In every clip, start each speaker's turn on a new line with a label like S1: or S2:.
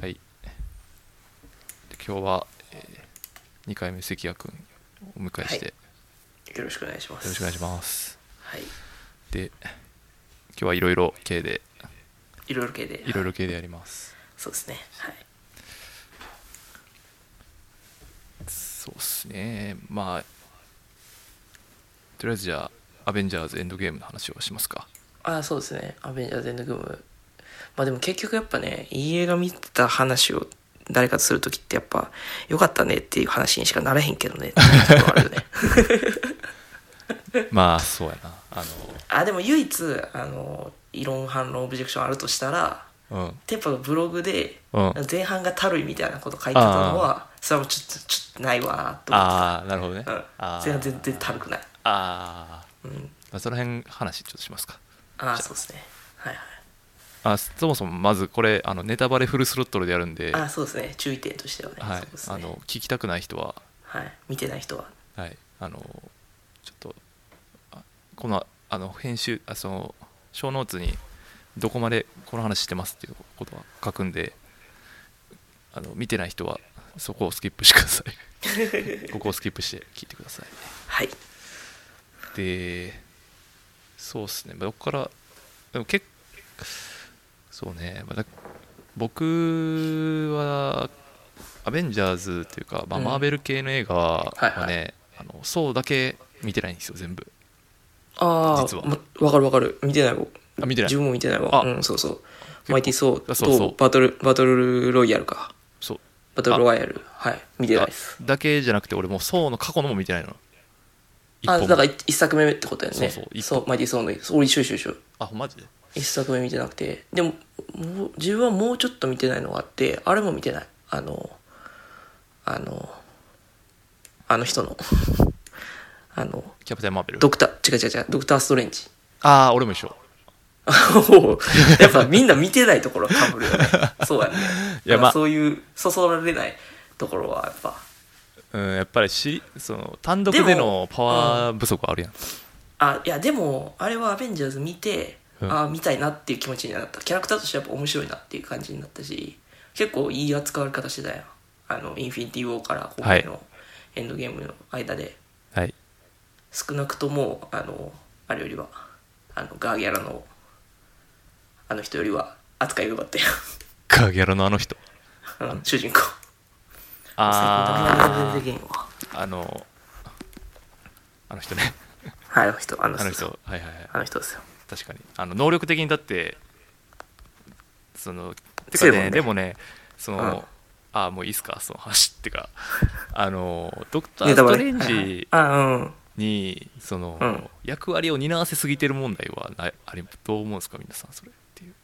S1: はい。で今日は、え2回目関谷君をお迎えして、
S2: は
S1: よ
S2: よろしくお願いします。
S1: ろしくお願いします。
S2: はい。
S1: で今日はいろいろ系で
S2: いろいろ系で。
S1: いろいろ系でやります。
S2: そうですね。はい。
S1: そうっすね。まあとりあえずじゃあアベンジャーズエンドゲームの話をします か。
S2: ああ、そうですね。アベンジャーズエンドグム。まあでも結局やっぱね、いい映画見た話を誰かとするときってやっぱ、よかったねっていう話にしかならへんけどね。っていうところあるよね。
S1: まあそうやな。あ
S2: あ、でも唯一、あの、異論反論オブジェクションあるとしたら、
S1: のうん
S2: テンパのブログで、
S1: うん。
S2: 前半がたるいみたいなこと書いてたのは、それはもうちょっと、ちょっとないわーと思
S1: ああなるほどね。あー
S2: って。うん。前半全然たるくない。
S1: あー
S2: うん。
S1: まあその辺話ちょっとしますか。
S2: ああ、そうですね。はいはい。
S1: あそもそもまずこれあのネタバレフルスロットルでやるんで、
S2: あそうですね注意点としてはね,、
S1: はい
S2: そうですね
S1: あの聞きたくない人は、
S2: はい、見てない人は
S1: はい、あのちょっとあこのあの編集あその小ノーツにどこまでこの話してますっていうことは書くんであの見てない人はそこをスキップしてくださ いここをスキップして聞いてください
S2: はい
S1: でそうですねまあどこからでも結そうね、まあ、だ僕は「アベンジャーズ」というか、まあ、
S2: うん
S1: マーベル系の映画は
S2: はいはい
S1: ね、あのそうだけ見てないんですよ全部
S2: ああ
S1: 実は
S2: ま、分かる分かる見てない
S1: あ見てない
S2: 自分も見てないわ
S1: あ
S2: うんそうそうマイティー・ソー
S1: あ
S2: と
S1: そうそう
S2: バトルバトルロイヤルか
S1: そう
S2: バトルロイヤルはい見てないです
S1: だけじゃなくて俺もうそうの過去のも見てないの一
S2: あ
S1: 本も
S2: だから一一作目ってことやね
S1: そうそう一
S2: そ
S1: 本
S2: うマイティー・ソーのそう俺一緒一緒一緒
S1: あマジで
S2: 一作目見てなくてでももう自分はもうちょっと見てないのがあってあれも見てないあのあのあの人の あの
S1: キャプテン・マーベル
S2: ドクター、違う違う違う、ドクターストレンジ。
S1: ああ俺も一緒
S2: やっぱみんな見てないところは被るよね。そうやね。
S1: いや
S2: だから
S1: まあ
S2: そういう、そそられないところはやっぱ。
S1: うんやっぱりしその単独で
S2: で
S1: の
S2: も
S1: パワー不足あるやん
S2: あ、いやでも、あれはアベンジャーズ見て、
S1: うん
S2: あ見たいなっていう気持ちになった。キャラクターとしてやっぱ面白いなっていう感じになったし、結構いい扱われ方してたよ。あの、インフィニティ・ウォーから今回のエンドゲームの間で、
S1: はい
S2: 少なくとも、あの、あれよりは、あの、ガーギャラの、あの人よりは扱いが良かったよ。
S1: ガギャラのあの人
S2: うん主人公。
S1: ああ
S2: 最高だな全然できんわ
S1: あの、あの人ね、
S2: はいあの人あの
S1: あ
S2: 人
S1: の人、はいはいはい、
S2: あの人ですよ
S1: 確かに。あの能力的にだって、その、てか
S2: 強いもん
S1: ね、
S2: ね
S1: でもね、その、
S2: うん
S1: ああ、もういいっすか、その話ってか、あの、ドクター・
S2: ネ
S1: ス
S2: タバ
S1: ト
S2: レ
S1: レンジ
S2: はいはいあうん
S1: に、その、
S2: うん
S1: 役割を担わせすぎてる問題はない、あれ、どう思うんですか、皆さん、それっていう。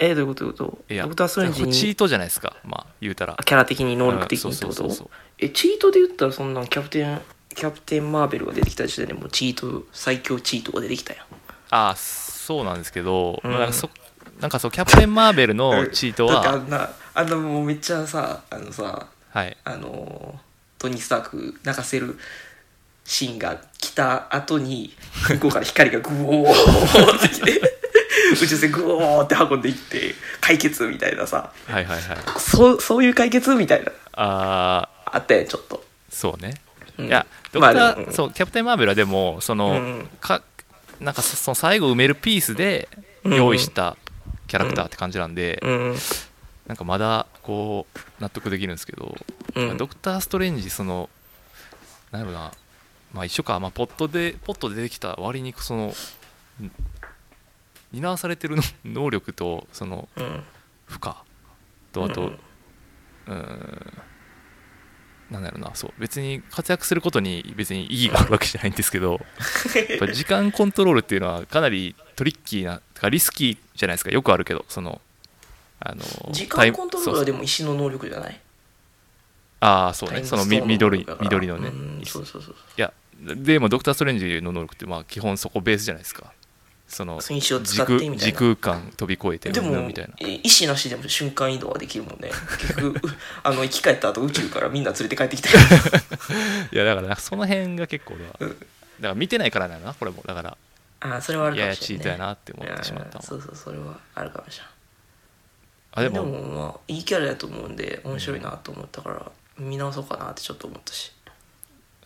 S2: えどういうことどういうこと
S1: いや
S2: ドクター・ストレンジ
S1: だからチー
S2: に
S1: トじゃないですか、まあ、言うたら
S2: あ。キャラ的に能力的
S1: うん
S2: にって
S1: そう
S2: こ
S1: そうそうそう
S2: とえチートで言ったらそんなんキャプテンキャプテン・マーベルが出てきた時点でもうチート最強チートが出てきたやん
S1: ああ、そうなんですけど、
S2: うん
S1: まあなんかそなんかそう、キャプテン・マーベルのチート
S2: だってあ
S1: は、
S2: んなあんなもうめっちゃさあのさ
S1: はい。
S2: あのトニー・スターク泣かせるシーンが来た後に向こうから光がグオーってきて宇宙船グオーって運んでいって解決みたいなさ
S1: はいはいはい。
S2: そうそういう解決みたいな
S1: ああ
S2: あったやんちょっと、
S1: そうね、
S2: うん
S1: いやドク
S2: ま
S1: ター、
S2: あでもうん
S1: そうキャプテン・マーベルはでもその、
S2: うん
S1: かなんかそその最後埋めるピースで
S2: うん
S1: 用意したキャラクターって感じなんで、
S2: うん
S1: なんかまだこう納得できるんですけど、
S2: うん
S1: ドクター・ストレンジそのなんやろなまあ一緒か、まあ、ポットでポットで出てきた割にそのん担わされてるの 能力とその
S2: うん
S1: 負荷とあと、
S2: う
S1: うんーんなんだろうなそう別に活躍することに別に意義があるわけじゃないんですけ どやっぱ時間コントロールっていうのはかなりトリッキーなてかリスキーじゃないですかよくあるけどそのあの
S2: 時
S1: タイム
S2: 間コントロール
S1: そ
S2: は
S1: う
S2: でも石の能力じゃない
S1: ああそう
S2: タイ
S1: ね
S2: ム
S1: その
S2: ストー
S1: み
S2: ン
S1: 緑
S2: 能力だから
S1: 緑のね、
S2: うん
S1: い
S2: そうそうそう
S1: やでもドクター・ストレンジの能力ってまあ基本そこベースじゃないですかその
S2: その石を
S1: 時
S2: 使ってみたい
S1: 空
S2: な
S1: 時空間飛び越えて
S2: で
S1: うんぬん
S2: も
S1: みたいな
S2: え意志なしでも瞬間移動はできる もんね結局あの生き返った後宇宙からみんな連れて帰ってきたから
S1: いやだからなんかその辺が結構俺はだ
S2: うん
S1: から見てないからだよなこれもだから
S2: あーそれはあ る
S1: い
S2: か
S1: やい
S2: も
S1: や
S2: し
S1: チ
S2: れ
S1: ー
S2: ない
S1: トやなって思ってしまった
S2: うんそうそうそれはあるかもしれない
S1: あでも
S2: まあいいキャラだと思うんで面白いなと思ったから見直そうかなってちょっと思ったし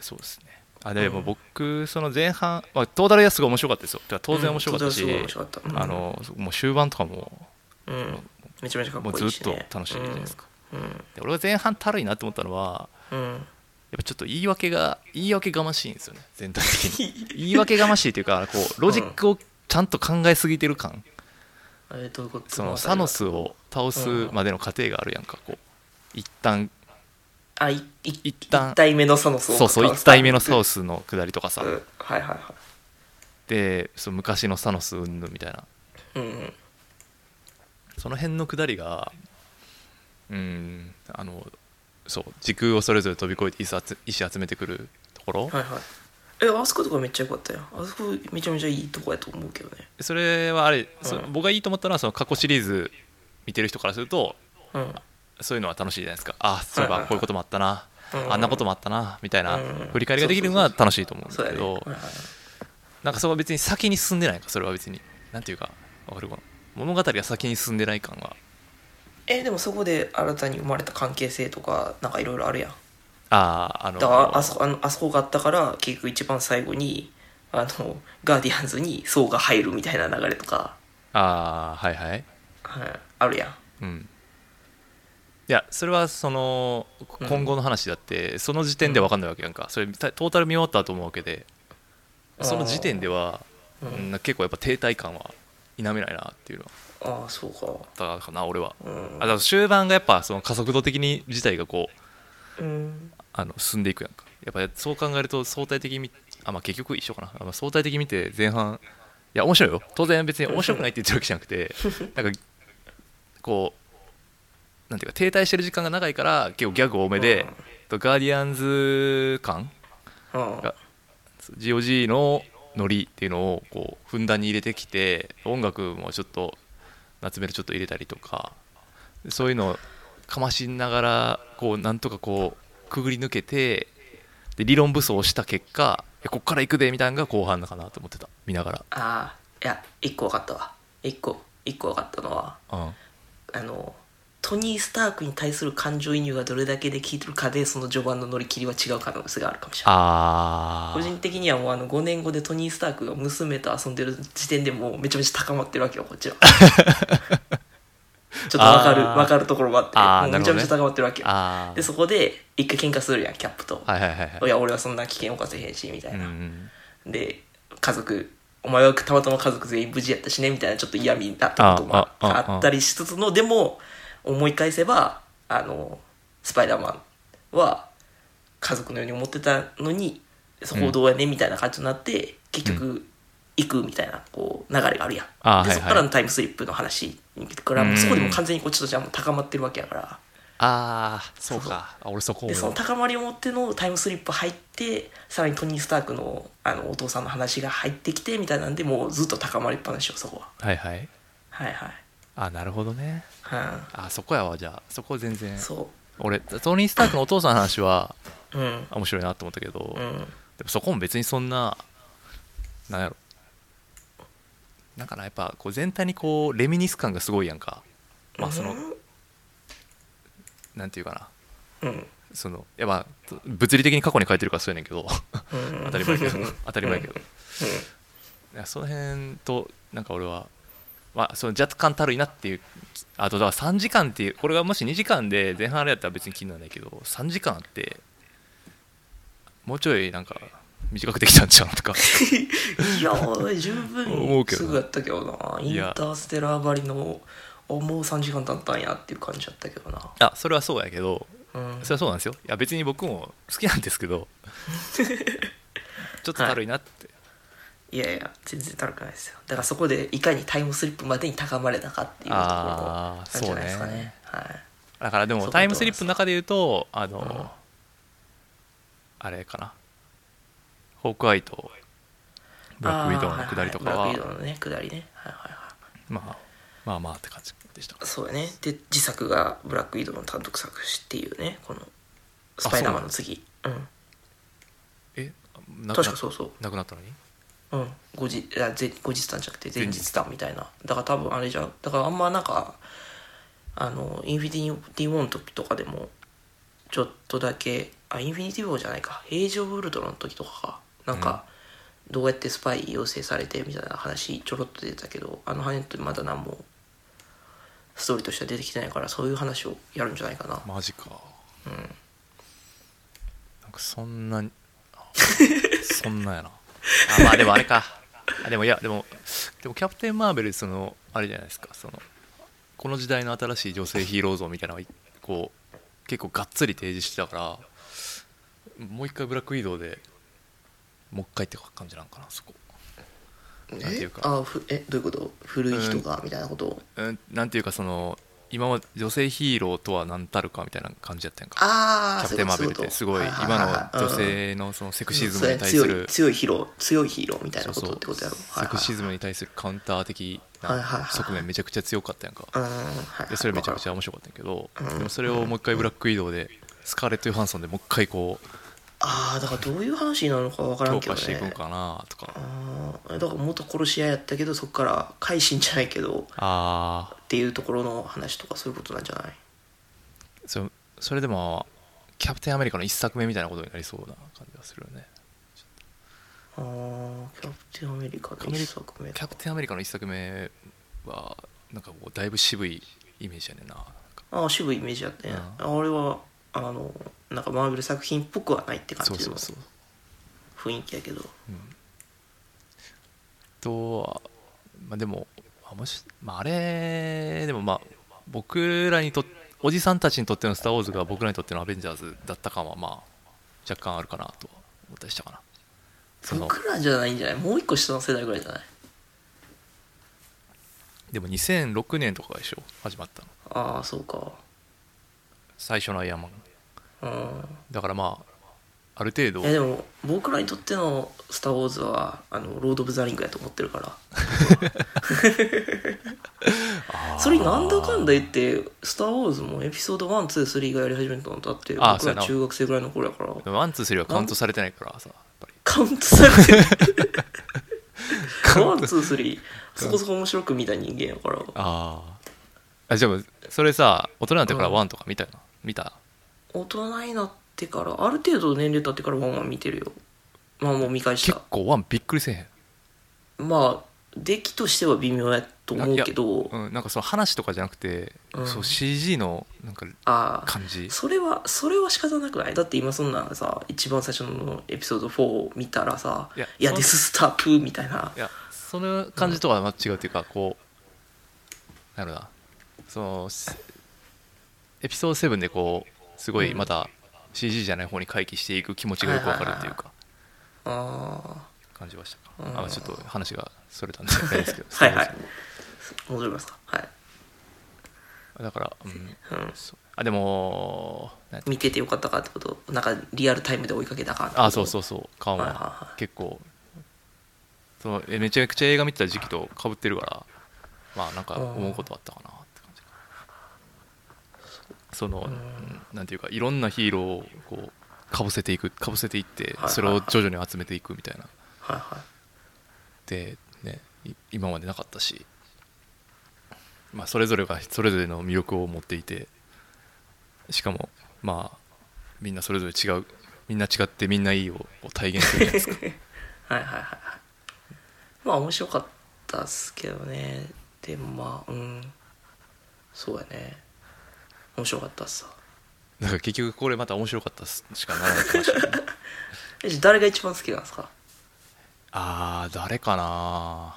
S1: そうですねあで
S2: う
S1: も
S2: ん
S1: 僕その前半、まあ、トータル安すごい面白かったですよてか当然面白かったし、
S2: うん当然すごい面白かった
S1: あのもう終盤とかも
S2: うん、うんめちゃめちゃかっこ
S1: もう
S2: い
S1: ず
S2: い
S1: っ
S2: し、ね、
S1: と楽しいじゃないですか、
S2: うん
S1: で俺が前半たるいなと思ったのは
S2: うん、うん
S1: やっぱちょっと言い訳が言い訳がましいんですよね全体的 に言い訳がましいというかこうロジックをちゃんと考えすぎてる感、
S2: あれどういうこと
S1: そのサノスを倒すまでの過程があるやんかこう一旦
S2: あいい
S1: 一旦
S2: 一体目のサノスを
S1: そうそう一体目のサ
S2: ノ
S1: ウスの下りとかさ、
S2: うん、はいはいは
S1: でその昔のサノスうんぬみたいない
S2: うんうん
S1: その辺の下りがうんあのそう時空をそれぞれ飛び越えて石集石集めてくるところ、
S2: はいはいえあそことかめっちゃ良かったよあそこめちゃめちゃいいとこやと思うけどね
S1: それはあれ、そ
S2: うん
S1: 僕がいいと思ったのはその過去シリーズ見てる人からすると
S2: うん
S1: そういうのは楽しいじゃないですかあそういえばこういうこともあったな、
S2: うん
S1: あんなこともあったなみたいな
S2: うん
S1: 振り返りができるのは楽しいと思うん
S2: そ
S1: だ
S2: う
S1: け
S2: やね、
S1: ど、
S2: はいはいはい
S1: なんかそこは別に先に進んでないかそれは別になんていうかわかるかな物語が先に進んでない感が
S2: えでもそこで新たに生まれた関係性とかなんかいろいろあるやん
S1: あああの
S2: だからあそこあのあそこがあったから結局一番最後にあのガーディアンズに層が入るみたいな流れとか、
S1: あーはいはい
S2: はい、あるやん
S1: うんいやそれはその
S2: うん
S1: 今後の話だって、その時点で分かんないわけやんかそれたトータル見終わったと思うわけでその時点では、
S2: うん
S1: うん結構やっぱ停滞感は否めないなっていうのは
S2: ああそうか
S1: だかな俺は、
S2: うん
S1: あだから終盤がやっぱその加速度的に事態がこう
S2: うん
S1: あの進んでいくやんかやっぱそう考えると相対的に見あ、まあ、結局一緒かなあまあ相対的に見て前半いや面白いよ当然別に面白くないって言ってるわけじゃなくて なんかこうなんていうか停滞してる時間が長いから結構ギャグ多めで、
S2: うん
S1: とガーディアンズ感
S2: うん
S1: が GOG のノリっていうのをこうふんだんに入れてきて音楽もちょっと夏メロちょっと入れたりとかそういうのをかましながらこうなんとかこうくぐり抜けてで理論武装をした結果いやこっから行くでみたいなのが後半のかなと思ってた見なが
S2: ああいや一個分かったわ一個一個分かったのは
S1: ら、うん、
S2: あのトニー・スタークに対する感情移入がどれだけで効いてるかでその序盤の乗り切りは違う可能性があるかもしれない
S1: あ
S2: 個人的にはもうあの5年後でトニー・スタークが娘と遊んでる時点でもうめちゃめちゃ高まってるわけよこっち はちょっとわかる
S1: あー
S2: わかるところもあ
S1: あー
S2: ってもうめちゃめちゃ高まってるわけよ、
S1: あ
S2: で
S1: ー
S2: そこで一回喧嘩するやんキャップと、
S1: はいはいはいはい
S2: い、や俺はそんな危険を犯せへんしみた
S1: うん
S2: い
S1: う
S2: な、
S1: ん
S2: で家族お前はたまたま家族全員無事やったしねみたいなちょっと嫌味だったこともあ
S1: あああ
S2: あったりしつつのでも思い返せばあのスパイダーマンは家族のように思ってたのにそこをどうやねみたいな感じになって、結局行くみたいなこう流れがあるやん、
S1: あはい
S2: で
S1: はい
S2: そこからのタイムスリップの話からもうそこでも完全にこっちとしてはもう高まってるわけやから。
S1: あーそうかあ俺そこ
S2: でその
S1: も
S2: 高まりを持ってのタイムスリップ入ってさらにトニー・スタークのあのお父さんの話が入ってきてみたいなんでもうずっと高まりっぱなしよそこは
S1: はいはい
S2: はいはい、
S1: あなるほどね
S2: は
S1: あそこやわじゃあそこ全然
S2: いそ
S1: 俺トニー・スタークのお父さんの話は
S2: ううん
S1: あ面白いなと思ったけど、
S2: う
S1: でも
S2: ん
S1: そこも別にそんななんやろなんかなやっぱこう全体にこうレミニス感がすごいやんかまあその、なんていうかな
S2: うん
S1: そのやっぱ物理的に過去に変えてるからそうやねんけど
S2: うん
S1: 当たり前やけど当たり前やけど、
S2: うん
S1: いやその辺となんか俺は、まあ、その若干たるいなっていうあとだから3時間っていうこれがもし2時間で前半あれやったら別に気にならないけど3時間あってもうちょいなんか短くできたんちゃうと か
S2: いやー十
S1: 思う
S2: 分
S1: けど
S2: すぐやったけどなイン
S1: いや
S2: ターステラーばりのあもう3時間経ったんやっていう感じだったけどな
S1: あそれはそうやけど
S2: うん
S1: それはそうなんですよいや別に僕も好きなんですけ どちょっとたるいなって、
S2: いやいや全然たるくないですよだからそこでいかにタイムスリップまでに高まれたかっていうところな
S1: あ
S2: ん
S1: ー
S2: じゃないですかね
S1: そうね
S2: はい
S1: だからで
S2: そう
S1: も
S2: か
S1: タイムスリップの中で言うとあの、
S2: うん
S1: あれかなホークアイとブラックウィドウのくだりとかは、
S2: あーいいブラックウィドウのね下りねはいはいはい
S1: まあ、まあまあって感じでした
S2: そうやねで自作がブラックウィドウの単独作詞っていうねこのスパイダーマンの次うん
S1: えな
S2: 確かそうそう
S1: なくなったのに
S2: うん後日あぜ後日談じゃなくて前日談みたいなだから多分あれじゃんだからあんまなんかあのインフィニティ・ウォーの時とかでもちょっとだけあインフィニティ・ウォーじゃないか平常ウルトラの時とかかなんか、どうやってスパイ養成されてみたいな話ちょろっと出てたけどあの羽ってまだ何もストーリーとしては出てきてないからそういう話をやるんじゃないかな、
S1: マジか
S2: うん
S1: なんかそん なにそんなやなあまあでもあれかあでもいやでもでもキャプテン・マーベルそのあれじゃないですかそのこの時代の新しい女性ヒーロー像みたいなのがこう結構がっつり提示してたからもう一回ブラックウィドウでもう一回って感じなんかなそこなんていうか
S2: あふえどういうこと古い人がみたいなことを
S1: うんなんていうかその今まで女性ヒーローとは何たるかみたいな感じやったんやんか
S2: ああ
S1: キャプテン・マーベルってすごい今の女性のそのセクシズムに対す
S2: 強い
S1: る
S2: 強いヒーロー強いヒーローみたい
S1: そ
S2: な
S1: う
S2: こ
S1: そ
S2: と
S1: う
S2: ってことやろ
S1: セクシズムに対するカウンター的
S2: はいはい
S1: な
S2: はい
S1: 側面めちゃくちゃ強かったやんか
S2: はいはいはいうんはい
S1: でそれめちゃく
S2: ゃ
S1: ちゃ面白かったんやけど
S2: うん
S1: でもそれをもう一回ブラック移動でスカーレット・ヨハンソンでもう一回こう
S2: ああだからどういう話なのかわから
S1: 強
S2: んけど
S1: 化していくん
S2: ね
S1: かなとか
S2: あーだから元殺し屋やったけどそこから改心じゃないけど
S1: ああ
S2: っていうところの話とかそういうことなんじゃない
S1: そそれでもキャプテン・アメリカの一作目みたいなことになりそうな感じがするよね
S2: あーキャプテンアメリカ
S1: ア
S2: の
S1: メリ
S2: 一作目
S1: キャプテン・アメリカの一作目はなんかもうだいぶ渋いイメージやねんななんか
S2: ああ渋いイメージやったね、あ俺はあのなんかマーベル作品っぽくはないって感
S1: そう
S2: じ
S1: そ
S2: の
S1: うそう
S2: 雰囲気やけど
S1: とは、まあ、でもあもし、まあ、あれでもまあ僕らにとっおじさんたちにとっての「スター・ウォーズ」が僕らにとっての「アベンジャーズ」だった感はまあ若干あるかなとは思ったりしたかなその
S2: 僕らじゃないんじゃないもう一個下の世代ぐらいじゃない
S1: でも2006年とかでしょ始まったの
S2: ああそうか
S1: 最初の「アイアンマン
S2: うん」
S1: だからまあある程度
S2: いやでも僕らにとっての「スター・ウォーズは」あのロード・オブ・ザ・リングやと思って るからそれなんだかんだ言って「スター・ウォーズ」もエピソード123がやり始めたのだって
S1: あー
S2: 僕
S1: そうや
S2: ら
S1: な
S2: 中学生ぐらいの頃やから
S1: ワンツースリーはカウントされてないからさやっぱり
S2: カウントされてる
S1: カウント
S2: 123そこそこ面白く見た人間やから
S1: あーあじゃあそれさ大人になってから
S2: うん
S1: ワンとか見たよな見た
S2: 大人になってからある程度年齢経ってからワンワン見てるよまあもう見返し
S1: 結
S2: た
S1: 構ワンびっくりせえへん
S2: まあ出来としては微妙やと思うけど
S1: うん、なんかその話とかじゃなくて、
S2: うん
S1: そう CG のなんか
S2: ああ
S1: 感じ
S2: それはそれは仕方なくないだって今そんなさ一番最初のエピソード4を見たらさ「
S1: い
S2: い
S1: や
S2: や
S1: そん
S2: デススタープ」みたいない
S1: やその感じとはまあ違うっていうかこうなるなそのしエピソード7でこうすごいまた CG じゃない方に回帰していく気持ちがよくわかるっていうか
S2: あ
S1: 感じましたか、
S2: うん
S1: あちょっと話がそれたんであれ ですけど
S2: はいはい戻りますかはい、
S1: だから、うん、
S2: うん、
S1: そうあでもなんやった
S2: 見ててよかったかってことなんかリアルタイムで追いかけたかってこと
S1: あそうそうそう感
S2: はいはい
S1: は
S2: はい
S1: 結構そのえめちゃくちゃ映画見てた時期とかぶってるからまあなんか思うことあったかなって感じそのうんなんていうかいろんなヒーローをこうかぶせていくかぶせていって
S2: いはい
S1: それを徐々に集めていくみたいな
S2: はいはい
S1: でねい今までなかったしまあそれぞれがそれぞれの魅力を持っていてしかもまあみんなそれぞれ違うみんな違ってみんないいをこう体現するじゃな いですか
S2: はいはいはいはいまあ面白かったっすけどねでもまあうんそうやね面白かったっすわ
S1: なんか結局これまた面白かったっすしかならないかもしれない
S2: えじゃあ誰が一番好きなんですか
S1: あー誰かな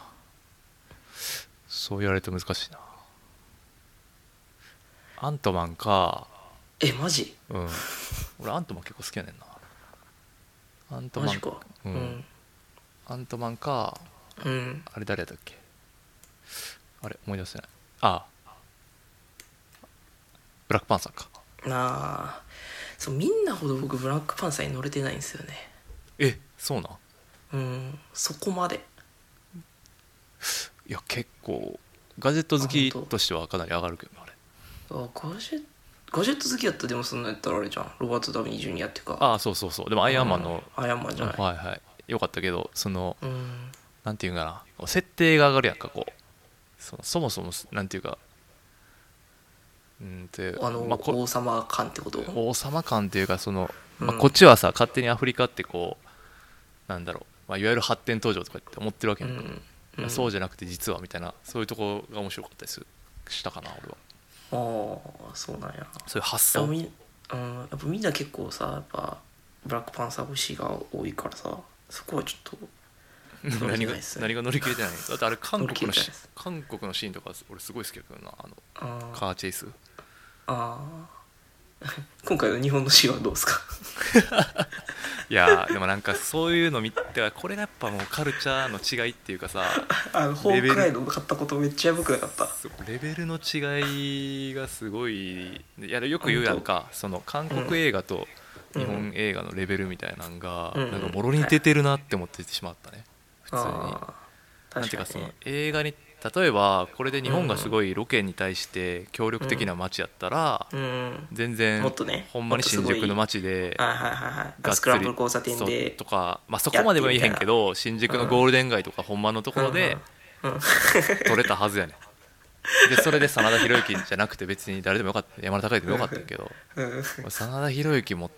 S1: そう言われると難しいなアントマンか
S2: えマジ
S1: うん俺アントマン結構好きやねんなアント
S2: マ
S1: マ
S2: ジ
S1: ン
S2: か
S1: うん
S2: うん
S1: アントマンか
S2: うん
S1: あれ誰だっけあれ思い出せないあブラックパンサーか
S2: なあそうみんなほど僕ブラックパンサーに乗れてないんですよね
S1: えそうなん
S2: うんそこまで
S1: いや結構ガジェット好きとしてはかなり上がるけどなあれ
S2: あガジェガジェット好きやったらでもそんなんやったらあれじゃんロバート・ダウニー・ジュニアっていうか
S1: ああそうそうそうでもアイアンマンの
S2: うんアイアンマンじゃない、
S1: はいはいよかったけどその
S2: うん
S1: なんていうんかなこう設定が上がるやんかこうそのそもそもなんていうかうんで
S2: あの、
S1: まあ、こ
S2: 王様感ってこと
S1: 王様感というかその、まあ
S2: うん
S1: こっちはさ勝手にアフリカってこうなんだろう、まあ、いわゆる発展途上とかって思ってるわけ
S2: う
S1: やんか、
S2: ん
S1: いや
S2: ん
S1: そうじゃなくて実はみたいなそういうとこが面白かったりするしたかな俺は
S2: ああそうなんや
S1: そういう発
S2: でも
S1: 想
S2: みん、うん、やっぱみんな結構さやっぱブラックパンサー推しが多いからさそこはちょっとそ う
S1: 何
S2: じゃ
S1: が
S2: ないっすね
S1: 何が乗り切れてないだってあれ韓国の
S2: 乗り切れてない
S1: し
S2: っす
S1: 韓国のシーンとか俺すごい好きだけどなあの
S2: あー
S1: カーチェイス
S2: あー 今回の日本のシーンはどうですか
S1: いやーでもなんかそういうの見てこれがやっぱもうカルチャーの違いっていうかさ
S2: あのホークライの買ったことめっちゃやばくなかった
S1: そうレベルの違いがすごいいやよく言うやんかその韓国映画と
S2: うん
S1: 日本映画のレベルみたいなのが、
S2: うん
S1: なんかもろに出てるなって思ってしまったね普通に。
S2: ああ
S1: なんてい
S2: 確
S1: う
S2: か
S1: かそ
S2: に
S1: の
S2: ね
S1: 映画に例えばこれで日本がすごいロケに対して協力的な街やったら
S2: うん
S1: 全然
S2: もっとね
S1: ほんまに新宿の街で
S2: はいはいはいはい
S1: がっつり
S2: あスクランブル交差点
S1: そう
S2: で
S1: とかまあそこまでもいいへんけど新宿のゴールデン街とかほんまのところで
S2: うんうん
S1: 撮れたはずやねんでそれで真田広之じゃなくて別に誰でもよかった山田孝之でもよかったけど
S2: うん
S1: 真田広之も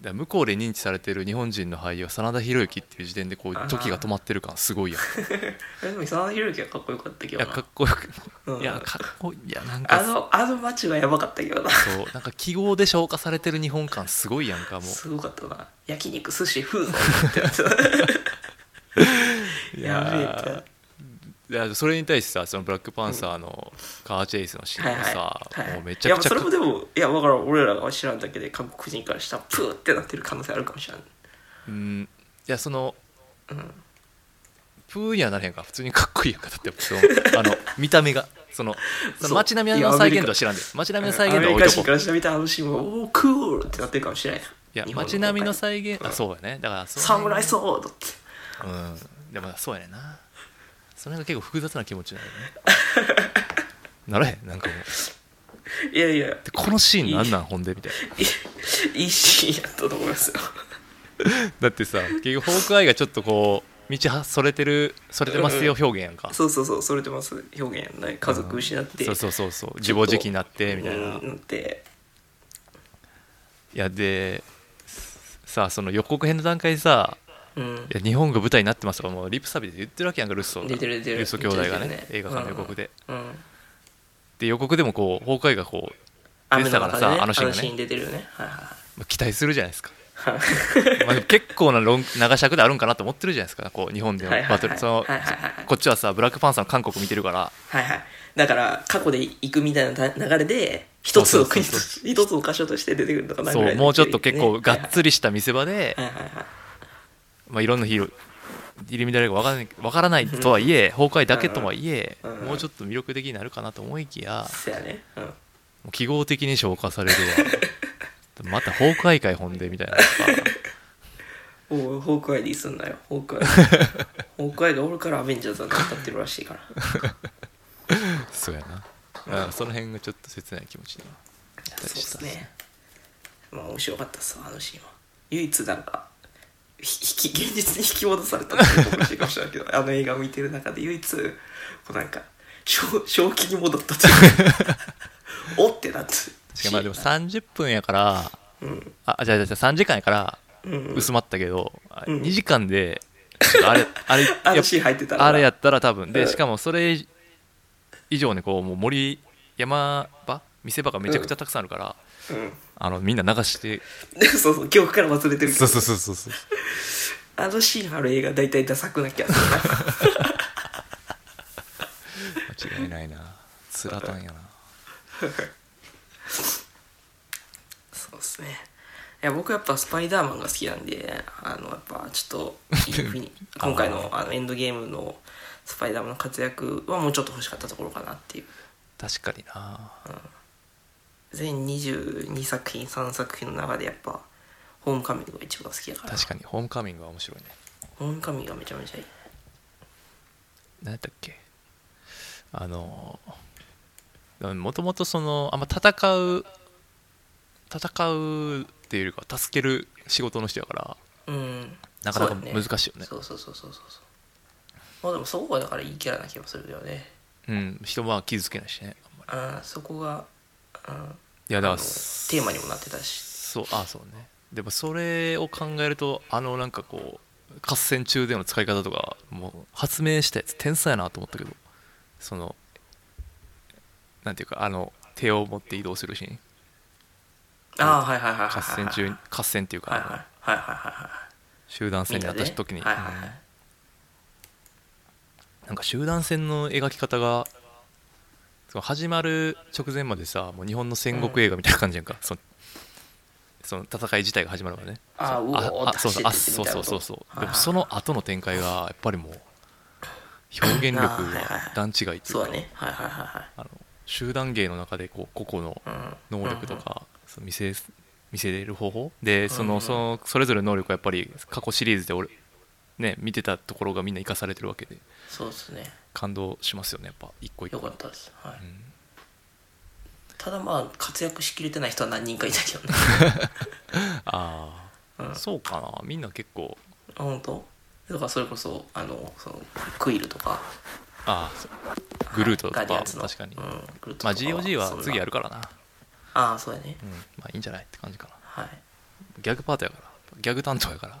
S1: だから向こうで認知されてる日本人の俳優は真田広之っていう時点でこう時が止まってる感すごいやん
S2: でも真田広之はかっこよかったけ
S1: い
S2: ど
S1: や
S2: な
S1: かっこよく
S2: うん
S1: いやかっこいいいやなんか
S2: あのあの街はやばかったけどな
S1: そうなんか記号で消化されてる日本感すごいやんかも
S2: すごかったな焼肉寿司 フードってやつ
S1: う
S2: やべえって
S1: いやそれに対してさそのブラックパンサーのカーチェイスのシーンがさ、
S2: はいはい、
S1: もうめちゃくちゃ
S2: いやそれもでもいやだからん俺らが知らんだけで韓国人からしたらプーってなってる可能性あるかもしれない
S1: うんいやその
S2: うん
S1: プーにはなれへんか普通にかっこいいやんかだってその あの見た目がそのそ
S2: そう
S1: の街並み
S2: いや
S1: の
S2: アメ
S1: 再
S2: リカ
S1: 現度は知らんで街並みの再
S2: ア
S1: 現
S2: メ
S1: 度は
S2: リ
S1: 置
S2: カ
S1: いと
S2: 人
S1: こ
S2: か
S1: う
S2: らしてみたらあのシーンはおークールってなってるかもしれない
S1: いや
S2: 日本の
S1: 街並みの再現あそうやねだから
S2: サ
S1: そ
S2: ム
S1: の
S2: ライソードって
S1: うんでもそうやねんなその辺が結構複雑な気持ちになるよ ねならへんなんかもう
S2: いやいや
S1: でこのシーンなんなんほんでみたいない
S2: いいいシーンやったと思いますよ
S1: だってさ結局ホークアイがちょっとこう道はそれてるそれてますよ表現やんか
S2: そうそうそうそれでます表現やんない家族失って
S1: そうそうそうそう自暴自棄になってみたいな、
S2: うん
S1: い
S2: なって
S1: やでさあその予告編の段階でさ
S2: うん
S1: いや日本が舞台になってますとかもうリップサビで言ってるわけやんかルッソが
S2: 出てる出てる
S1: ルッソ兄弟がね
S2: 出てる出てる
S1: 映画館の予告で、
S2: うん
S1: で予告でもこうホークアイがこう出
S2: 雨
S1: て
S2: の
S1: たから
S2: 中で
S1: さ、
S2: ね
S1: あのシーンがね
S2: 出てるよねはいはいはい
S1: まあ期待するじゃないですか、
S2: はい
S1: まあ、でも結構なロン長尺であるんかなと思ってるじゃないですかこう日本での
S2: はいはいはい
S1: バトル、その
S2: はいはいはい
S1: こっちはさブラックパンサーの韓国見てるから
S2: はいはいだから過去で行くみたいなた流れで一つの国と
S1: そう
S2: し一つの箇所として出てくるのかなぐ
S1: そ
S2: ら
S1: う
S2: いの
S1: もうちょっと結構
S2: ね
S1: がっつりした見せ場で、
S2: はいはいはいはい
S1: まあ、いろんなヒーロー入り乱れるか分からない分からないとはいえ崩壊だけとはいえ、
S2: うんうん
S1: もうちょっと魅力的になるかなと思いきや
S2: そうやねうん
S1: もう記号的に消化されるわ また崩壊会本でみたいなとか
S2: おうホークアイディすんなよホークア イホークアイがおるからアベンジャーズになったってるらし いから
S1: そうやな、うんその辺がちょっと切ない気持ちだな
S2: そうですねまあ面白かったっすわあのシーンは唯一なんかひ引き現実に引き戻されたっていうのもおかしいかもしれないけ どあの映画を見てる中で唯一こうなんか正正気に戻ったというかおってなって
S1: しかもまあでも30分やから
S2: うん
S1: あじゃあじゃあ3時間やから
S2: うん
S1: 薄まったけど、あ
S2: うん
S1: 2時間でちょっとあれあれ
S2: あ
S1: や
S2: の
S1: っ
S2: シーン入ってたら
S1: あれやったら多分
S2: う
S1: で
S2: ん
S1: しかもそれ以上にこうもう森山場見せ場がめちゃくちゃたくさんあるから、
S2: うん
S1: あのみんな流して
S2: でそうそう記憶から忘れてるけど
S1: うそうそうそう
S2: あのシーンある映画大体ダサくなきゃな
S1: 間違いないなつらたんやな
S2: そうですねいや僕やっぱスパイダーマンが好きなんであのやっぱちょっとインフ ィニ今回のあのエンドゲームのスパイダーマンの活躍はもうちょっと欲しかったところかなっていう
S1: 確かにな
S2: 全22作品3作品の中でやっぱホームカミングが一番好きだから
S1: 確かにホームカミングは面白いね
S2: ホームカミングがめちゃめちゃいい
S1: 何やったっけあのもともとそのあんま戦う戦うっていうよりかは助ける仕事の人やから
S2: うん
S1: なかなか
S2: そうだ
S1: 難しいよね
S2: そうそうそうそうそうそうまあでもそこはだからいいキャラな気もするよね
S1: うん人は傷つけないしねあんまり
S2: あーそこがううん
S1: いやだから
S2: あのテーマにもなってたし
S1: そうあそうねでもそれを考えるとあのなんかこう合戦中での使い方とかもう発明したやつ天才やなと思ったけどそのなんていうかあの手を持って移動するシーン
S2: ああはいはいはいは
S1: 合
S2: い
S1: 戦中
S2: はい
S1: に合戦っていうか
S2: はい
S1: あの
S2: はいはいはい
S1: 集団
S2: み
S1: 戦
S2: ん
S1: に
S2: な
S1: あ
S2: で
S1: た
S2: ね
S1: 時に
S2: はいはいはい
S1: なんか集団戦の描き方がその始まる直前までさもう日本の戦国映画みたいな感じやんか、そのその戦い自体が始まるからねそ
S2: あー
S1: う
S2: おー
S1: あそうそうあ
S2: 出して
S1: そ
S2: ってみ
S1: う
S2: たい
S1: そう
S2: なこと
S1: そうそう
S2: はい
S1: でも
S2: はい
S1: その後の展開がやっぱりもう表現力
S2: あーはいはいは
S1: が段
S2: い
S1: 違いってい
S2: そうう
S1: か
S2: だねはいはいはいはい
S1: あの集団芸の中でこう個々の
S2: うん
S1: 能力とか、その見せ見せれる方法でその,、
S2: うん
S1: そのそれぞれの能力はやっぱり過去シリーズで俺、ね、見てたところがみんな生かされてるわけで
S2: そうですね
S1: 感動しますよねやっぱ一個一個
S2: よかったです、はい
S1: ん
S2: ただまあ活躍しきれてない人は何人かいたけどね
S1: ああ、
S2: う ん
S1: そうかなみんな結構
S2: あ本当だからそれこそあのそのクイルとか
S1: ああそうグルートと
S2: ガディア
S1: か
S2: ンズの
S1: 確かに、
S2: うん、グルートとか
S1: まあ GOG は次や
S2: る
S1: るからな
S2: ああそうやね
S1: うんまあいいんじゃないって感じかな
S2: はい
S1: ギャグパートやからギャグ担当やから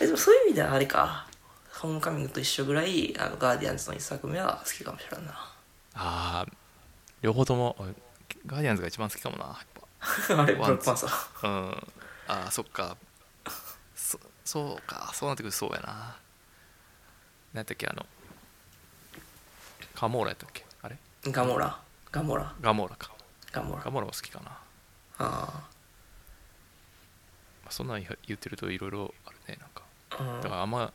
S2: えでもそういう意味ではあれかホームカミングと一緒ぐらいあのガーディアンズの一作目は好きかもしれんな
S1: ああ両方とも俺ガーディアンズが一番好きかもなやっぱ
S2: あれブ
S1: ワ
S2: ラッ
S1: ン
S2: クパンサー
S1: うん、ああそっかそそうかそうなってくるとそうやな何やったっけあのカモーラやったっけあれ
S2: ガモラガモラ
S1: ガモーラか
S2: ガモラ
S1: ガモーラも好きかな、ま
S2: あ
S1: あ、そんなん言言ってるといろいろあるねなんか
S2: あうん
S1: だからあんま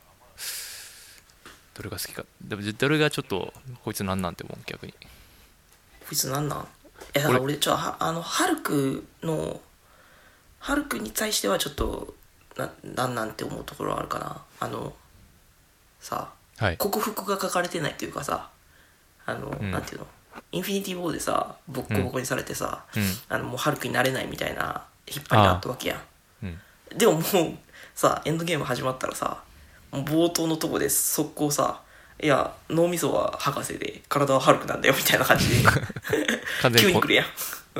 S1: どれが好きかでもどれがちょっとこいつなんなんて思う逆に
S2: こいつなんなんいやだから俺ちょはあのハルクのハルクに対してはちょっとななんなんて思うところはあるかなあのさ
S1: はい
S2: 克服が書かれてないというかさあの、
S1: ん
S2: なんていうのインフィニティ・ウォーでさボッコボコにされてさ、
S1: うん
S2: あのもうハルクになれないみたいな引っ張りがあったわけやん
S1: うん
S2: でももうさエンドゲーム始まったらさもう冒頭のとこで速攻さ「いや脳みそは博士で体はハルクなんだよ」みたいな感じで
S1: 完全
S2: 急
S1: に
S2: に
S1: コ
S2: 来
S1: ン
S2: るやん、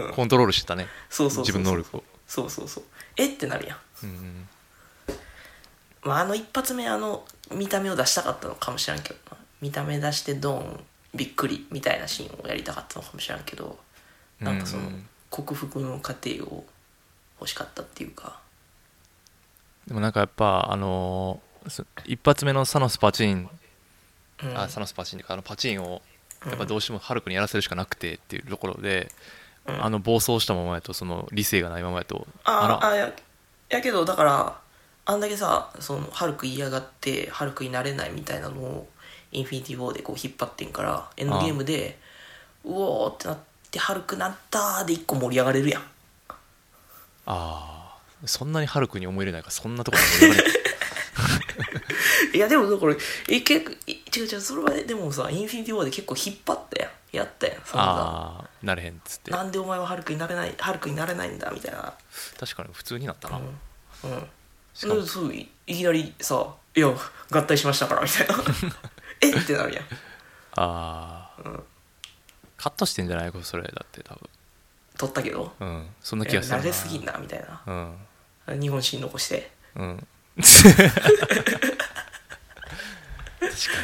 S2: うん、
S1: コントロールしてたね
S2: そうそう
S1: 自
S2: そうそう
S1: 分の能力を
S2: そうそうそうえってなるやん、
S1: うんうん
S2: まあ、あの一発目あの見た目を出したかったのかもしれんけどな見た目出してドーンびっくりみたいなシーンをやりたかったのかもしれんけどなんかその
S1: うんうん
S2: 克服の過程を欲しかったっていうか
S1: でもなんかやっぱあのーそ一発目のサノスパチン
S2: うん
S1: あサノスパチンとかあのパチンをやっぱどうしてもハルクにやらせるしかなくてっていうところで、あの暴走したままやとその理性がないままやと
S2: あ
S1: ら
S2: あややけどだからあんだけさそのハルク嫌がってハルクになれないみたいなのをインフィニティ・ウォーでこう引っ張ってんからエンドゲームでうおーってなってハルクなったーで一個盛り上がれるやん
S1: あーそんなにハルクに思い入れないからそんなところに盛り上がれ ない
S2: いやでもこれえ結構い違う違うそれはねでもさインフィニティ・ウォーで結構引っ張ったやんやったやんそんな
S1: ああなれへんっつって
S2: なんでお前はハルクになれないハルクになれないんだみたいな
S1: 確かに普通になったな、
S2: うんうん
S1: しかも
S2: そういいきなりさ「いや合体しましたから」み たいな「えっ?」てなるやん
S1: ああ、カットしてんじゃないこれそれだって多分
S2: 取ったけど
S1: うんそんな気がする
S2: 慣
S1: な
S2: れすぎんなみたいな
S1: うん
S2: 日本史に残して
S1: うん 確か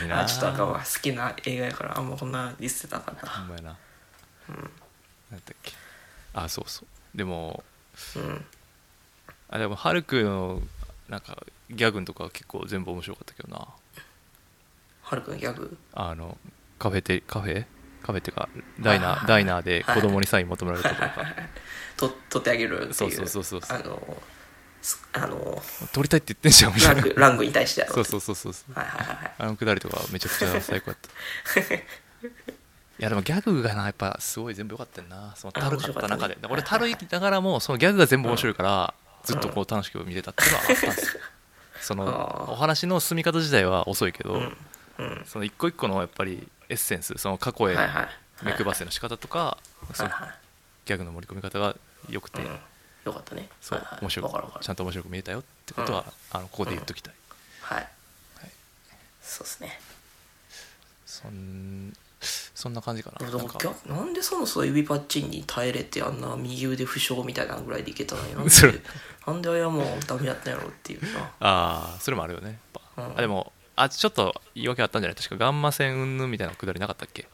S1: にな
S2: あちょっとあかんわ好きな映画やからあんまこんなディスってたかっ
S1: ほ
S2: た
S1: んまやな、なんだっけあそうそうでも
S2: うん
S1: あでもハルクのなんかギャグのとかは結構全部面白かったけどな
S2: ハルくんギャグ
S1: あのカフェテカフェカフェっていうかダイナ
S2: あー
S1: ーダイナーで子供にサイン求められるところか
S2: と取ってあげるっていう
S1: そうそうそうそう
S2: あのすあの
S1: 撮りたいって言ってんじゃんみた
S2: ラ
S1: いな
S2: ングラングに対してやろ
S1: そう
S2: う
S1: そうそうそうそう
S2: はいはいはいはい
S1: あのくだりとかめちゃくちゃ最高だったいやでもギャグがなやっぱすごい全部良かったよなそのたるかった中で
S2: あ面白かったね
S1: 俺たるいながらもそのギャグが全部面白いから、ずっとこう楽しく見れたっていうのはあったんですよそ
S2: あ
S1: の
S2: ー
S1: お話の進み方自体は遅いけど、
S2: うんうん
S1: その一個一個のやっぱりエッセンスその過去へ
S2: はいはい
S1: 目配せの仕方とか、
S2: は
S1: そ
S2: い
S1: の
S2: は
S1: ギャグの盛り込み方が良くて、
S2: いうんよかったね
S1: そう
S2: はは
S1: 面白
S2: わかるわか
S1: く
S2: る
S1: ちゃんと面白く見えたよってことは、あのここで言っときたい、
S2: はいそうですね
S1: そんそんな感じか
S2: で
S1: な
S2: もで
S1: なん
S2: も
S1: か
S2: 逆なんでそもそも指パッチンに耐えれてあんな右腕負傷みたいなぐらいでいけたのになん で
S1: それ
S2: なんであれはもうダメだったんやろっていうさ
S1: ああそれもあるよねやっぱ
S2: うん
S1: あでもあちょっと言い訳あったんじゃない確かガンマ線云々みたいなくだりなかったっけ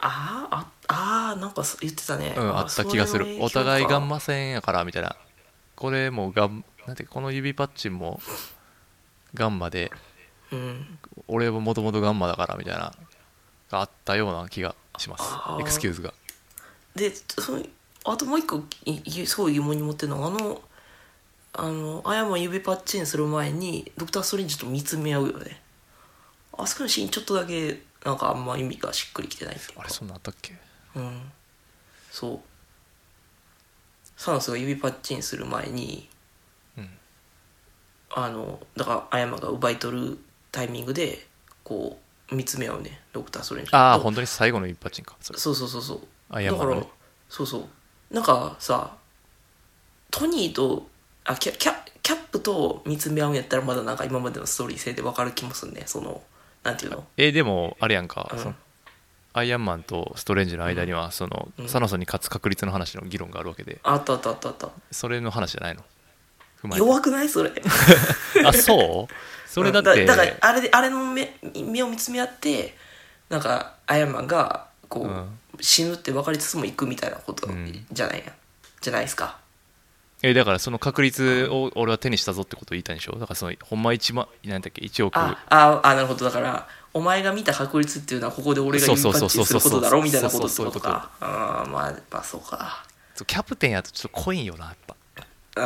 S2: あーああーなんかそ言ってたね、
S1: うんあった気がす
S2: そ
S1: る
S2: れの
S1: お
S2: 影響か
S1: 互いガンマ線やからみたいなこれもガンなんてこの指パッチンもガンマで
S2: うん
S1: 俺はもともとガンマだからみたいながあったような気がします
S2: あー
S1: エクスキューズが
S2: でそのあともう一個いいすごい疑問に持ってるのがあのあのあやもん指パッチンする前にドクター・ストレンジと見つめ合うよねあそこのシーンちょっとだけなんかあんま意味がしっくりきてないっていうか
S1: あれそんなんあったっけ
S2: うんそうサノスが指パッチンする前に
S1: うん
S2: あのだからアヤマが奪い取るタイミングでこう見つめ合うねドクター・ストレンジ
S1: ああ
S2: だ
S1: 本当に最後の指パッチンかそれ
S2: そうそうそうそう
S1: アイアンマン
S2: だ
S1: の
S2: か
S1: ね
S2: らそうそうなんかさトニーとあキャキャキャップと見つめ合うんやったらまだなんか今までのストーリー性で分かる気もするねそのなんていうの
S1: えーでもあれやんか、
S2: うん
S1: そのアイアンマンとストレンジの間にはその、
S2: うん
S1: サノスに勝つ確率の話の議論があるわけで
S2: あったあったあったあった
S1: それの話じゃないの踏まえて
S2: 弱くないそれ
S1: あそうそれだって、
S2: うんだからあれであれの目目を見つめ合ってなんかアヤマンがこう、
S1: うん
S2: 死ぬって分かりつつも行くみたいなこと
S1: うん
S2: じゃないや、じゃないですか
S1: えーだからその確率を俺は手にしたぞってことを言いたいんでしょだからそのほんま1万何だっけ1億
S2: あああなるほどだからお前が見た確率っていうのはここで俺が
S1: そ
S2: イ
S1: う
S2: ン
S1: そう
S2: パ
S1: そ
S2: ッ
S1: う
S2: チ
S1: そう
S2: ンすることだろみたいな
S1: そう
S2: こ
S1: そ
S2: と
S1: う
S2: っ
S1: そ
S2: て
S1: う
S2: ことかあーまあまあそうか
S1: そうキャプテンやとちょっと濃いんよなやっ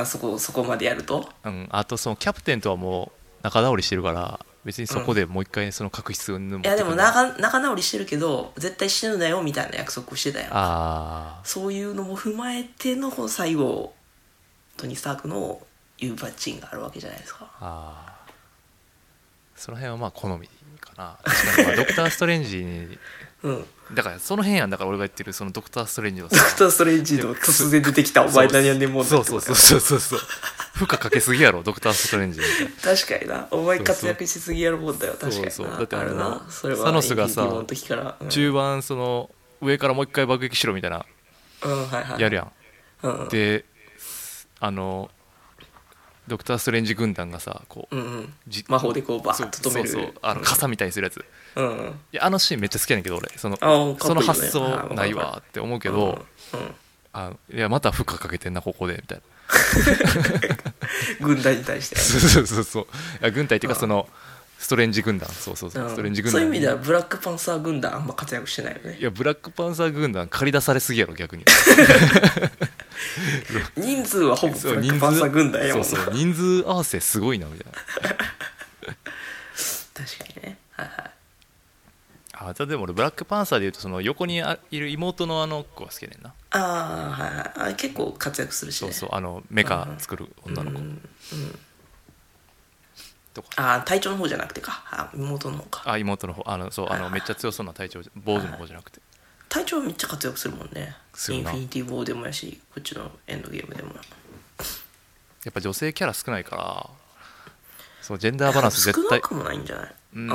S2: あそこそこまでやると
S1: ぱ、うん、あとそのキャプテンとはもう仲直りしてるから別にそこでもう一回その確執うんぬん
S2: いやでも仲仲直りしてるけど絶対死ぬなよみたいな約束をしてたやん
S1: ああ
S2: そういうのも踏まえてのこの最後トニー・スタークのユーバッチンがあるわけじゃないですか
S1: ああその辺はまあ好みかな確かにまあドクター・ストレンジに
S2: うんド
S1: だからその辺やんだから俺が言ってるそのドクター・ストレンジのさ
S2: クター・ストレンジの突然出てきたお前何やねんもんだ
S1: そ
S2: っ
S1: う
S2: て
S1: そ
S2: こ
S1: う
S2: と
S1: そうそうそうそう 負荷かけすぎやろドクター・ストレンジみたいな
S2: 確かになお前
S1: そう
S2: 活躍しすぎやるもんだよ
S1: そう
S2: 確かにな
S1: そうだってあ
S2: あ
S1: の
S2: るなそれは
S1: サノスがさ
S2: 疑問の時からうん
S1: 中盤その上からもう一回爆撃しろみたいな
S2: うんはいはい
S1: やるやん
S2: うんうん
S1: であのドクター・ストレンジ軍団がさこう
S2: うんうん
S1: じ
S2: 魔法でこうバーッと止める
S1: そうそうそうあの傘みたいにするやつ
S2: うんうん
S1: いやあのシーンめっちゃ好きやねんけど俺その
S2: あーかっ
S1: その
S2: こいいよね
S1: 発想ないわって思うけ
S2: うんうん
S1: どあのいやまた負荷かけてんなここでみたいな
S2: 軍団に対して
S1: そうそうそうそういや軍隊っていうか
S2: うん
S1: そのストレンジ軍団そうそうそう
S2: うん
S1: ストレンジ軍
S2: そう
S1: 団
S2: いう意味ではブラックパンサー軍団あんま活躍してないよね
S1: いやブラックパンサー軍団借り出されすぎやろ逆 に
S2: 人数はほぼブラックパンサー軍団やもんな
S1: そうそう人数合わせすごいなみたいな
S2: 確かにねはいはい
S1: あただでも俺ブラックパンサーでいうとその横にあいる妹のあの子が好きやねんな
S2: ああはいはいあ結構活躍するし、
S1: そ
S2: ね、
S1: うそうあのメカ作る女の子
S2: うん
S1: とか
S2: ああ隊長の方じゃなくてかあ妹の方か
S1: あ妹の方あのそうあ
S2: はいは
S1: の
S2: い
S1: めっちゃ強そうな隊長 坊主の方じゃなくて
S2: 隊長めっちゃ活躍するもんね
S1: す
S2: イ
S1: る
S2: ン
S1: な
S2: フィニティ・ウォーでもやしこっちのエンドゲームでも
S1: やっぱ女性キャラ少ないからそうジェンダーバランス絶
S2: 少な
S1: 対
S2: くもないんじゃないう
S1: ーん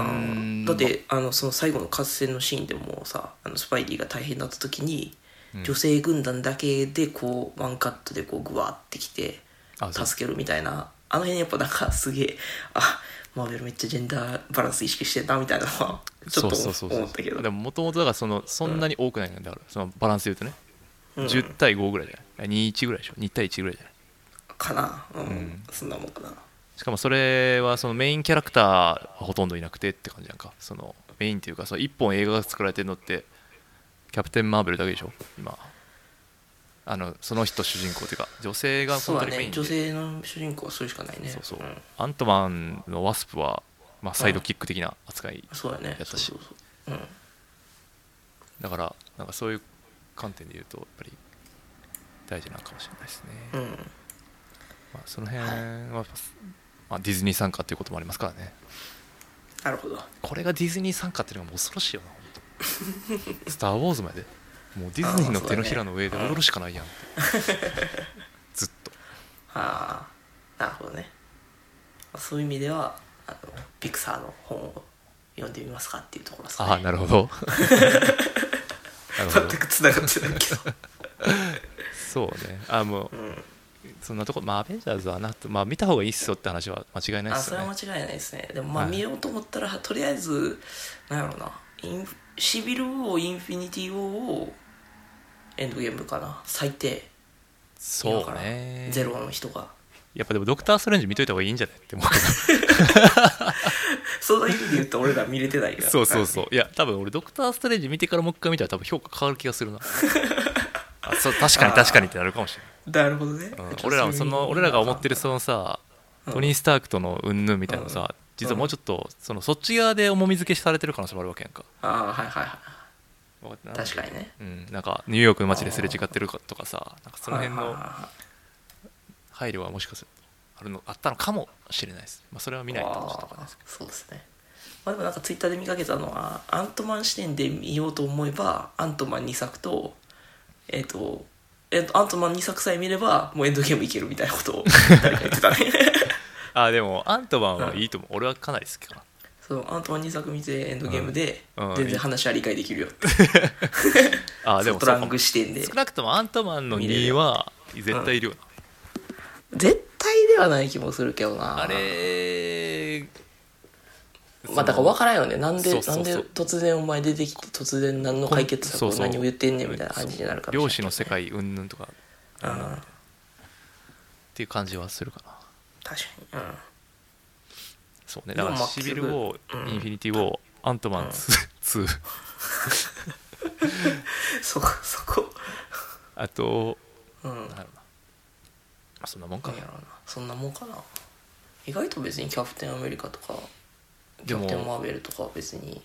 S2: あーだってあのその最後の合戦のシーンでもさあのスパイディが大変だった時に、女性軍団だけでこうワンカットでこうグワーってきて
S1: あそう
S2: 助けるみたいなあの辺やっぱなんかすげえあマーベルめっちゃジェンダーバランス意識してんなみたいなの はちょっと
S1: そうそうそうそう
S2: 思ったけど
S1: でももともとだからそのそんなに多くないんだから、そのバランスで言うとね、
S2: うん
S1: 10対5ぐらいじゃない21ぐらいでしょ2対1ぐらいじゃない
S2: かなうん、
S1: ん
S2: そんなもんかな
S1: しかもそれはそのメインキャラクターはほとんどいなくてって感じやんかそのメインっていうかその1本映画が作られてるのってキャプテン・マーベルだけでしょ今あのその人主人公っていうか女性が
S2: そう
S1: 本当に
S2: だ
S1: メイン
S2: ね
S1: で
S2: 女性の主人公はそれしかないね
S1: そうそう、
S2: ん
S1: アントマンのワスプは、まあ、サイドキック的な扱い
S2: そうだね
S1: やったし
S2: そうそうそううん
S1: だからなんかそういう観点で言うとやっぱり大事なのかもしれないですね、
S2: うん、
S1: まあ、その辺はやっぱ、まあ、ディズニー参加っていうこともありますからね
S2: なるほど
S1: これがディズニー参加っていうのがもう恐ろしいよな本 当スター・ウォーズまでもうディズニーの手のひらの上で踊るしかないやん、ずっと
S2: ああなるほどねそういう意味ではあのピクサーの本を読んでみますかっていうところですか、ね、
S1: ああなるほ どなるほど
S2: 全く繋がってない けど、
S1: そうねあもう
S2: うん、
S1: そんなとこまあアベンジャーズはなとまあ見た方がいいっすよって話は間違いない
S2: あ
S1: です
S2: それ
S1: よ
S2: は
S1: ね
S2: 間違いないですねでもまあ
S1: はい
S2: 見ようと思ったら、とりあえずなんやろうなインシビル王インフィニティ王をエンドゲームかな最低
S1: そ
S2: 今か
S1: う
S2: ら
S1: ね
S2: ゼロの人が
S1: やっぱでもドクター・ストレンジ見といた方がいいんじゃないって思うけ
S2: その意味で言うと俺ら見れてないか
S1: ど
S2: ら
S1: そうそうそういや多分俺ドクター・ストレンジ見てからもう一回見たら多分評価変わる気がするな あそう確かに確かにってなるかもしれない
S2: なるほどね、
S1: うん俺らもその俺らが思ってるそのさ
S2: うん
S1: トニー・スタークとの云々みたいなのさ実はもうちょっとそのそっち側で重み付けされてる可能性もあるわけやんか
S2: ああはいはいはい確かにね
S1: うん、なんかニューヨークの街ですれ違ってるかとかさなんかその辺
S2: はい
S1: の
S2: はいはい
S1: 配慮はもしかするとあるのあったのかもしれないです、まあ、それは見ないとちょっとわかんないですけ
S2: あーそうですね、まあ、でもなんかツイッターで見かけたのはアントマン視点で見ようと思えばアントマン2作とえっ、とえっと、アントマン2作さえ見ればもうエンドゲームいけるみたいなことを誰か言 ってたね
S1: どあでもアントマンはいいと思う、俺はかなり好きかな
S2: そうアントマン2作見てエンドゲームで
S1: うんうん
S2: 全然話は理解できるよって
S1: あで
S2: ソ
S1: も
S2: ト
S1: そう
S2: ラ
S1: か
S2: ン
S1: も
S2: グ視点で
S1: 少なくともアントマンの2は絶対いるよな、
S2: 絶対ではない気もするけどな
S1: あれ
S2: まあだから分からんよねなんで
S1: そうそうそう
S2: なんで突然お前出てきて突然何の解決策
S1: そ
S2: を
S1: うそう
S2: 何を言ってんねんみたいな感じになるかもしれない
S1: 漁師の世界云々とかっ
S2: うん
S1: ていう感じはするかな
S2: 確かにうん
S1: そうねだから
S2: でもまあ
S1: シビル・ウォー、インフィニティ・ウォーアントマン2、
S2: そこそこ
S1: あと
S2: うん
S1: なんだろうなまあそんなもんか
S2: なんやろうなそんなもんかな意外と別にキャプテンアメリカとかキ
S1: で
S2: ャ
S1: も
S2: プテンマーベルとかは別に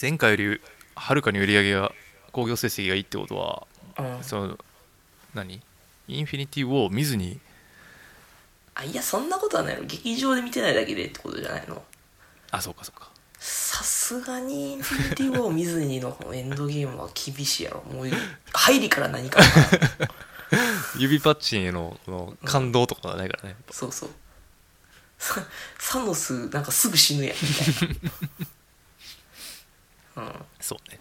S1: 前回よりはるかに売り上げが興行成績がいいってことは
S2: うん
S1: その何インフィニティ・ウォー見ずに
S2: あいやそんなことはないの劇場で見てないだけでってことじゃないの
S1: あそうかそうか
S2: さすがにインフィニティ・ウォーを見ずにのエンドゲームは厳しいやろもう入りか ら何から
S1: 指パッチンへのこの感動とかがないからね、やっぱ
S2: そうそうササノスなんかすぐ死ぬやんみ たいなうん
S1: そうね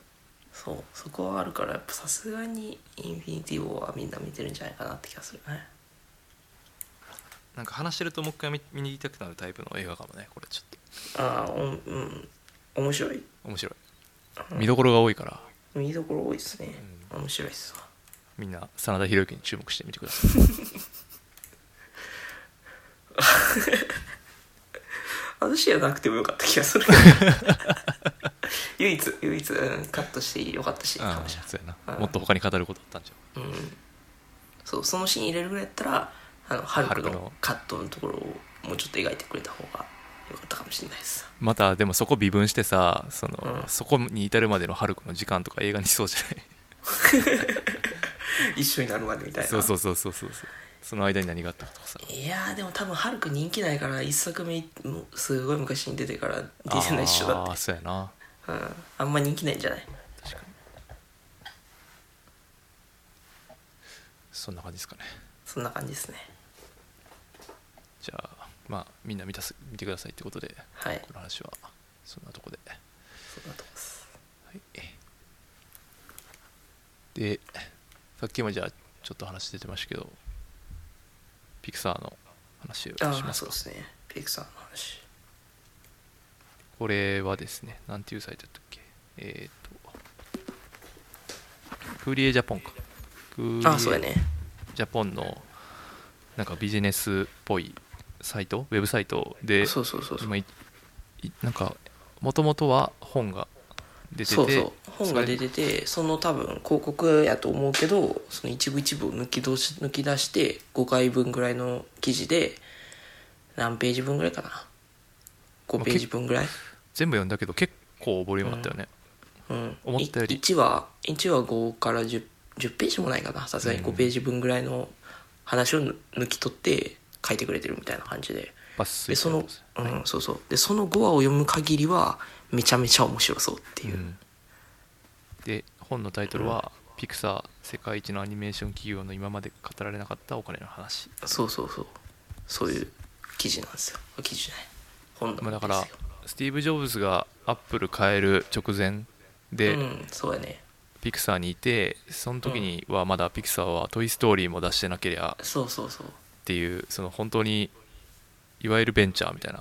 S2: そうそこはあるからやっぱさすがにインフィニティ・ウォーはみんな見てるんじゃないかなって気がするね
S1: なんか話してるともう一回見見に行きたくなるタイプの映画かもねこれちょっ
S2: ああおんうん面白い
S1: と面白い見どころが多いから
S2: 見どころ多いですね、面白いっすわ
S1: みんな真田広之に注目してみてくだ さい
S2: 私じゃなくてもよかった気 がする唯一唯一、うん、カットしてよかったしか
S1: あ
S2: も
S1: あ
S2: しれない
S1: そうやな
S2: うん
S1: もっと他に語ることあったんじゃ
S2: そうそのシーン入れるぐらいやったらあのハルク
S1: ハルク
S2: の
S1: の
S2: カットのところをもうちょっと描いてくれた方がよかったかもしれな いです
S1: またでもそこ微分してさその、
S2: うん
S1: そこに至るまでのハルクの時間とか映画にしそうじゃない
S2: 一緒になるまでみたいな
S1: そうそうそうそうそうそうその間に何があったかとかさ
S2: いやーでも多分ハルク人気ないから一作目もすごい昔に出てから出てないっしょだっ
S1: ああそうやな
S2: てうんあんま人気ないんじゃない
S1: 確かにそんな感じですかね
S2: そんな感じですね
S1: じゃあまあみんな見たす見てくださいってことで
S2: はい
S1: この話はそんなとこで、は
S2: そんなとこです
S1: い、でさっきもじゃあちょっと話出てましたけどピクサーの話をし
S2: ああ
S1: ます
S2: そう
S1: か
S2: ですねピクサーの話
S1: これはですねなんていうサイトだったっけえっ、とクーリエジャポンかクーリエ
S2: ああそうやね
S1: ジャポンのなんかビジネスっぽいサイトウェブサイトで
S2: そうそうそうそう
S1: 今いいなんかもともとは本が出てて
S2: そうそう本が出
S1: それ
S2: ててその多分広告やと思うけどその一部一部を抜きどし抜き出して5回分ぐらいの記事で何ページ分ぐらいかな5ページ分ぐらい
S1: 全部読んだけど結構ボリュームあったよね、
S2: うん、
S1: 思ったより
S2: 1は1は5から 10, 10ページもないかなさすがに5ページ分ぐらいの話をぬ抜き取って書いてくれてるみたいな感じで
S1: 抜粋
S2: で
S1: さ
S2: そ
S1: れ
S2: の
S1: てます、
S2: うん、そうそうでその5話を読む限りはめちゃめちゃ面白そうっていう、
S1: うんで本のタイトルは、ピクサー世界一のアニメーション企業の今まで語られなかったお金の話」
S2: そうそうそうそういう記事なんですよ記事じゃない本
S1: まあだ
S2: なん
S1: か
S2: ですよ
S1: らスティーブ・ジョブズがアップル変える直前で、
S2: うんそうやね
S1: ピクサーにいてその時にはまだピクサーは「トイ・ストーリー」も出してなけりゃっ
S2: そうそうそう
S1: ていうその本当にいわゆるベンチャーみたいな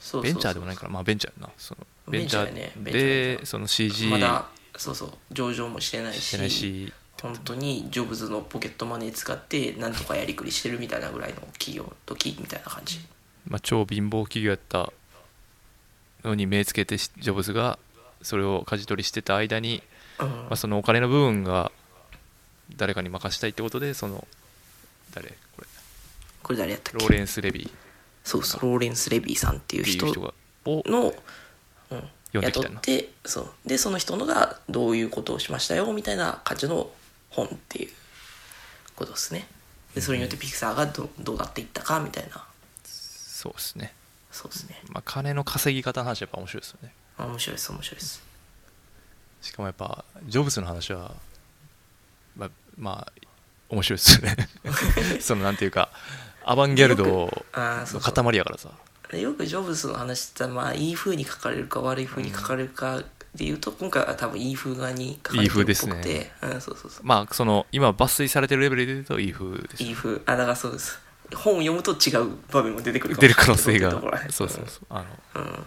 S2: そうそうそう
S1: ベンチャーでもないからまあベンチャーやなそのベ
S2: ベ
S1: ン
S2: ン
S1: チ
S2: チ
S1: ャ
S2: ャ
S1: ー
S2: ーやねベンチャーベンチャ
S1: で
S2: ー
S1: その CG
S2: まだそうそう上場もしてないし
S1: してないし
S2: 本当にジョブズのポケットマネー使ってなんとかやりくりしてるみたいなぐらいの企業時みたいな感じ
S1: まあ、超貧乏企業やったのに目つけてしジョブズがそれを舵取りしてた間に、
S2: うん、
S1: まあ、そのお金の部分が誰かに任したいってことでその誰これ
S2: これ誰やったっ
S1: ロ
S2: け
S1: ーレンス・レビーっ
S2: そうそうローレンス・レビーさんっていう
S1: ていう
S2: 人
S1: 人がを
S2: の、うん、
S1: 呼んでき
S2: 雇った
S1: な
S2: てそうでその人のがどういうことをしましたよみたいな感じの本っていうことですねでそれによってピクサーがどどうなっていったかみたいな
S1: そうですね、
S2: そうですね
S1: まあ、金の稼ぎ方の話はやっぱ面白いですよね
S2: あ面白いです面白いです
S1: しかもやっぱジョブズの話はまあ、まあ、面白いです よねそのなんていうかアバンギャルド
S2: あーそ
S1: の
S2: うそう
S1: 塊やからさ
S2: でよくジョブズの話ってまあいい風に書かれるか悪い風に書かれるかでいうと、今回は多分いい風側に書かれてるっぽくて
S1: いい
S2: うん、そうそうそう
S1: まあその今抜粋されてるレベルで言うといい風です
S2: いい風あだからそうです本を読むと違う場面も出てくる
S1: 出る可能性が
S2: そういうところらへん
S1: そうそうそうあの
S2: うん、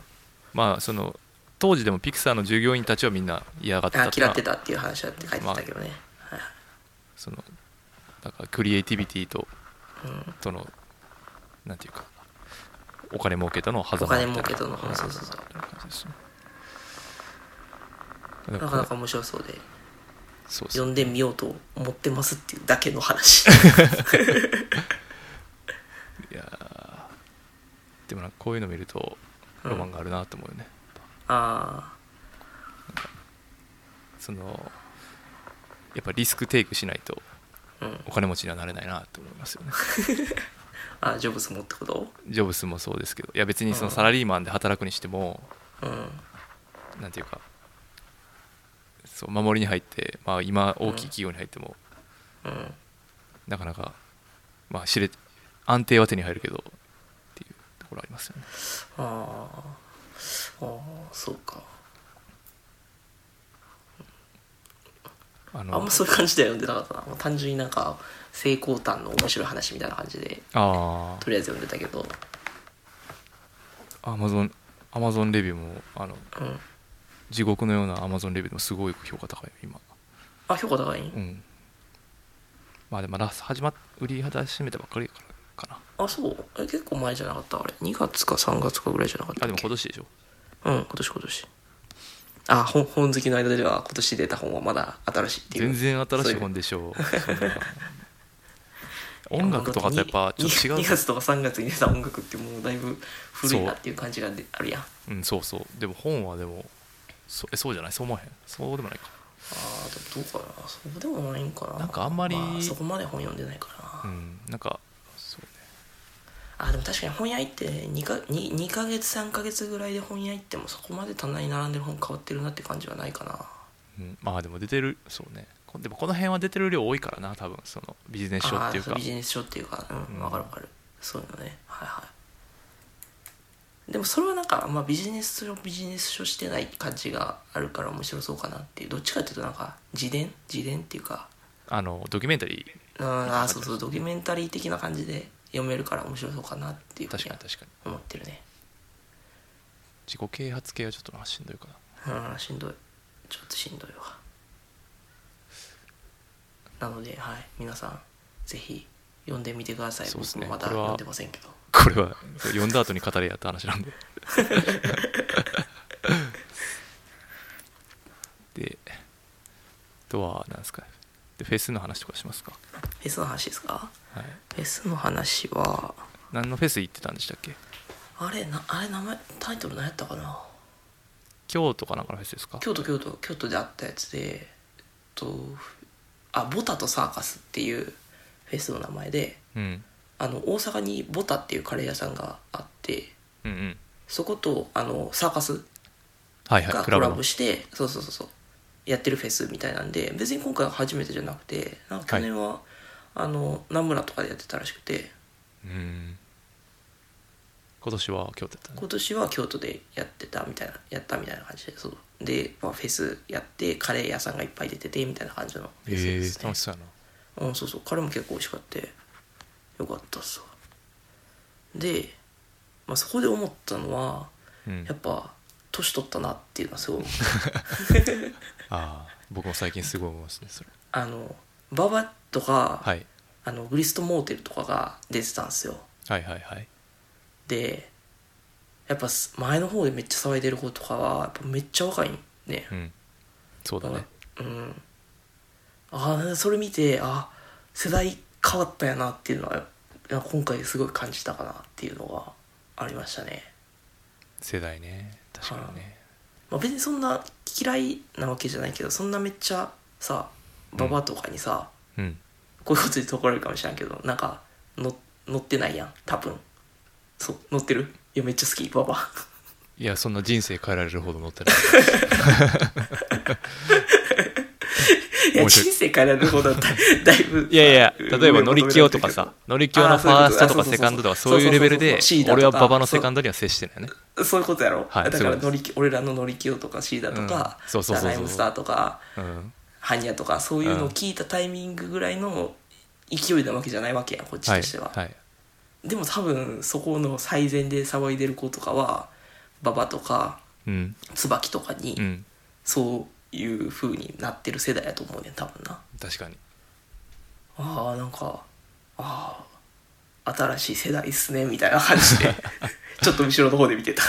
S1: まあその当時でもピクサーの従業員たちはみんな嫌がってた
S2: あ
S1: とか
S2: 嫌ってたっていう話だって書いてたけどね、はい
S1: そのなんかクリエイティビティと
S2: うん
S1: とのなんていうかお金儲けとの狭
S2: お
S1: 間
S2: 金
S1: みた
S2: 儲
S1: いな
S2: けとの
S1: うん
S2: そうそうそう
S1: 感じですね
S2: なかなか面白そう
S1: そう
S2: で
S1: ですね
S2: 読んでみようと思ってますっていうだけの話
S1: いやーでもなんかこういうの見るとロマンがあるなと思うよね、
S2: あ
S1: そのやっぱリスクテイクしないと
S2: ー、うん、
S1: お金持ちにはなれないなと思いますよね
S2: あジョブズもってこと
S1: ジョブスもそうですけどいや別にそのサラリーマンで働くにしても
S2: うん
S1: なんていうかそう守りに入って、まあ、今大きい企業に入っても、
S2: うん
S1: なかなか、まあ、知れ安定は手に入るけどっていうところありますよね
S2: あーあーそうか
S1: あ
S2: あんまそういう感じでは読んでなかったなもう単純になんか成功譚の面白い話みたいな感じで
S1: あー
S2: とりあえず読んでたけど
S1: アマゾンアマゾンレビューもあの
S2: うん
S1: 地獄のようなアマゾンレビューでもすごい評価高いよ今
S2: あ評価高い、
S1: うんまあでもラス始まっ売り始めたばっかりやからかな
S2: あそうえ結構前じゃなかったあれ2月か3月かぐらいじゃなかった
S1: あ
S2: っ
S1: でも
S2: け
S1: 今年でしょ
S2: うん今年今年あ本本好きの間では今年出た本はまだ新しいっていう
S1: 全然新しい本でしょうそんな音楽とかとやっぱちょっと違
S2: 2
S1: う
S2: 月とか3月に出た音楽ってもうだいぶ古いなっていう感じがであるやんあ
S1: うんそうそうでも本はでもそえそうじゃないそう思わへんそうでもないか
S2: ーでもどうかなそうでもないんかな
S1: なんかあんまり
S2: あそこまで本読んでないから
S1: う
S2: な、
S1: んなんかそうね
S2: あでも確かに本屋行って2か ,2 2ヶ月3ヶ月ぐらいで本屋行ってもそこまで棚に並んでる本変わってるなって感じはないかな
S1: うん、まあでも出てるそうねこでもこの辺は出てる量多いからな多分そのビジネス書っていう
S2: あーそ
S1: か
S2: ビジネス書っていうかうん
S1: うん
S2: わかるわかる、そういうのねはいはいでもそれはなんか、まあ、ビジネス書ビジネス書してない感じがあるから面白そうかなっていうどっちかっていうとなんか自伝自伝っていうか
S1: あのドキュメンタリ
S2: うんあーそうそうドキュメンタリー的な感じで読めるから面白そうかなってい
S1: ー
S2: うふう
S1: 確
S2: に
S1: か
S2: は
S1: に確かに
S2: 思ってるね
S1: 自己啓発系はちょっとなしんどいかな
S2: うんしんどいちょっとしんどいわなのではい皆さんぜひ読んでみてください、
S1: そうです
S2: 僕
S1: ね
S2: もまだ
S1: これは
S2: 読んでませんけど
S1: これはそう読んだ後に語れやった話 なんでであとは何ですかでフェスの話とかしますか、
S2: フェスの話ですか
S1: はい、
S2: フェスの話は
S1: 何のフェス行ってたんでしたっけ
S2: あれなあれ名前タイトル何やったかな
S1: 京都かなんかのフェスですか
S2: 京都京都京都であったやつでえっとあボタとサーカスっていうフェスの名前で
S1: うん
S2: あの大阪にボタっていうカレー屋さんがあって
S1: うんうん
S2: そことあのサーカス
S1: はいは
S2: が
S1: いク
S2: コ
S1: ラブ
S2: ラ
S1: の
S2: ボして、そうそうそうそうやってるフェスみたいなんで別に今回は初めてじゃなくてなんか去年は、あの南村とかでやってたらしくて
S1: うん今年は京都やったね
S2: 今年は京都でやってたみたいなやったみたいな感じでそうで、まあ、フェスやってカレー屋さんがいっぱい出ててみたいな感じのフ
S1: え
S2: ェスです
S1: ー
S2: ね
S1: 楽しそうやな
S2: うん、そうそうカレーも結構美味しかったよかったっすわで、まあ、そこで思ったのは
S1: うん
S2: やっぱ年取ったなっていうのはすごい
S1: ああ僕も最近すごい思いますねそれ
S2: あのババとか、
S1: はい
S2: あのグリストモーテルとかが出てたんですよ
S1: はいはいはい
S2: でやっぱす前の方でめっちゃ騒いでる子とかはやっぱめっちゃ若いね
S1: うんそうだね
S2: うんああそれ見てあ世代変わったやなっていうのはいや今回すごい感じたかなっていうのがありましたね
S1: 世代ね確かにね
S2: まあ、別にそんな嫌いなわけじゃないけどそんなめっちゃさババアとかにさ、
S1: うん
S2: こういうこと言って怒られるかもしれんけどなんかの乗ってないやん多分そう乗ってるいやめっちゃ好きババ ア
S1: いやそんな人生変えられるほど乗ってない
S2: いや
S1: 面白い
S2: 人生変えられるほどだ だいぶ
S1: いやい や例えば乗り気をとかさ乗り気をのファーストと
S2: あー
S1: か
S2: そういうこと
S1: セカンドとかそういうレベルで
S2: そうそうそうそう
S1: 俺は馬場の
S2: シー
S1: セ
S2: ダとか
S1: カンドには接してないね
S2: そういうことやろ、
S1: はい
S2: だ
S1: そ
S2: か
S1: うい
S2: ら
S1: うこと
S2: 乗り気俺らの乗り気をとかシーダとか、
S1: うんそうそうそうそう
S2: ライムスターとか
S1: うん
S2: ハニヤとかそういうのを聞いたタイミングぐらいの勢いなわけじゃないわけやんこっち
S1: はい
S2: としては、
S1: はい
S2: でも多分そこの最前で騒いでる子とかは馬場とか
S1: うん
S2: 椿とかに
S1: うん
S2: そういう風になってる世代やと思うねん多分な
S1: 確かに
S2: ああなんかああ新しい世代っすねみたいな感じ でちょっと後ろの方で見てた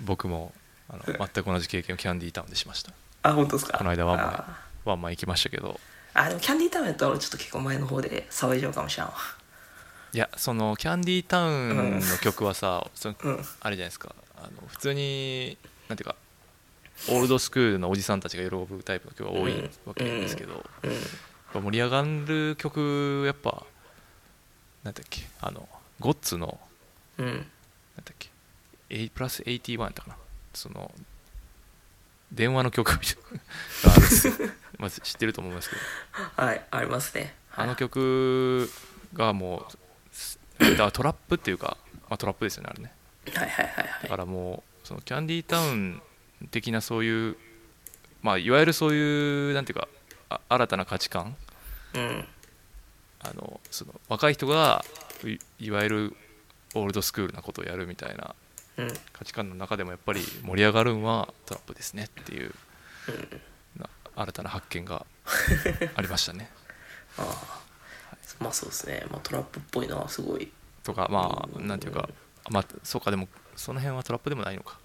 S1: 僕もあ の全く同じ経験をキャンディータウンでしました
S2: あ本当ですか
S1: この間ワンマン
S2: あ
S1: ワンマン行きましたけど
S2: ーあでもキャンディータウンやったら俺ちょっと結構前の方で騒いじゃうかもしれんわ
S1: いやそのキャンディータウンの曲はさ、その
S2: うん
S1: あれじゃないですかあの普通になんていうかオールドスクールのおじさんたちが喜ぶタイプの曲が多いわけなんですけど、やっ
S2: うん
S1: ぱ盛り上がる曲やっぱなんだっけあのゴッツの
S2: うん
S1: なんだっけ A プラス81だったかなその電話の曲みたいなあるん ですよまず知ってると思いますけど
S2: はいありますね
S1: あの曲がもうすだからトラップっていうか、まあ、トラップですよねあれね
S2: はいはいはい
S1: だ
S2: は
S1: からもうそのキャンディータウン的なそういうまあいわゆるそういうなんていうかあ新たな価値観
S2: いうん
S1: あのその若い人がいいわゆるオールドスクールなことをやるみたいな
S2: うん
S1: 価値観の中でもやっぱり盛り上がるんはトラップですねっていうな新たな発見 がありましたね。
S2: ああまあそうですね、まあ、トラップっぽいのはすごい
S1: とかまあなんていうかまあそうかでもその辺はトラップでもないのか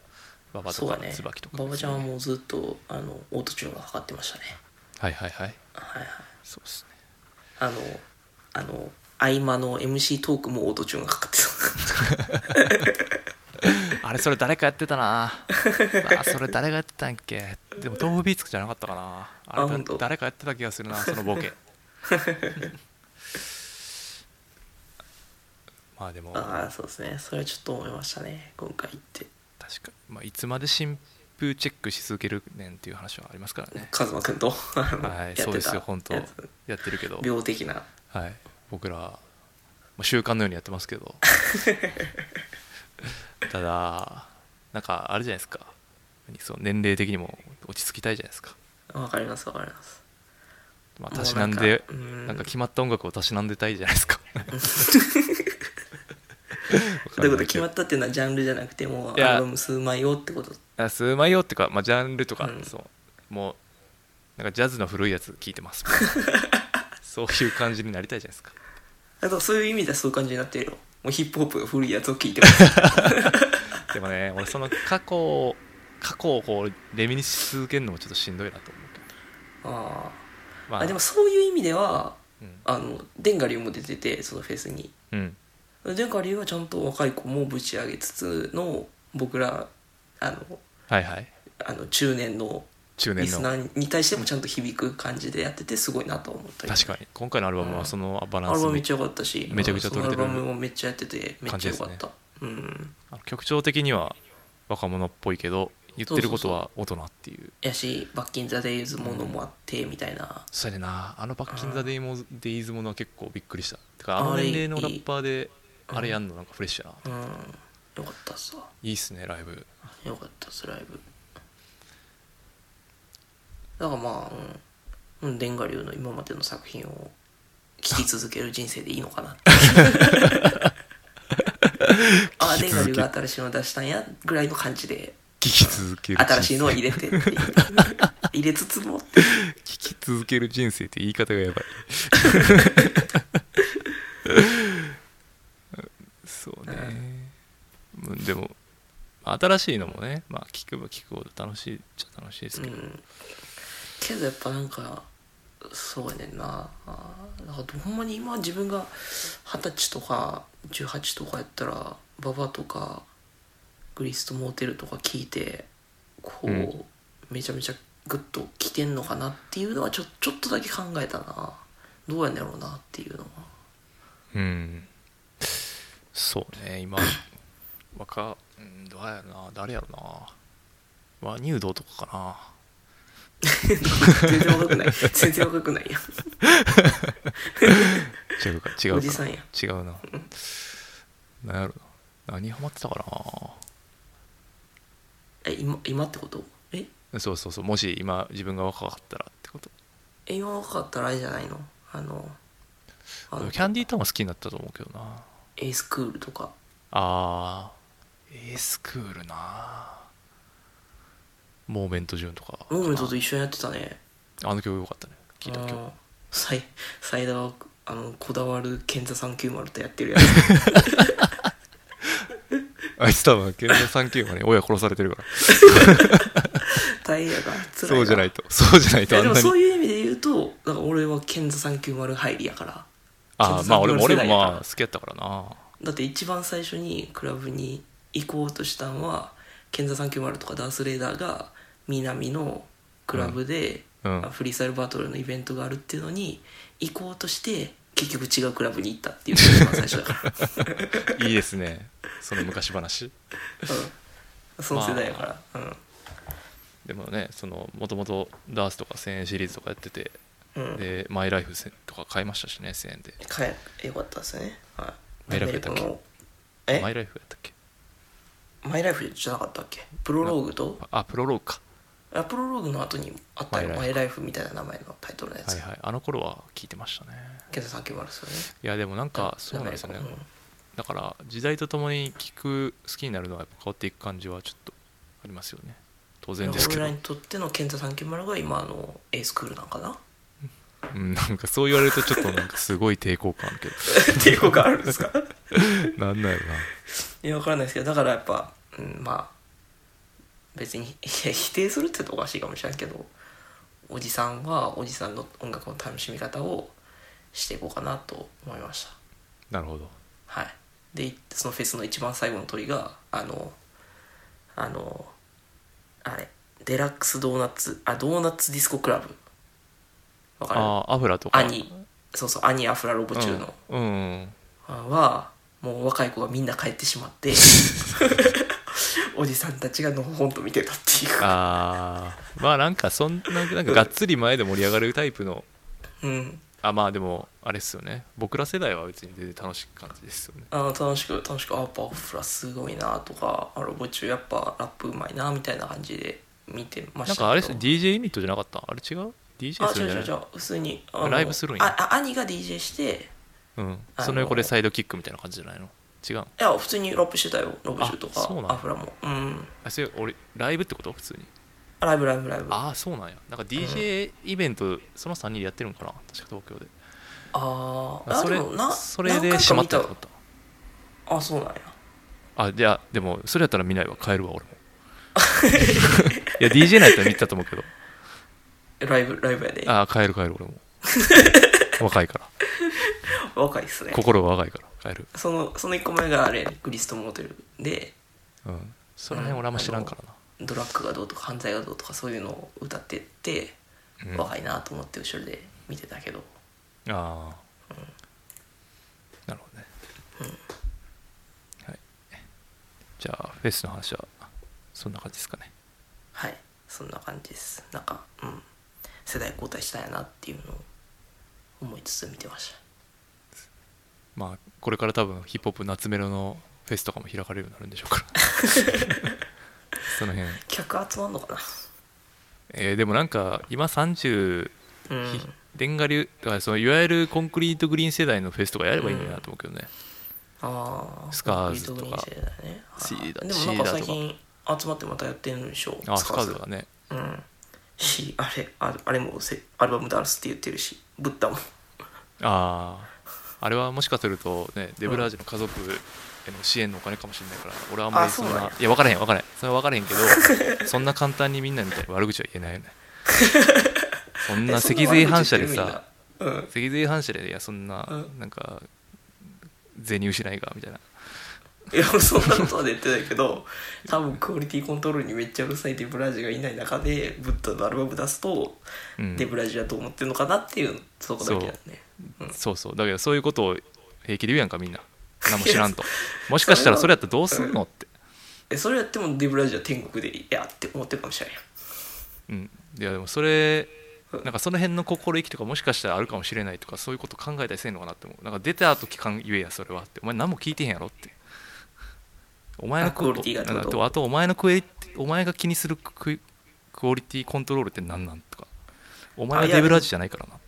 S1: 馬場
S2: そ
S1: と
S2: うだ
S1: か
S2: ね
S1: 椿とか
S2: 馬場ちゃんはもうずっとあのオートチューンがかかってましたね
S1: はいはいはい
S2: はいはい
S1: そうですね
S2: あのあの合間の MC トークもオートチューンがかかって
S1: あれそれ誰かやってたなあそれ誰がやってたんっけでも東方ビーツクじゃなかったかなあ
S2: あ
S1: れ
S2: ほんと
S1: 誰かやってた気がするなそのボケ まあでも
S2: たあ
S1: 確
S2: あそうですねそれはちょっと思いましたね今回行って
S1: か、まあ、いつまで新風チェックし続けるねんっていう話はありますからね
S2: カズマくんとあの
S1: はいそうですよ本当
S2: や
S1: や
S2: つ
S1: ってるけど
S2: 病的な
S1: はい、僕ら、まあ、習慣のようにやってますけ どただなんかあれじゃないですかその年齢的にも落ち着きたいじゃないですか、
S2: わかりますわかります
S1: まあ、
S2: もう
S1: たしなんで
S2: なんかうん
S1: なんか決まった音楽をたしなんでたいじゃないですか
S2: どういうこと決まったっていうのはジャンルじゃなくてもう
S1: いや
S2: アルバム数枚をってこと
S1: あすうまいよっていうか、まあ、ジャンルとか、
S2: うん
S1: そうもうなんかジャズの古いやつ聞いて ますそういう感じになりたいじゃないですか
S2: あとそういう意味ではそういう感じになってるよもうヒップホップが古いやつを聞いてます
S1: でもね 俺その過去を過去をこうレミにし続けるのもちょっとしんどいなと思うけど
S2: あ
S1: ま
S2: ああでもそういう意味では
S1: うん
S2: あのデンガリュウも出ててそのフェスに
S1: うん
S2: デンガリュウはちゃんと若い子もぶち上げつつの僕らあの
S1: はいはい
S2: あの中年の
S1: 中
S2: リ
S1: 年
S2: ス
S1: の
S2: ナーに対してもちゃんと響く感じでやっててすごいなと思ったり
S1: 確かに今回のアルバムはそのバラ
S2: ア
S1: ン
S2: ル
S1: ス
S2: バムめ
S1: め
S2: っちゃ良かったし
S1: めちゃくちゃ撮れてる
S2: そのアルバムもめっちゃやっててめっちゃ良かった、うん
S1: あの曲調的には若者っぽいけど言ってることは大人っていう
S2: やしバッキン・ザ・デイズものもあってみたいな、
S1: そうやねんなあのバッキン・ザ・デイモデイズものは結構びっくりしたてか
S2: あ
S1: あ
S2: れ
S1: の年齢のラッパーであれやんのなんかフレッシュやな
S2: うんよかったっすわ
S1: いいっすねライブ
S2: よかったっすライブだからまあうんうん伝賀流の今までの作品を聴き続ける人生でいいのかなってああ
S1: 聞き
S2: 伝
S1: 続
S2: 賀
S1: け
S2: 流が新しいの出したんやぐらいの感じで
S1: 聞き続ける人生
S2: 新しいのを入れてっていう入れつつもって
S1: 聞き続ける人生って言い方がや ばいそうね、うん、でも新しいのもねまあ聞けば聞くほど楽しいっちゃ楽しいです
S2: う
S1: けど、
S2: んけどやっぱなんかそうやねんなあーなんかほんまに今自分が二十歳とか18とかやったら馬場とかグリストモーテルとか聞いてこう、
S1: うん
S2: めちゃめちゃグッと来てんのかなっていうのはちょちょっとだけ考えたなどうやねんやろうなっていうの は
S1: うんそうね今若うんどうやろな誰やろな和乳道とかかな
S2: 全然若くない全然若くないやん
S1: 違うか違うか
S2: おじさんや
S1: 違うな何やろな何ハマってたか
S2: え今今ってことえ
S1: なそうそうそうもし今自分が若かったらってこと
S2: え今若かったらあれじゃないのあのあの
S1: キャンディータウンは好きになったと思うけどな
S2: エースクールとか
S1: あーエースクールなモーメントジューンとか
S2: モーメントと一緒にやってたね
S1: あの曲良かったね聞いた曲
S2: あーサイサイダーはあのこだわる賢者390とやってるや つ
S1: あいつ多分ケンドサンキューはね 親殺されてるから
S2: 大変やが辛い
S1: そうじゃないいとそうじゃないとあ
S2: や
S1: ん
S2: でも
S1: なに
S2: そういう意味で言うとだから俺は賢者390入りやから
S1: あーまあ俺も俺も
S2: 世代やか
S1: ま
S2: ら
S1: あ好きやったからな
S2: だって一番最初にクラブに行こうとしたんは賢者390とかダース・レーダーが南のクラブで、
S1: うんうん
S2: フリースタイルバトルのイベントがあるっていうのに行こうとして結局違うクラブに行ったっていうのが一番最初だから、
S1: いいですねその昔話
S2: うん、その世代やから、
S1: でもねそのもともとダースとか1000円シリーズとかやってて
S2: うん、うん
S1: でマイライフ1000とか買いましたしね1000円で
S2: かえよかったですねはい
S1: マイライフやったっけ
S2: なんでこのえ
S1: マイライフやったっけ
S2: マイライフじゃなかったっけプロローグと
S1: あプロローグか
S2: あプロローグの後にあったよ
S1: マイライフ
S2: マイライフみたいな名前のタイトルのや
S1: はい
S2: つ
S1: はいあの頃は聞いてましたね
S2: ケンさん決まるっすよね
S1: いやでもなんかそうなんですよねだから時代とともに聞く好きになるのはやっぱ変わっていく感じはちょっとありますよね当然
S2: 全
S1: で
S2: 然
S1: すけど
S2: 俺らにとってのケンザさん決まるが今あの A スクールなんか な
S1: うんなんかそう言われるとちょっとなんかすごい抵抗感ある け
S2: 抵抗があるんですか
S1: どなんだろ
S2: いや分からないですけどだからやっぱ、うん、まあ別にい や否定するって言うとおかしいかもしれんけどおじさんはおじさんの音楽の楽しみ方をしていこうかなと思いました
S1: ななるほど
S2: はい、でそのフェスの一番最後の鳥があのあのあれデラックスドーナツあドーナツディスコクラブわかる
S1: ああアフラとか
S2: アニそうそうアニアフラロボ中の、
S1: うん、うんうん
S2: はもう若い子がみんな帰ってしまって おじさんたちがのほほんと見てたっていう
S1: ああまあなんかそんななんかがっつり前で盛り上がるタイプの
S2: うん
S1: あまあでもあれっすよね僕ら世代は別に全然楽しい感じですよね
S2: あの楽しく楽しくあやっぱオフラすごいなとかあロボ中やっぱラップうまいなみたいな感じで見て
S1: なん
S2: ましたけど
S1: かあれっす DJ ユニットじゃなかったあれ違う ?DJ
S2: あ、
S1: す
S2: 違
S1: る
S2: うん
S1: じ
S2: 違
S1: ゃ
S2: う
S1: な
S2: 違う
S1: い、
S2: 普通に。あの
S1: ライブするんや
S2: あ、あ兄が DJ して、
S1: うん
S2: あの
S1: その横でサイドキックみたいな感じじゃないの違う
S2: いや、普通にラップしてたよ、ロブシュと
S1: あ
S2: か
S1: そうな、の
S2: アフラも。うん。
S1: あそれ俺ライブってこと普通に
S2: ライブ、ライブ、ライブ。あ
S1: ああそうなんやなんか DJ イベント、その3人でやってるんかな確か東京で
S2: あー、
S1: あ
S2: あ
S1: それ
S2: でもな
S1: それで閉まったと思った
S2: あ、そうなんや。
S1: あじゃあでもそれやったら見ないわ帰るわ 俺もいや DJ なんやったら見てたと思うけど
S2: ライブ、ライブやで。
S1: ああ帰る帰る 俺も若いから
S2: 若いっすね。
S1: 心は若いから帰る
S2: その、その1個前があれ、グリストモデルで、
S1: うんその辺俺あんま知らんからな
S2: ドラッグがどうとか、犯罪がどうとか、そういうのを歌ってって、
S1: うん
S2: 若いなと思って後ろで見てたけど。
S1: ああ、なるほどね、はいじゃあフェスの話はそんな感じですかね
S2: はいそんな感じですなんかうん世代交代したんやなっていうのを思いつつ見てまし
S1: まあこれから多分ヒップホップ夏メロのフェスとかも開かれるようになるんでしょうから その辺、
S2: 客集まんのか
S1: えーでもなんか今30
S2: なうん
S1: ひレンガ流だからそのいわゆるコンクリートグリーン世代のフェスとかやればいいんだなと思うけどね、
S2: ああ
S1: スカーズとかシーダ
S2: でもなんか最
S1: シ
S2: 近集まってまたやってるんでしょ
S1: あスカーズがね
S2: うんしあれあれあれもせアルバム出すって言ってるしブッダも
S1: あああれはもしかするとねデブラージュの家族への支援のお金かもしれないから俺はあんまりそん
S2: あそうなん
S1: な
S2: や
S1: いや分からへん分からへんそれは分からへんけど そんな簡単にみんなみたいに悪口は言えないよ ねそんな
S2: えそん
S1: 脊髄反射
S2: 悪
S1: で
S2: 口言
S1: さ
S2: ってるんだうん
S1: 脊髄反射でいやそんな、
S2: うん
S1: なんか銭失いがみたいない
S2: やそんなことは言ってないけど 多分クオリティコントロールにめっちゃうるさいデブラジがいない中でブッダのアルバム出すと、
S1: うん
S2: デブラジはどう思ってるのかなっていうそこだけだね
S1: そうそうだけどそういうことを平気で言うやんか みんな何も知らんともしかしたらそれやったらどうすんのって、
S2: えそれやってもデブラジは天国でいやって思ってるかもしれない
S1: うん、いやでもそれなんかその辺の心意気とかもしかしたらあるかもしれないとかそういうこと考えたりせんのかなって思うなんか出た時かん言えやそれはってお前何も聞いてへんやろってお前の
S2: あクオリティがってこと
S1: なんかあとお前のクエお前が気にするクイクオリティコントロールって何なんとかお前
S2: あ
S1: はい
S2: や
S1: デブラージじゃないからなっ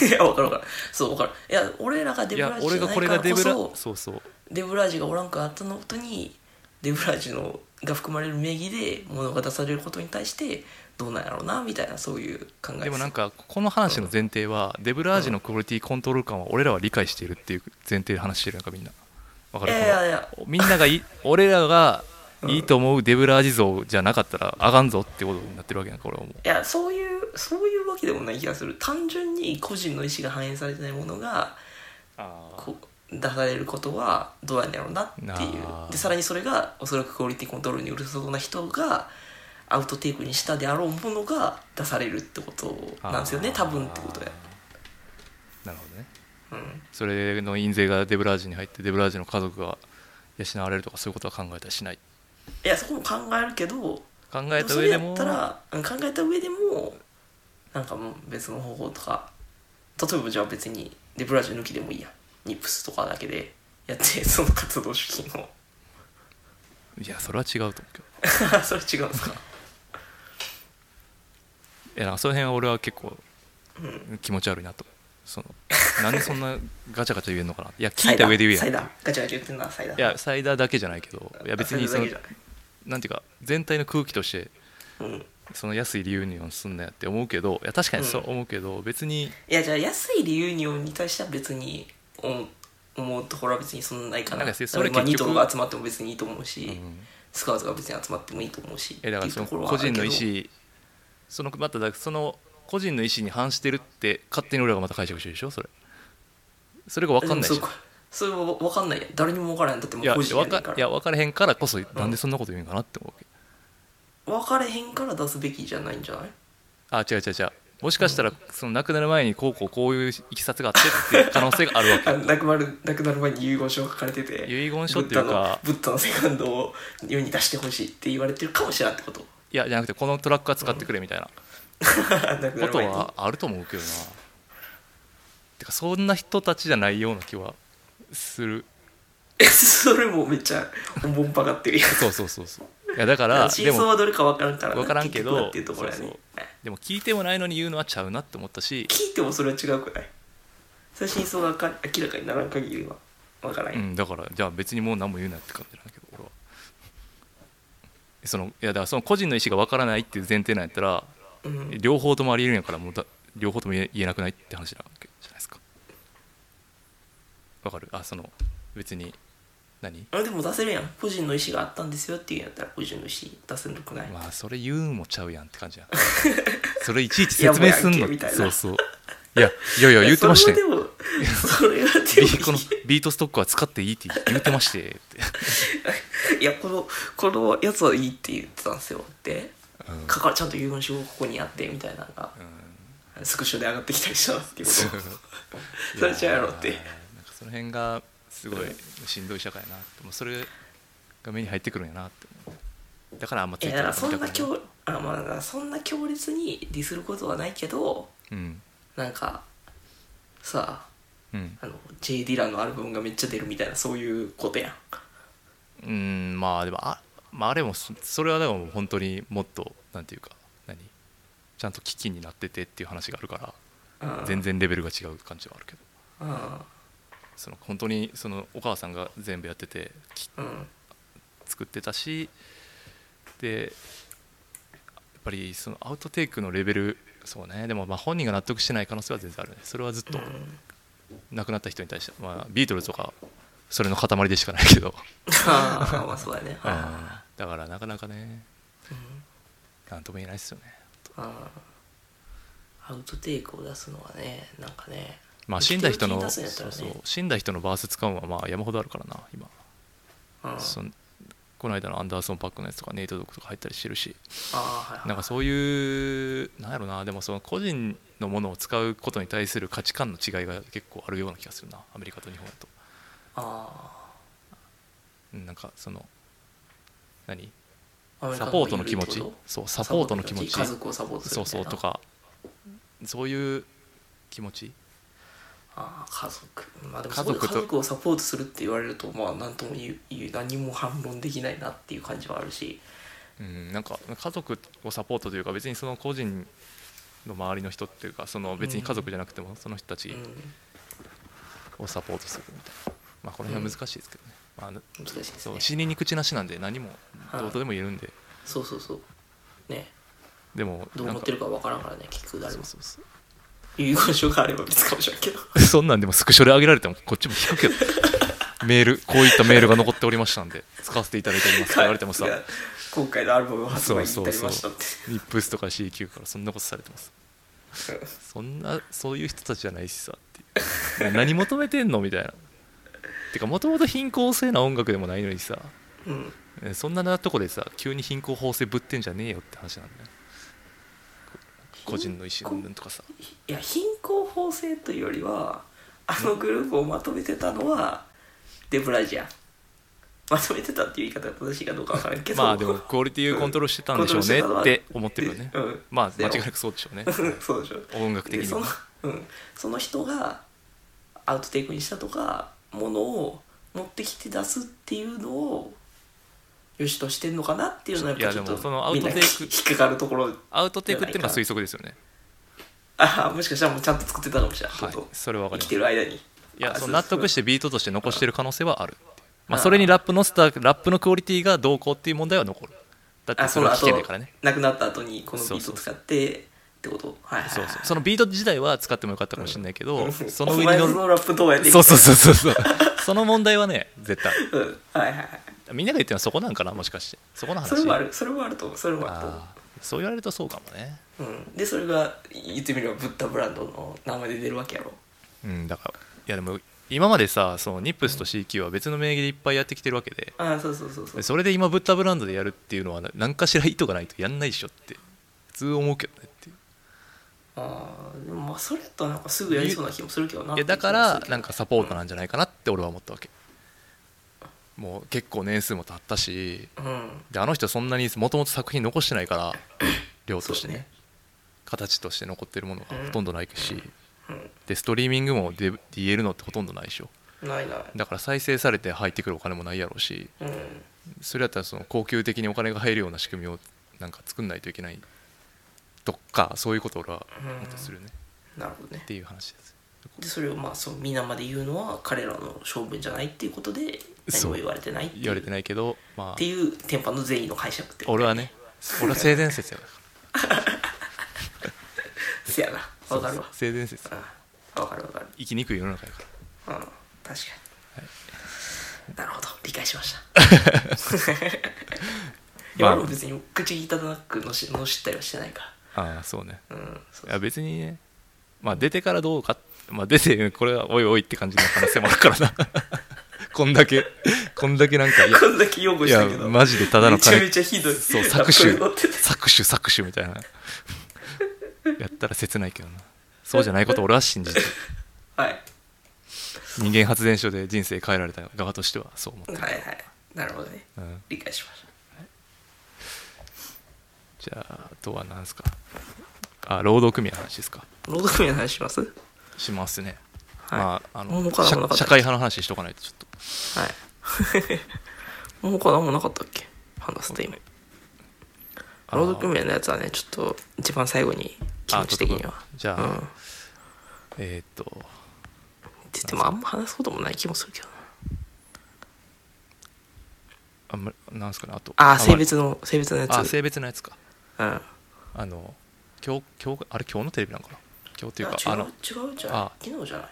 S1: て
S2: いや分かる分かるそう分かるいや俺らがデ
S1: い
S2: ブラ
S1: や
S2: ージ
S1: 俺
S2: じ
S1: が
S2: ゃない
S1: こ
S2: か
S1: れ
S2: ら
S1: が
S2: こ
S1: デブラ
S2: そ
S1: そうそう
S2: デブラージがおらんくあったのことにデブラージのが含まれる名義で物が出されることに対してどうなんやろうなみたいなそういう考え
S1: でもなん
S2: か
S1: かこの話の前提はデブラージのクオリティコントロール感は俺らは理解しているっていう前提で話してるなんかみんなわか
S2: い
S1: る
S2: や
S1: こ
S2: い
S1: の
S2: やいや
S1: みんながいい俺らがいいと思うデブラージ像じゃなかったらあがんぞってことになってるわけやんこれはもう
S2: いやそういうそういうわけでもない気がする単純に個人の意思が反映されてないものが
S1: あ
S2: こう出されることはどうなんやろうなっていう
S1: あー
S2: でさらにそれがおそらくクオリティコントロールにうるさそうな人がアウトテイクにしたであろうものが出されるってことなんですよね多分ってことや
S1: なるほどね
S2: うん
S1: それの印税がデブラージに入ってデブラージの家族が養われるとかそういうことは考えたりしない
S2: いやそこも考えるけど
S1: 考え
S2: でも
S1: た
S2: そ
S1: 上
S2: れ
S1: で
S2: や
S1: も
S2: ったらうん考えた上でもなんかもう別の方法とか例えばじゃあ別にデブラジル抜きでもいいやニップスとかだけでやって その活動資金を
S1: いやそれは違うと思うけど
S2: それ違うんですか
S1: いやなんかその辺は俺は結構気持ち悪いなと そのなんでそんなガチャガチャ言えんのかないや聞いた上で言えや
S2: サイダーガチャガチャ言ってんなサイダー
S1: いやサイダーだけじゃないけどいや別にそ
S2: サイ
S1: の
S2: ダーだけ
S1: なんていうか全体の空気として
S2: じゃないうん
S1: その安いリユニオンすんなやって思うけどいや確かにそう
S2: うん
S1: 思うけど、別に
S2: いやじゃあ安い理由にに対しては別に思思うところは別にそんなないかな
S1: なんかそれ
S2: だからまあ
S1: 結局
S2: ニトロが集まっても別にいいと思うし、
S1: ん
S2: スカウトが別に集まってもいいと思うし
S1: えだから
S2: って
S1: そ
S2: い
S1: の
S2: うところは
S1: 個人の意
S2: あるけど
S1: 思そのまただその個人の意思に反してるって勝手に俺らがまた解釈してるでしょそれそれが分かんない
S2: で
S1: し
S2: もそうかそれは分かんないやん誰にも分からへんだっても
S1: いうや
S2: 個人や
S1: 分
S2: ねんか
S1: からいや分からへんからこそなんでそんなこと言うんかなって思うわけ、
S2: 分かれへんから出すべきじゃないんじゃない
S1: あ違う違う違うもしかしたらその亡くなる前にこうこうこういういきさつがあってって可能性があるわけ
S2: あ亡 くなる亡くなる前に遺言書が書かれてて
S1: 遺言書っていうか
S2: ブッダのブッダのセカンドを世に出してほしいって言われてるかもしれないってこと
S1: いやじゃなくてこのトラックは使ってくれみたいな
S2: 亡く
S1: こ
S2: なる
S1: と
S2: 前に
S1: はあると思うけどなてかそんな人たちじゃないような気はする
S2: え それもめっちゃおぼんばかってるやん
S1: そうそうそうそういやだ から
S2: 真
S1: で
S2: 相
S1: も
S2: はどれか分からんからな
S1: 分からんけど
S2: 結局はっていうところやね
S1: そうでも聞いてもないのに言うのはちゃうなって思ったし、
S2: 聞いてもそれは違うくないそれ真相がか明らかにならん限りは分から
S1: う
S2: んやん、
S1: ん、だからじゃあ別にもう何も言うなって感じなんだけど俺はそのいやだからその個人の意思が分からないっていう前提なんやったら
S2: うん
S1: 両方ともありえるんやからもうだ両方とも言え言えなくないって話なわけじゃないですかわかるあその別に何
S2: あでも出せるやん個人の意思があったんですよっていうんやったら個人の意思出せるくない、
S1: まあそれ言うんもちゃうやんって感じや んそれいちいち説明すん
S2: いや
S1: の
S2: もうやんけみたいな
S1: そうそういやいやいや言ってました
S2: それ
S1: よ
S2: はでもそれは で
S1: ビこの
S2: も
S1: ビートストックは使っていいって言ってまして って、
S2: いやこのこのやつはいいって言ってたんですよって
S1: うん
S2: かかちゃんと遺言書をここにやってみたいなのがスクショで上がってきたりしたっていうこと それちゃうやろっ
S1: い
S2: て
S1: やーなんかその辺がすごいしんどい社会やなってもうそれが目に入ってくるんやなって思うだからあんま
S2: い
S1: ツイッ
S2: や
S1: タ
S2: だか
S1: ー
S2: らそんな
S1: 見たくない
S2: 強あまあだからそんな強烈にディスることはないけど
S1: うん
S2: なんかさ
S1: うん
S2: あの J ・ディラのアルバムがめっちゃ出るみたいなそういうことやん
S1: うんまあでもあ,、まあ、あれもそそれはでも本当にもっとなんていうか何ちゃんと危機になっててっていう話があるから全然レベルが違う感じはあるけど
S2: あ
S1: その本当にそのお母さんが全部やっててき
S2: あうん
S1: 作ってたしでやっぱりそのアウトテイクのレベルそうねでもまあ本人が納得してない可能性は全然あるねそれはずっと
S2: うん
S1: 亡くなった人に対して、まあ、ビートルズとかそれの塊でしかないけど、
S2: ああまあそうだね
S1: うん
S2: あ
S1: だからなかなかね
S2: あうん
S1: なんとも言えないですよね
S2: ああアウトテイクを出すのはねなんかね
S1: まあ死んだ人の、
S2: 生きてる気
S1: そう
S2: に出す
S1: そ
S2: ん
S1: う
S2: やったらね
S1: 死んだ人のバース使うのはまあ山ほどあるからな今、
S2: うん
S1: そんこの間のアンダーソン・パックのやつとかネイト・ドックとか入ったりしてるし
S2: ああはいはい
S1: なんかそういうなんやろなでもその個人のものを使うことに対する価値観の違いが結構あるような気がするなアメリカと日本だと
S2: あ
S1: うんなんかその何
S2: あアメリカ
S1: サ
S2: 方
S1: ポ
S2: が
S1: ートの気持
S2: いい
S1: ち
S2: ってこと
S1: そうサポートの気持ち
S2: 家族をサポートする
S1: そう
S2: み
S1: そと
S2: たいうな
S1: かそういう気持ち
S2: ああ家族まあでも
S1: 家
S2: 家
S1: 族
S2: 族
S1: と
S2: 家族をサポートするって言われるとまあ何とも言う言う何も反論できないなっていう感じはあるし
S1: うんなんか家族をサポートというか別にその個人の周りの人っていうかその別に家族じゃなくてもその人た
S2: う
S1: ち
S2: ん
S1: をサポートするみたいなまあこの辺は難しいですけどね、まあぬ
S2: 難しいです
S1: そ
S2: ね
S1: う死にに口なしなんで何もどうとでも言えるんで
S2: そうそうそうね
S1: でも
S2: どう思ってるかわからんからね結局
S1: なんか
S2: 誰
S1: そ
S2: も
S1: うそうそう
S2: 遺言書があれば別かもしれんけど
S1: そんなんでもスクショで上げられてもこっちも引くけど メールこういったメールが残っておりましたんで使わせていただいておりますって言われてもさ
S2: いや今回のアルバム発売に
S1: そ
S2: 至
S1: うそうそう
S2: りましたって
S1: ニップスとか CQ からそんなことされて ますそんなそういう人たちじゃないしさっていう 何求めてんのみたいなてかもともと貧困性な音楽でもないのにさ
S2: うん
S1: えそんななとこでさ急に貧困法制ぶってんじゃねえよって話なんだよこ個人の意思云々とかさ
S2: いや貧困法制というよりはあのグループをまとめてたのはデブラジアまとめてたっていう言い方が正しいかどうかわからんけど
S1: まあでもクオリティをコントロールしてたんでしょうねって思ってるよね
S2: うん
S1: まあ間違いなくそうでしょうね
S2: そうでしょ
S1: 音楽的
S2: で
S1: に
S2: そ
S1: は
S2: の,、うん、その人がアウトテイクにしたとかものを持ってきて出すっていうのをよしとしてんのかなっていうのはやっぱちょっ
S1: いやでもその
S2: と
S1: アウ
S2: み
S1: ト
S2: ん
S1: テ
S2: な
S1: イク
S2: 引っかかるところ
S1: アウトテイクっていうのが推測ですよね
S2: ああもしかしたらもうちゃんと作ってたかもしれない、
S1: はい
S2: ちょっと
S1: それはわか
S2: 生
S1: り
S2: き
S1: ます
S2: てる間にい
S1: いやその納得してビートとして残してる可能性はあるっていうまあ、
S2: あー
S1: それにラップのスタラップのクオリティがどうこうっていう問題は残るだって
S2: あ
S1: そ
S2: そ
S1: れ
S2: の
S1: は
S2: 後
S1: 聞けないからね
S2: 亡くなった後にこのビート使ってってことはいはい
S1: そう
S2: はい
S1: そう そのビート自体は使ってもよかったかもしれないけど、
S2: うん
S1: その
S2: お
S1: 上に
S2: 前
S1: 乗
S2: そ
S1: る
S2: のラップどうやって
S1: そうそうそうそうそうその問題はね絶対
S2: うんはいはいはい
S1: みんなが言ってるのはそこなんかなもしかしてそこの話
S2: それもあるそれもあると思うそれもあると思う
S1: あーそう言われるとそうかもね
S2: うん、でそれが言ってみればブッダブランドの名前で出るわけやろ
S1: うんだからいやでも今までさそのニップスと CQ は別の名義でいっぱいやってきてるわけで
S2: ああそうそうそうそ
S1: で
S2: う
S1: それで今ブッダブランドでやるっていうのはな何かしら意図がないとやんないでしょって普通思うけどねっていう
S2: ああでもまあそれやったらなんかすぐやりそうな気もするけどない
S1: やだからなんかサポートなんじゃないかなって俺は思ったわけもう結構年数も経ったし
S2: うん
S1: であの人そんなにもともと作品残してない から量としてね
S2: そうね
S1: 形として残ってるものが
S2: うん
S1: ほとんどないし、
S2: うん
S1: でストリーミングもで DL のってほとんどないでしょ
S2: ないない
S1: だから再生されて入ってくるお金もないやろうし
S2: うん
S1: それやったらその恒久的にお金が入るような仕組みをなんか作んないといけないとかそういうことを俺はもっとするね、
S2: なるほどね
S1: っていう話です
S2: でそれをまあそう皆まで言うのは彼らの性分じゃないっていうことで何
S1: そう
S2: も言われてないっていう
S1: 言われて
S2: い
S1: ないけどま
S2: っ
S1: あ
S2: ていう天パの善意の解釈って
S1: 俺はね俺は性善説やか
S2: せやな
S1: ら
S2: わかるわ
S1: そう性善説
S2: うんわかるわかる
S1: 生きにくい世の中やから
S2: うん確かに、なるほど理解しまし たいや、
S1: まあ
S2: 俺も別に口汚くのしのしったりはしてないか
S1: ああそうね
S2: らうんそ
S1: いうや別にねまあ出てからどうかまあ出てこれはおいおいって感じの可能性もあるからな こんだけこんだけなんかい や
S2: こんだけ擁護
S1: い
S2: した
S1: や
S2: けど
S1: マジでただの
S2: めちゃめ
S1: 金
S2: ちゃひどい
S1: そう搾
S2: ラップ
S1: 取
S2: に乗ってて
S1: 搾取搾取みたいなやったら切ないけどなそうじゃないことを俺は信じてる
S2: はい
S1: 人間発電所で人生変えられた側としてはそう思う、
S2: はいはいなるほどね
S1: うん、
S2: 理解しまし
S1: じ
S2: た
S1: ゃああとは何ですかあ労働組合の話ですか
S2: 労働組合の話しますはい
S1: しますね、
S2: は
S1: まああ
S2: もう
S1: の
S2: 他のもな
S1: 社
S2: かった
S1: 社会派の話しとかないとちょっと
S2: い他何もなかったっけ話すと今
S1: あー
S2: 朗読名のやつはねちょっと一番最後に気持ち的には
S1: あちょっとじゃあ
S2: うん、
S1: えーっと
S2: って言ってもあんま話すこともない気もするけどな
S1: あんまりなんですかねあと
S2: あ
S1: ん
S2: あ
S1: まり
S2: 性別の性別のやつ
S1: あ性別のやつか
S2: うん
S1: あの今日今日あれ今日のテレビなんかな今日っていうか
S2: あ
S1: あ
S2: 違う
S1: の
S2: 違うじゃ
S1: あ
S2: ん昨日じゃない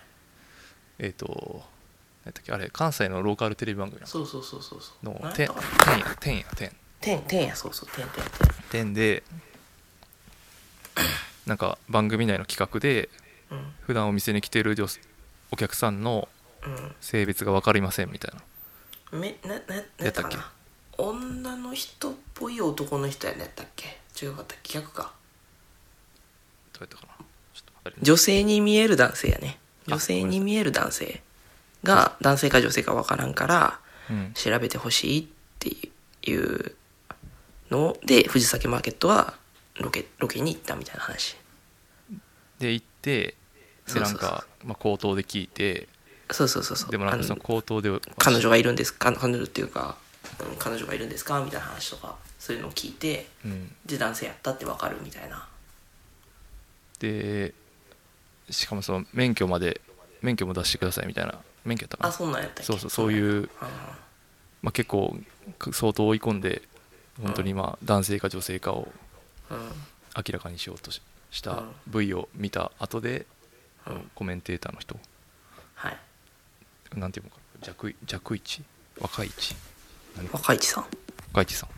S1: えーっと何やったっけあれ関西のローカルテレビ番組なんか
S2: そうそうそうそうそう
S1: の
S2: なん
S1: 天
S2: やったかな
S1: 天や天
S2: 天天やそうそう天天
S1: 天でなんか番組内の企画で
S2: 天
S1: 普段お店に来てる女お客さんの
S2: うん
S1: 性別が分かりませんみたいな
S2: うんめなななんや
S1: や
S2: っ
S1: ったた
S2: か
S1: っけ
S2: な女の人っぽい男の人やねやったっけ違うかったっけ逆か
S1: どうやったかなちょっと待って
S2: 女性に見える男性やね
S1: あ
S2: 女性に見える男性が男性か女性か分からんから
S1: うん
S2: 調べてほしいっていうので藤崎マーケットはロケロケに行ったみたいな話
S1: で行って
S2: そ
S1: で
S2: うそう
S1: な
S2: そ
S1: ん
S2: う
S1: かまあ口頭で聞いて
S2: そうそうそうそう
S1: でもなんかその
S2: あの
S1: 口頭で
S2: 彼女がいるんですか彼女っていうかうん彼女がいるんですかみたいな話とかそういうのを聞いて
S1: うん
S2: で男性やったって分かるみたいな
S1: でしかもその免許まで免許も出してくださいみたいな免許やったか
S2: あ
S1: な
S2: そんなんやったっけ
S1: そうそうそう
S2: う
S1: いう
S2: あ
S1: まあ結構相当追い込んで本当にまあ男性か女性かを
S2: ーうん
S1: 明らかにしようとしし
S2: う
S1: た
S2: ん
S1: V を見た後で、
S2: うん
S1: コメンテーターの人
S2: はい
S1: なんていうのかな弱弱一若一何
S2: 若市さん
S1: 若一さん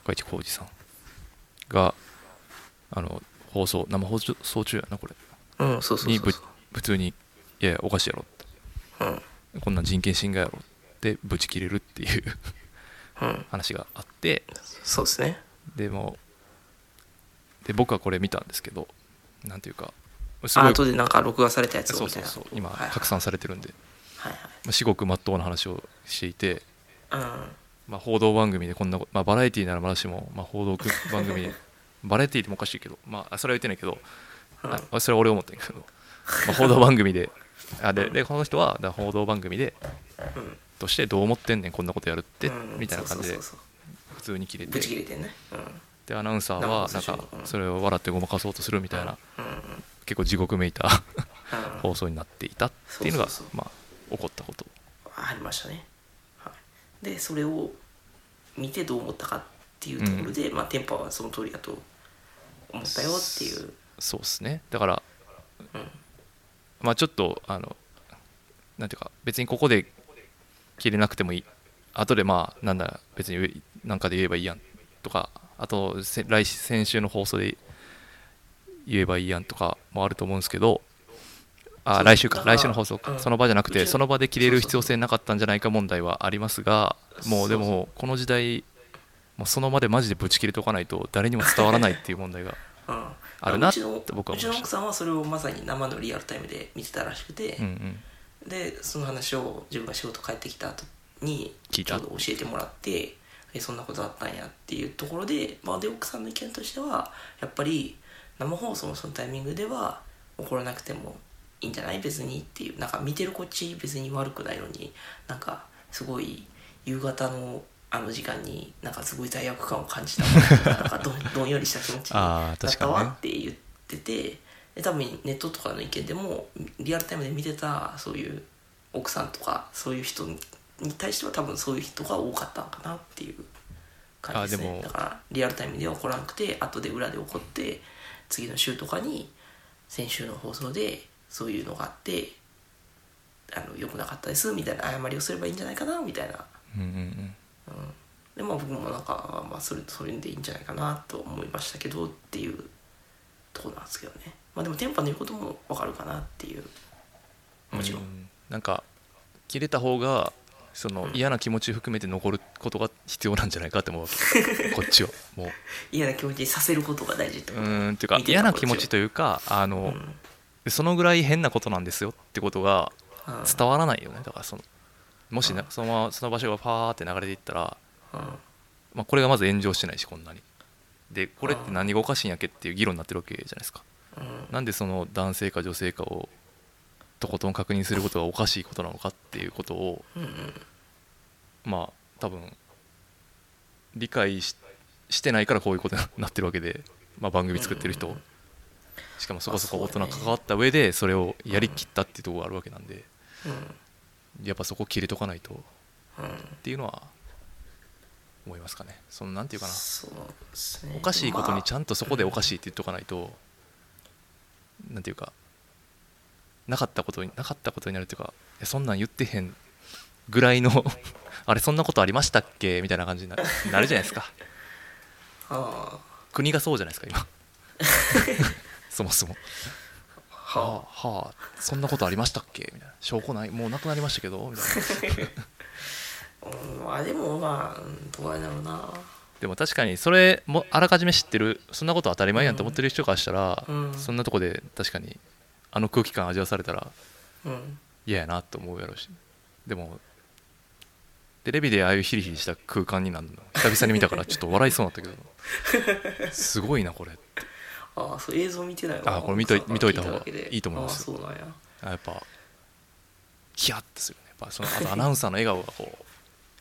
S1: 若一浩二さんがあの放送生放送中やなこれ
S2: うんそうそう
S1: に
S2: そう
S1: ぶ
S2: そ
S1: 普通に「いやいやおかしいやろ
S2: ううん」
S1: こんなん人権侵害やろってブチ切れるっていう
S2: うん
S1: 話があって
S2: そうですね
S1: でもで僕はこれ見たんですけどなんていうかす
S2: あ
S1: ごい
S2: 後でなんか録画されたやつを
S1: そう
S2: みた
S1: そそ
S2: いうな
S1: う今
S2: はいはい
S1: 拡散されてるんで
S2: はい
S1: まあ至極真っ当な話をしていて、
S2: はい
S1: まあ、報道番組でこんなこと、まあ、バラエティーならまだしも、まあ、報道く番組で バラエティーでもおかしいけど、まあ、それは言ってないけど、
S2: うん
S1: あそれは俺思ってんけど、まあ、報道番組であででこの人はだから報道番組で
S2: うんうん
S1: としてどう思ってんねんこんなことやるって、
S2: うん
S1: みたいな感じで
S2: そうそうそう
S1: 普通に切れ
S2: ぶち切
S1: て
S2: れてんねうん
S1: でアナウンサーは
S2: 生
S1: なん
S2: 放送中
S1: か
S2: にうん
S1: それを笑ってごまかそうとするみたいな
S2: うんうん
S1: 結構地獄めいた
S2: うん
S1: 放送になっていたっていうのが
S2: そうそうそ
S1: まあ起こったこと
S2: ありましたね、はい、でそれを見てどう思ったかっていうところで、まあテンパはその通りだと思ったよっていう
S1: そうですねだから
S2: うん
S1: まあちょっとあのなんていうか別にここで切れなくてもいい後でまあなんだ別になんかで言えばいいやんとかあとせ来週先週の放送で言えばいいやんとかもあると思うんですけど
S2: そ
S1: あ
S2: う
S1: 来週か
S2: だから
S1: 来週の放送か、
S2: うん
S1: その場じゃなく
S2: う
S1: て
S2: ち
S1: その場で切れる
S2: そう
S1: 必
S2: そうそ
S1: 要性
S2: う
S1: なかったんじゃないか問題はありますがもうで
S2: そう
S1: もこの時代もうその場でマジでぶち切れとかないと誰にも伝わらないっていう問題 が
S2: うん
S1: あるな
S2: うちの
S1: って僕は思いました
S2: うちの奥さんはそれをまさに生のリアルタイムで見てたらしくて、
S1: うんうん
S2: でその話を自分が仕事帰ってきた後に
S1: 聞いた
S2: ちょうど教えてもらってえそんなことあったんやっていうところで,、まあ、で奥さんの意見としてはやっぱり生放送のそのタイミングでは怒らなくてもいいんじゃない別にっていうなんか見てるこっち別に悪くないのになんかすごい夕方のあの時間になんかすごい罪悪感を感じたなんかどんどんよりした気持ちにな
S1: あー
S2: っ
S1: 確か
S2: た
S1: にね
S2: わって言っててで多分ネットとかの意見でもリアルタイムで見てたそういう奥さんとかそういう人に対しては多分そういう人が多かったのかなっていう感じです
S1: あで
S2: ね
S1: も
S2: だからリアルタイムでは起こらなくて後で裏で起こって次の週とかに先週の放送でそういうのがあってあの良くなかったですみたいな謝りをすればいいんじゃないかなみたいな
S1: うんうんうん
S2: でまあ僕もなんか、まあ、それそれでいいんじゃないかなと思いましたけどっていうところなんですけどねまあでもテンパの言うこともわかるかなっていうもちろん、
S1: うなんか切れた方がその
S2: ん
S1: 嫌な気持ち含めて残ることが必要なんじゃないかって思うわ けこっちはもう
S2: 嫌な気持ちにさせることが大事って
S1: う
S2: こと、
S1: ーんっていうか
S2: 見てた
S1: 嫌な気持ちというかあ
S2: う
S1: の
S2: ん、
S1: そのぐらい変なことなんですよってことが
S2: うん
S1: 伝わらないよねだからそのもしなそのままその場所がパーって流れていったら、
S2: うん
S1: まあ、これがまず炎上してないしこんなにでこれって何がおかしいんやっけっていう議論になってるわけじゃないですか
S2: うん
S1: なんでその男性か女性かをとことん確認することがおかしいことなのかっていうことを
S2: うんうん
S1: まあ多分理解ししてないからこういうことになってるわけで、まあ、番組作ってる人、しかもそこそこ大人関わった上でそれをやりきったっていうところがあるわけなんで、やっぱそこ切れとかないと
S2: うんうん
S1: っていうのは思いますかねそのなんていうかな
S2: そうですね
S1: おかしいことにち
S2: ゃ
S1: ゃんとそこでおかしいって言っとかないとなんていうかなかったことになかったことになるというかいやそんなん言ってへんぐらいの あれそんなことありましたっけみたいな感じにななるじゃないですか
S2: あ
S1: 国がそうじゃないですか 今そもそも
S2: あは
S1: あはあそんなことありましたっけみたいな証拠ないもうなくなりましたけどみたいな
S2: あ、うん、まあでもまあうんどうなんだろうな
S1: でも確かにそれもあらかじめ知ってるそんなこと当たり前やんと思ってる人からしたら、
S2: うん
S1: そんなとこで確かにあの空気感味わされたら
S2: うん
S1: 嫌やなと思うやろうしでもテレビでああいうヒリヒリした空間になるの久々に見たからちょっと笑いそうになったけどすごいなこれ
S2: ああそう映像見てない
S1: あこれ見とい見といた方が
S2: 聞だけで
S1: いいと思います
S2: ああそうなんや
S1: あやっぱヒヤッとするねやっぱそのあとアナウンサーの笑顔がこ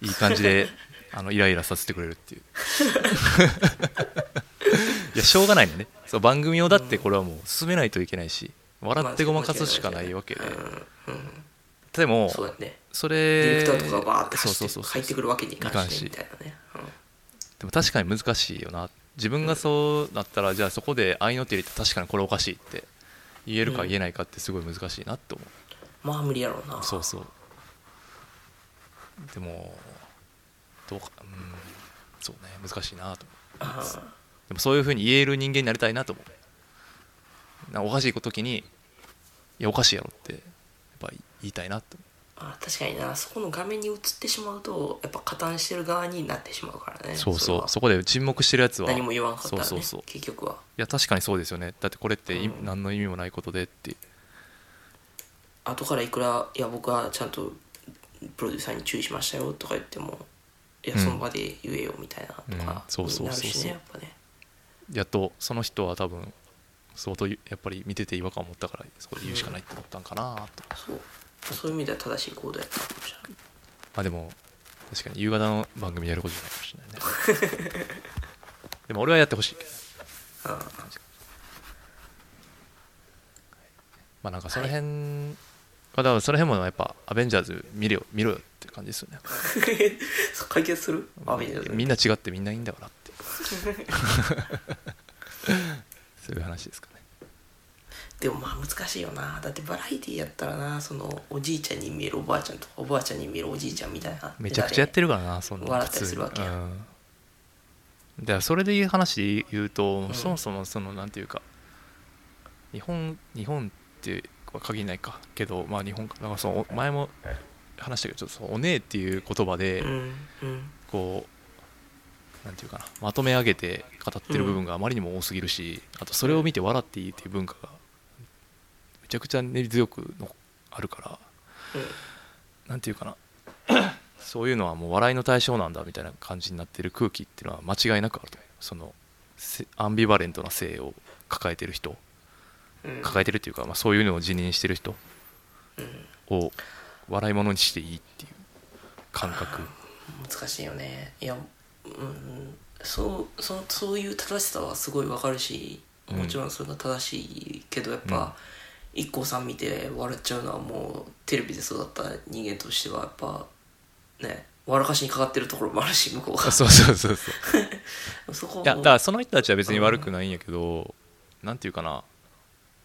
S1: うい い感じであのイライラさせてくれるっていう いやしょうがないのねそう番組をだってこれはもう進めないといけないし笑ってごまかすしかないわけで
S2: まあうんうん
S1: でも
S2: そうだね
S1: そ
S2: ディ
S1: れ
S2: レクターとかがバーって走
S1: そう
S2: って
S1: そうそう
S2: 入ってくるわけにいかんしね
S1: い
S2: み
S1: か
S2: たいなねうん
S1: でも確かに難しいよな自分がそうだったらじゃあそこで合いの手入れて確かにこれおかしいって言えるか言えないかってすごい難しいなと思う
S2: まあ無理やろうな
S1: そうそうでもどうかうんそうね難しいなと思
S2: あ
S1: うでもそういうふうに言える人間になりたいなと思うなんかおかしい時にいやおかしいやろってやっぱ言いたいなと
S2: あ確かになそこの画面に映ってしまうとやっぱ加担してる側になってしまうからね
S1: そう
S2: れ
S1: そう
S2: は
S1: そこで沈黙してるやつは
S2: 何も言わんかったらね
S1: そうそうそう
S2: 結局はい
S1: や確かにそうですよねだってこれってい
S2: うん
S1: 何の意味もないことでって
S2: 後からいくらいや僕はちゃんとプロデューサーに注意しましたよとか言ってもいや
S1: うん
S2: その場で言えよみたいな
S1: うん
S2: とか
S1: そう
S2: に
S1: そう
S2: なる
S1: そう
S2: し
S1: そう
S2: ねやっぱね
S1: やっとその人は多分相当やっぱり見てて違和感を持ったからそう言うしかないって思ったんかなと、
S2: そうそういう意味では正しい行動やったかもしれない
S1: まあでも確かに夕方の番組でやることじゃないかもしれないね でも俺はやってほしいけど
S2: ああ
S1: まあなんかその辺、まあ多分その辺もやっぱアベンジャーズ見れよ見ろよって感じですよね
S2: そう 解決するあみたいな
S1: みんな違ってみんないいんだからってそういう話ですかね
S2: でもまあ難しいよなだってバラエティやったらなそのおじいちゃんに見えるおばあちゃんとかおばあちゃんに見えるおじいちゃんみたいな
S1: めちゃくちゃやってるからなそんな
S2: 笑ったりするわけや
S1: うんだからそれでいう話で言うと、
S2: ん
S1: そもそもそのなんていうか日本日本っては限らないかけどまあ日本かだからそのお前も話したけどちょっとそのお姉っていう言葉で
S2: うんうん
S1: こうなんていうかなまとめ上げて語ってる部分があまりにも多すぎるし、あとそれを見て笑っていいっていう文化がめちゃくちゃ根強くのあるから
S2: うん
S1: なんていうかな そういうのはもう笑いの対象なんだみたいな感じになってる空気っていうのは間違いなくあると思うそのせアンビバレントな性を抱えてる人
S2: うん
S1: 抱えてるっていうか、まあ、そういうのを辞任してる人を笑い物にしていいっていう感 覚
S2: 難しいよねいやうんそうそのそういう正しさはすごいわかるし
S1: うん
S2: もちろんそれが正しいけどやっぱ、一 k さん見て笑っちゃうのはもうテレビで育った人間としてはやっぱね笑かしにかかってるところもあるし向こう
S1: あ
S2: が
S1: そうそうそうそう
S2: そこを
S1: いやだからその人たちは別に悪くないんやけど、なんていうかな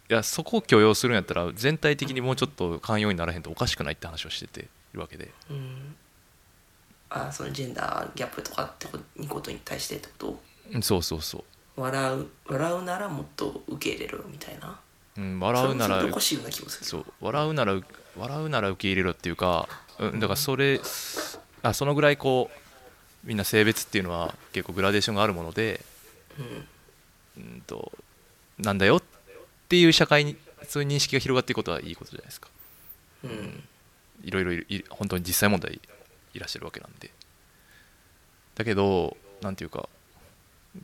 S1: いやそこを許容するんやったら全体的にもうちょっと寛容にならへんとおかしくないって話をしてているわけで
S2: うん、あそのジェンダーギャップとかってこにことに対してってこと
S1: うんそうそうそう
S2: 笑う笑うならもっと受け入れろみたいな
S1: うん、笑うな
S2: そ
S1: ら
S2: れもそれでおかしいような気もする
S1: そう笑うならう笑うなら受け入れろっていうか、うん、だからそれあそのぐらいこうみんな性別っていうのは結構グラデーションがあるもので、うん、となんだよっていう社会にそういう認識が広がっていくことはいいことじゃないですか
S2: うん
S1: いろいろいるい本当に実際問題いらっしゃるわけなんでだけどなんていうか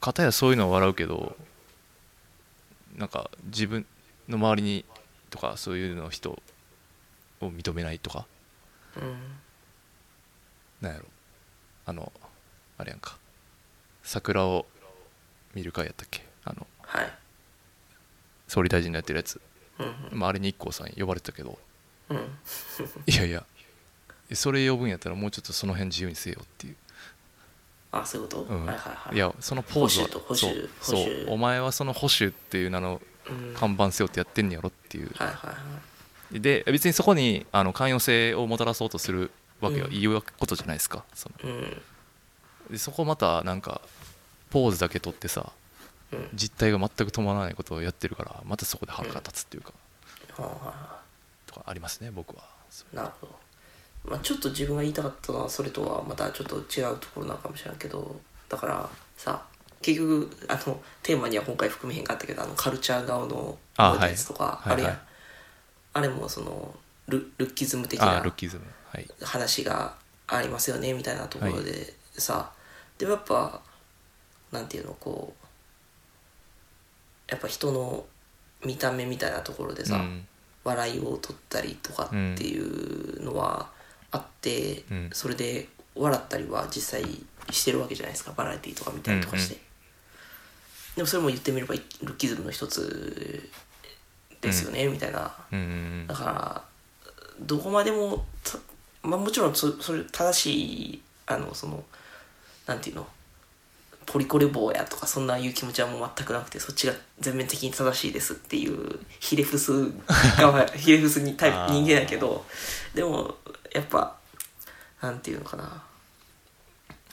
S1: 片やそういうのは笑うけどなんか自分の周りにとかそういうの人を認めないとか
S2: うん
S1: なんやろあのあれやんか桜を見る会やったっけあの
S2: はい
S1: 総理大臣のやってるやつ、
S2: うん
S1: まあ、あれに IKKO さん呼ばれてたけど
S2: うん
S1: いやいやそれ呼ぶんやったらもうちょっとその辺自由にせよっていう、
S2: あそういうこと、
S1: うん
S2: はいはいはい
S1: いやそのポーズは
S2: 保守と
S1: そ
S2: 保
S1: う
S2: 守
S1: そ
S2: 保守
S1: うお前はその保守っていう名の
S2: うんはい
S1: 看板背負ってやってんやろっていう、
S2: はいはい
S1: で別にそこにあの寛容性をもたらそうとするわけは
S2: うん
S1: 言うことじゃないですかその
S2: うん
S1: でそこまたなんかポーズだけ取ってさ
S2: うん
S1: 実態が全く伴わないことをやってるからまたそこで腹が立つっていうか、
S2: はいはいは
S1: とかありますね僕はそう
S2: いなるほどまあ、ちょっと自分が言いたかったのはそれとはまたちょっと違うところなのかもしれないけどだからさ結局あのテーマには今回含めへんかったけどあのカルチャー顔の
S1: あ
S2: 覚えたやつとか
S1: は
S2: あ,、
S1: い
S2: れやん、
S1: はいはい
S2: あれもそのルルッキズム的
S1: あ
S2: な
S1: ールッキズムはい
S2: 話がありますよねみたいなところでさ、でもやっぱなんていうのこうやっぱ人の見た目みたいなところでさ、
S1: うん
S2: 笑いを取ったりとかっていうのはあって、
S1: うん
S2: それで笑ったりは実際してるわけじゃないですかバラエティとか見たりとかして、
S1: うん
S2: でもそれも言ってみればルッキズムの一つですよね、みたいな
S1: うんうん
S2: だからどこまでもたまあ、もちろんそそれ正しいあのそのなんていうのポリコレ棒やとかそんないう気持ちはもう全くなくてそっちが全面的に正しいですっていうひれ伏す側ひれ伏すにタイプ人間やけどでもやっぱなんていうのかな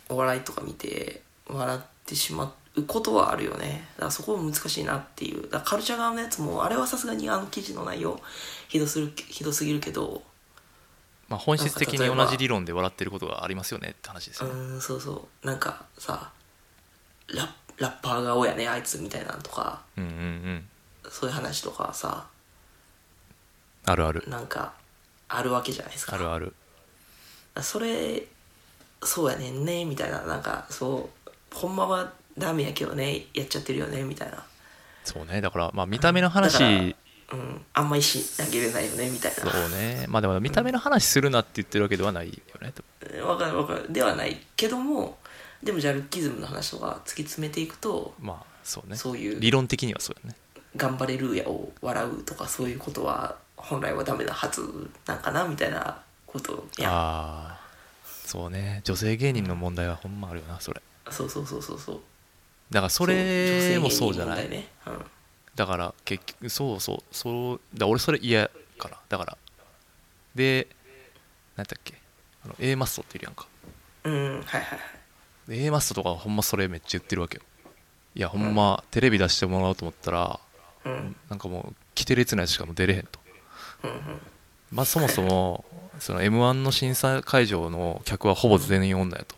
S2: お笑いとか見て笑ってしまうことはあるよねだからそこは難しいなっていうだからカルチャー側のやつもあれはさすがにあの記事の内容ひどするひどすぎるけど
S1: まあ、本質的に
S2: なんか例えば
S1: 同じ理論で笑ってることがありますよねって話です
S2: う
S1: よね、
S2: ーんそうそうなんかさラッラッパー顔やねあいつみたいなのとか
S1: うん、うんうん
S2: そういう話とかさ
S1: あるある
S2: なんかあるわけじゃないですか
S1: あるある
S2: それそうやねんねみたいななんかそうほんまはダメやけどねやっちゃってるよねみたいな
S1: そうねだからまあ見た目の
S2: だから
S1: 話
S2: うんあんま石投げれないよねみたい
S1: そ
S2: な
S1: うねまあでも見た目の話するなって言ってるわけではないよねと
S2: わかるわかるではないけどもでもじゃあルッキズムの話とか突き詰めていくと
S1: まあそうね
S2: そういう
S1: 理論的にはそうよね
S2: 頑張れるやを笑うとかそういうことは本来はダメなはずなんかなみたいなことや
S1: ああそうね女性芸人の問題はほんまあるよなそれ
S2: そうそうそうそうそう
S1: だからそれもそうじゃない
S2: 女性芸人問題ね
S1: だから結局そうそうそうだ俺それ嫌からだからで何だっけあの A マストっているやんか
S2: うん、うん、はいはいはい
S1: で A マストとかほんまそれめっちゃ言ってるわけよいやほんまテレビ出してもらおうと思ったら
S2: うん
S1: なんかもう規定列なやつしかもう出れへんと
S2: うんうん
S1: まあそもそもその m 1の審査会場の客はほぼ全員女やと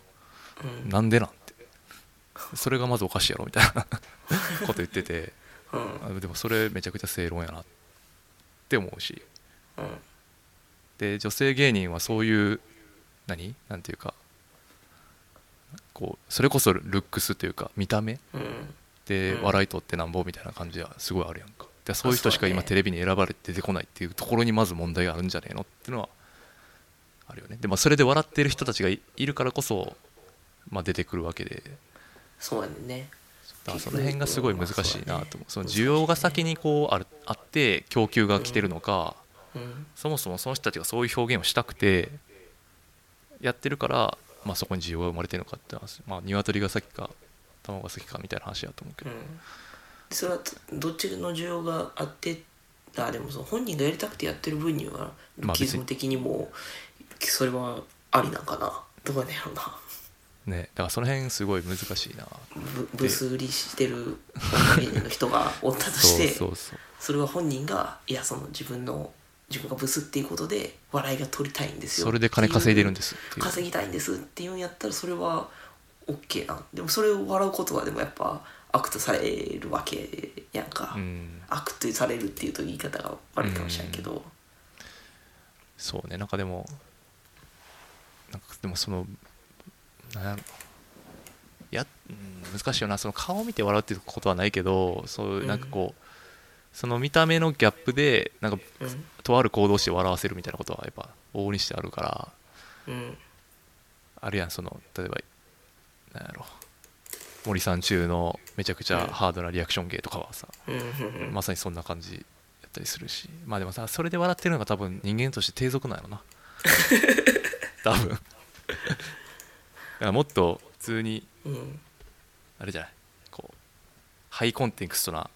S2: うん
S1: なんでなんてそれがまずおかしいやろみたいなこと言ってて
S2: うん
S1: あでもそれめちゃくちゃ正論やなって思うし
S2: うん
S1: で女性芸人はそういう何なんていうかこうそれこそルックスというか見た目
S2: うん
S1: で
S2: うん
S1: 笑いとってなんぼみたいな感じはすごいあるやんかでそういう人しか
S2: そうね
S1: 今テレビに選ばれて出てこないっていうところにまず問題があるんじゃねえのっていうのはあるよねでまあそれで笑ってる人たちがいいるからこそ、まあ、出てくるわけで
S2: そうやねんね
S1: だからその辺がすごい難しいなと思うその需要が先
S2: に
S1: にこうあるあって供給が来てるのか、
S2: うん
S1: そもそもその人たちがそういう表現をしたくてやってるから、まあ、そこに需要が生まれてるのかって話まあ鶏が先か卵が先かみたいな話だと思うけ
S2: う
S1: ど、
S2: んそれはどっちの需要があってあでもその本人がやりたくてやってる分にはル
S1: まあ
S2: ッキ
S1: 別
S2: ズ
S1: に
S2: ム的にもそれはありなんかなどうなんやろうな
S1: ねだからその辺すごい難しいな
S2: ブブス売りしてる女芸人の人がおったとし
S1: そう
S2: て
S1: そうそう
S2: それは本人がいやその自分の自分がブスっていうことで笑いが取りたいんですよ
S1: それで金稼いでるんですすっていう
S2: 稼ぎたいんですっていうんやったらそれは OK なんでもそれを笑うことはでもやっぱ悪とされるわけやんか、
S1: うん
S2: 悪とされるっていうと言い方が悪いかもしれんけど、
S1: そうねなんかでもなんかでもそのなんやろやうん難しいよなその顔を見て笑うっていうことはないけどそううんなんかこう、その見た目のギャップでなんか
S2: うん
S1: とある行動をして笑わせるみたいなことはやっぱ往々にしてあるから
S2: うん
S1: あるやんその例えばなんやろ森さん中のめちゃくちゃハードなリアクション芸とかはさ、
S2: うんうんうん
S1: まさにそんな感じやったりするしまあでもさそれで笑ってるのが多分人間として低俗なんやろな多分だからもっと普通に
S2: うん
S1: あれじゃないこうハイコンテクストな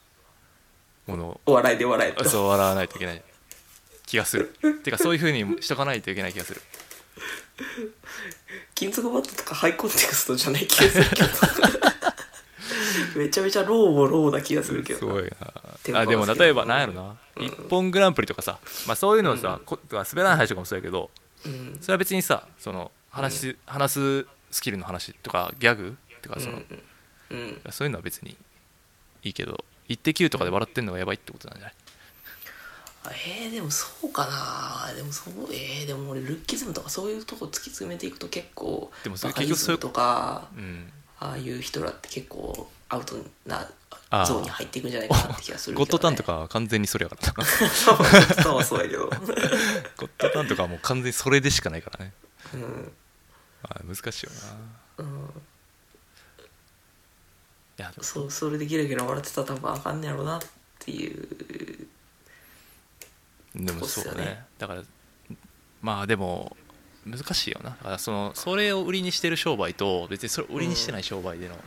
S1: ものを
S2: お笑いで笑えと
S1: そう笑わないといけない気がするてかそういう風にしとかないといけない気がする
S2: 金属バットとかハイコンテクストじゃない気がする けどめちゃめちゃローもローな気がするけ
S1: す
S2: どな
S1: ごい
S2: テンポ
S1: な
S2: が
S1: あ
S2: 好き
S1: で
S2: な
S1: も例えばなんやろな「一本グランプリ」とかさ、まあ、そういうのさ、こ滑らない話とかもそうやけど
S2: うん
S1: それは別にさその話す,、話すスキルの話とかギャグとかその、
S2: うんうん
S1: そういうのは別にいいけど「イッテ Q!」とかで笑ってんのがやばいってことなんじゃない
S2: えー、でもそうかなでもそうえー、でも俺ルッキズムとかそういうとこ突き詰めていくと結構
S1: でもそれ
S2: バカリズムとか
S1: うん
S2: ああいう人らって結構アウトな
S1: あー
S2: ゾーンに入っていくんじゃないかなって気がするけ
S1: ゴ
S2: ど、ね、
S1: ッドタンとかは完全にそれや からな
S2: ゴッドタンはそうやけど
S1: ゴッドタンとかはもう完全にそれでしかないからね
S2: うん
S1: あ難しいよな
S2: うん
S1: いやでも
S2: そうそれでゲラゲラ笑ってたら多分あかんねやろなっていう
S1: でも
S2: そうっす
S1: そ
S2: よ
S1: う
S2: ね
S1: ねだからまあでも難しいよなだからそのそれを売りにしてる商売と別にそれを売りにしてない商売での,、